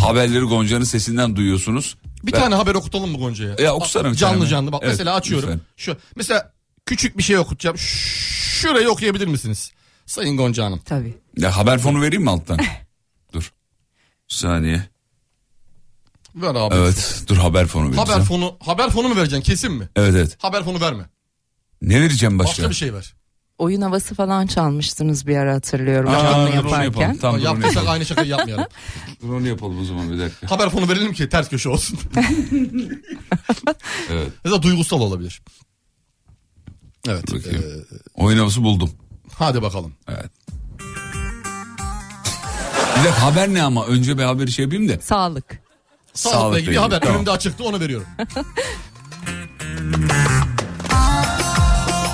[SPEAKER 4] Haberleri Gonca'nın sesinden duyuyorsunuz.
[SPEAKER 5] Bir
[SPEAKER 4] Ben-
[SPEAKER 5] tane haber okutalım mı Gonca'ya?
[SPEAKER 4] Ya okusana bir
[SPEAKER 5] Canlı
[SPEAKER 4] tane.
[SPEAKER 5] canlı bak
[SPEAKER 4] Evet,
[SPEAKER 5] mesela açıyorum.
[SPEAKER 4] lütfen.
[SPEAKER 5] Şu mesela küçük bir şey okutacağım. Ş- Şurayı okuyabilir misiniz? Sayın Gonca Hanım.
[SPEAKER 6] Tabii.
[SPEAKER 4] Ya haber fonu vereyim
[SPEAKER 5] (laughs)
[SPEAKER 4] mi alttan? Dur. Bir saniye.
[SPEAKER 5] Ver abi.
[SPEAKER 4] Evet dur haber fonu vereceğim.
[SPEAKER 5] Haber fonu haber fonu mu vereceksin kesin mi?
[SPEAKER 4] Evet evet.
[SPEAKER 5] Haber fonu verme.
[SPEAKER 4] Ne vereceğim başka?
[SPEAKER 5] Başka bir şey ver.
[SPEAKER 6] Oyun havası falan çalmıştınız bir ara hatırlıyorum.
[SPEAKER 4] Aa,
[SPEAKER 6] canlı
[SPEAKER 5] şey
[SPEAKER 4] dur onu
[SPEAKER 6] yaparken.
[SPEAKER 4] yapalım. Tamam, dur onu
[SPEAKER 5] Yaptıysak
[SPEAKER 4] yapalım.
[SPEAKER 5] aynı şakayı yapmayalım.
[SPEAKER 4] Dur onu yapalım o zaman bir dakika.
[SPEAKER 5] haber fonu verelim ki ters köşe olsun. (laughs)
[SPEAKER 4] Evet.
[SPEAKER 5] ya da duygusal olabilir. Evet.
[SPEAKER 4] Bakayım.
[SPEAKER 5] e,
[SPEAKER 4] Oyun havası buldum.
[SPEAKER 5] hadi bakalım.
[SPEAKER 4] Evet. Bir dakika haber ne ama? Önce bir haberi şey yapayım da.
[SPEAKER 6] Sağlık.
[SPEAKER 5] Sağlıkla ilgili
[SPEAKER 4] ilgili.
[SPEAKER 5] haber
[SPEAKER 4] Tamam.
[SPEAKER 5] önümde açıktı onu veriyorum.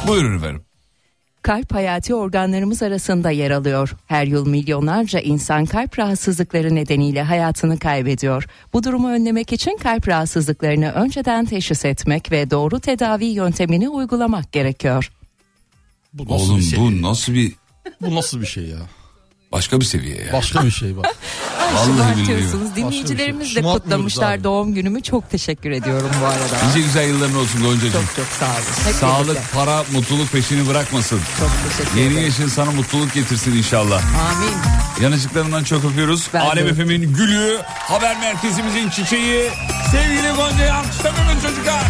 [SPEAKER 4] Buyurun efendim.
[SPEAKER 6] Kalp hayati organlarımız arasında yer alıyor. Her yıl milyonlarca insan kalp rahatsızlıkları nedeniyle hayatını kaybediyor. Bu durumu önlemek için kalp rahatsızlıklarını önceden teşhis etmek ve doğru tedavi yöntemini uygulamak gerekiyor.
[SPEAKER 5] Bu nasıl
[SPEAKER 4] Oğlum
[SPEAKER 5] bir şey?
[SPEAKER 4] bu nasıl bir
[SPEAKER 5] Bu nasıl bir şey ya?
[SPEAKER 4] başka bir seviye ya.
[SPEAKER 5] Başka bir şey var.
[SPEAKER 4] Vallahi billahi.
[SPEAKER 6] Şımartıyorsunuz. Dinleyicilerimiz de
[SPEAKER 5] Şımartmıyoruz
[SPEAKER 6] kutlamışlar
[SPEAKER 5] abi.
[SPEAKER 6] doğum günümü. Çok teşekkür ediyorum bu arada.
[SPEAKER 4] Nice güzel yılların olsun Gonca'cığım.
[SPEAKER 6] Çok çok sağ olun. Hep
[SPEAKER 4] Sağlık,
[SPEAKER 6] birlikte.
[SPEAKER 4] para, mutluluk peşini bırakmasın.
[SPEAKER 6] Çok teşekkür
[SPEAKER 4] Yeni
[SPEAKER 6] ederim.
[SPEAKER 4] yaşın sana mutluluk getirsin inşallah.
[SPEAKER 6] Amin.
[SPEAKER 4] Yanıcıklarından çok öpüyoruz.
[SPEAKER 6] Ben de
[SPEAKER 4] Alem
[SPEAKER 6] öpüyorum.
[SPEAKER 4] Efem'in gülü, haber merkezimizin çiçeği, sevgili Gonca'yı alkışlamıyoruz çocuklar.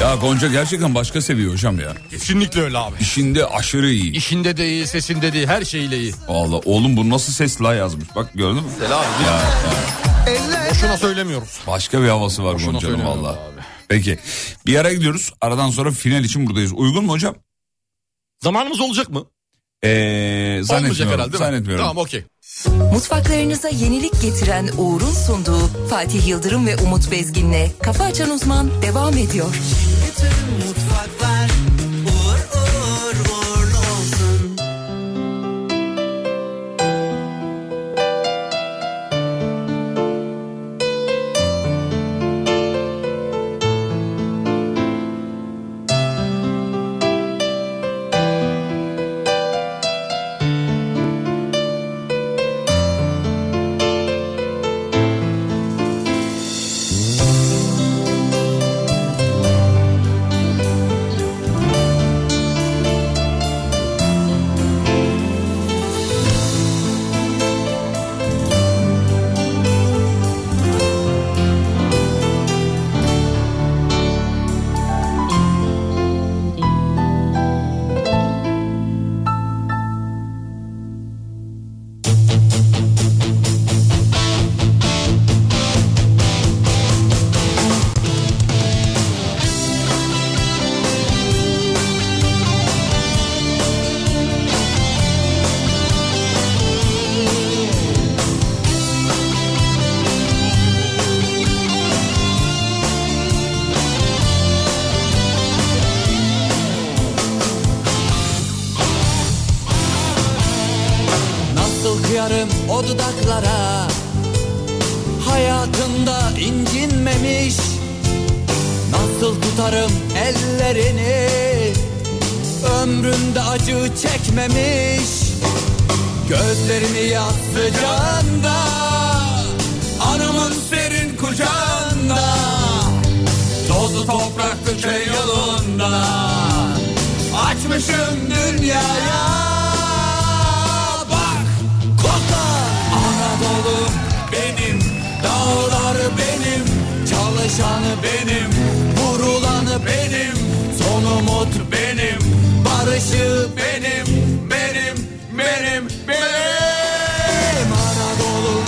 [SPEAKER 4] Ya Gonca gerçekten başka seviyor hocam ya.
[SPEAKER 5] (laughs) Kesinlikle öyle abi.
[SPEAKER 4] İşinde aşırı iyi.
[SPEAKER 5] İşinde de iyi, sesinde de iyi, her şeyle iyi.
[SPEAKER 4] Valla oğlum bu nasıl ses la yazmış. Bak gördün mü? Ya,
[SPEAKER 5] Boşuna söylemiyoruz.
[SPEAKER 4] başka bir havası var Gonca'nın
[SPEAKER 5] söylüyorum
[SPEAKER 4] valla. Peki bir ara gidiyoruz. Aradan sonra final için buradayız. Uygun mu hocam?
[SPEAKER 5] Zamanımız olacak mı?
[SPEAKER 4] Ee,
[SPEAKER 5] Olmayacak
[SPEAKER 4] zannetmiyorum.
[SPEAKER 5] herhalde değil mi?
[SPEAKER 4] zannetmiyorum.
[SPEAKER 5] Tamam okey.
[SPEAKER 11] Mutfaklarınıza yenilik getiren Uğur'un sunduğu Fatih Yıldırım ve Umut Bezgin'le Kafa Açan Uzman devam ediyor.
[SPEAKER 2] Mutfaklar uğur uğur uğurlu olsun.
[SPEAKER 12] Yollarımız
[SPEAKER 13] o dudaklara Hayatımda incinmemiş Nasıl tutarım ellerini Ömrümde acı çekmemiş Gözlerimi yaz sıcağında Anımın serin kucağında Tozlu topraklı köy yolunda Açmışım dünyaya Bak koka Anadolu benim Dağlar benim Çalışanı benim Vurulanı benim Son umut benim Barışı benim Benim benim benim Anadolu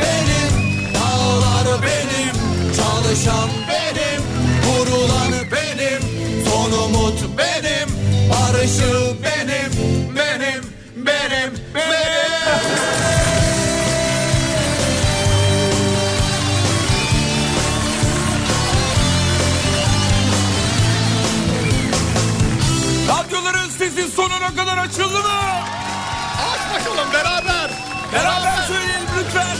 [SPEAKER 13] benim Dağlar benim Çalışan benim Vurulanı benim Son umut benim Barışı benim Benim benim benim
[SPEAKER 4] Radyoların sesi sonuna kadar açıldı mı?
[SPEAKER 14] Aç bakalım beraber.
[SPEAKER 4] Beraber söyleyelim lütfen.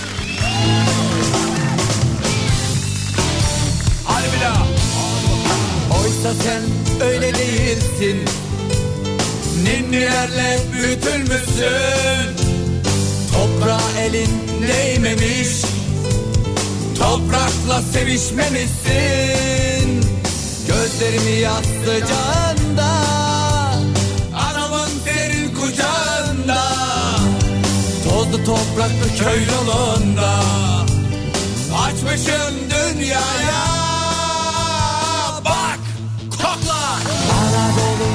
[SPEAKER 13] Hadi bir daha. Oysa sen öyle değilsin Ninnilerle büyütülmüşsün Toprağa elin değmemiş Toprakla sevişmemişsin Gözlerimi yastıcağında Anamın derin kucağında Tozlu topraklı köy yolunda Açmışım dünyaya Bak kokla Anadolu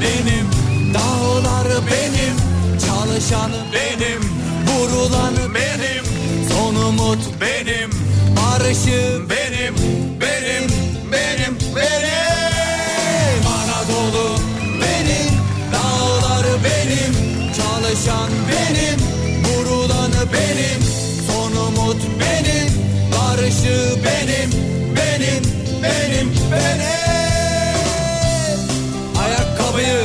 [SPEAKER 13] benim Dağlar benim Çalışanı benim Vurulanı benim Son umut benim Barışım benim Benim benim benim Anadolu benim Dağlar benim Çalışan benim Vurulanı benim Son umut benim Barışı benim Benim benim benim Ayakkabıyı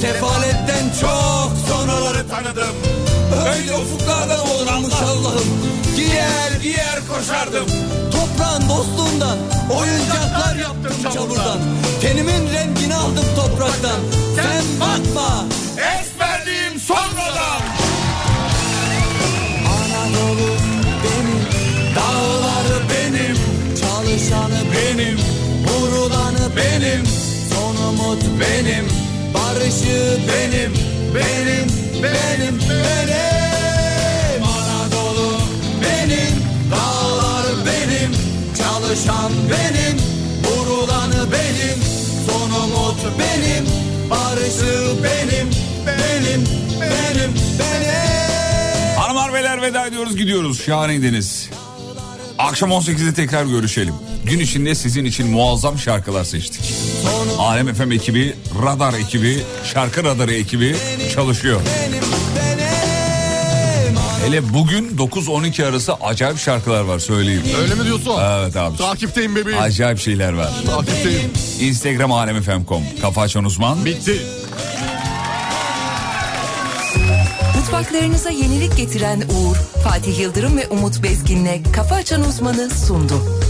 [SPEAKER 13] sefaletten çok sonraları tanıdım Öyle ufuklardan olanmış Allah'ım Giyer giyer koşardım Toprağın dostluğundan oyuncaklar yaptım çamurdan Tenimin rengini aldım topraktan Sen bakma Esmerliğim sonradan Anadolu benim Dağları benim Çalışanı benim Vurulanı benim Son umut benim Barışı benim Benim benim benim Anadolu benim Dağlar benim Çalışan benim Vurulanı benim Son umut benim Barışı benim Benim benim benim
[SPEAKER 4] Hanımlar beyler veda ediyoruz gidiyoruz. Şahaneydiniz. Akşam 18'de tekrar görüşelim. Gün içinde sizin için muazzam şarkılar seçtik. Alem FM ekibi, Radar ekibi, Şarkı Radarı ekibi çalışıyor. Hele bugün 9-12 arası acayip şarkılar var söyleyeyim.
[SPEAKER 14] Öyle mi diyorsun?
[SPEAKER 4] Evet abi.
[SPEAKER 14] Takipteyim bebeğim.
[SPEAKER 4] Acayip şeyler var.
[SPEAKER 14] Takipteyim.
[SPEAKER 4] Instagram alemfm.com. Kafa açan uzman.
[SPEAKER 14] Bitti.
[SPEAKER 6] Mutfaklarınıza yenilik getiren Uğur, Fatih Yıldırım ve Umut Bezgin'le Kafa Açan Uzman'ı sundu.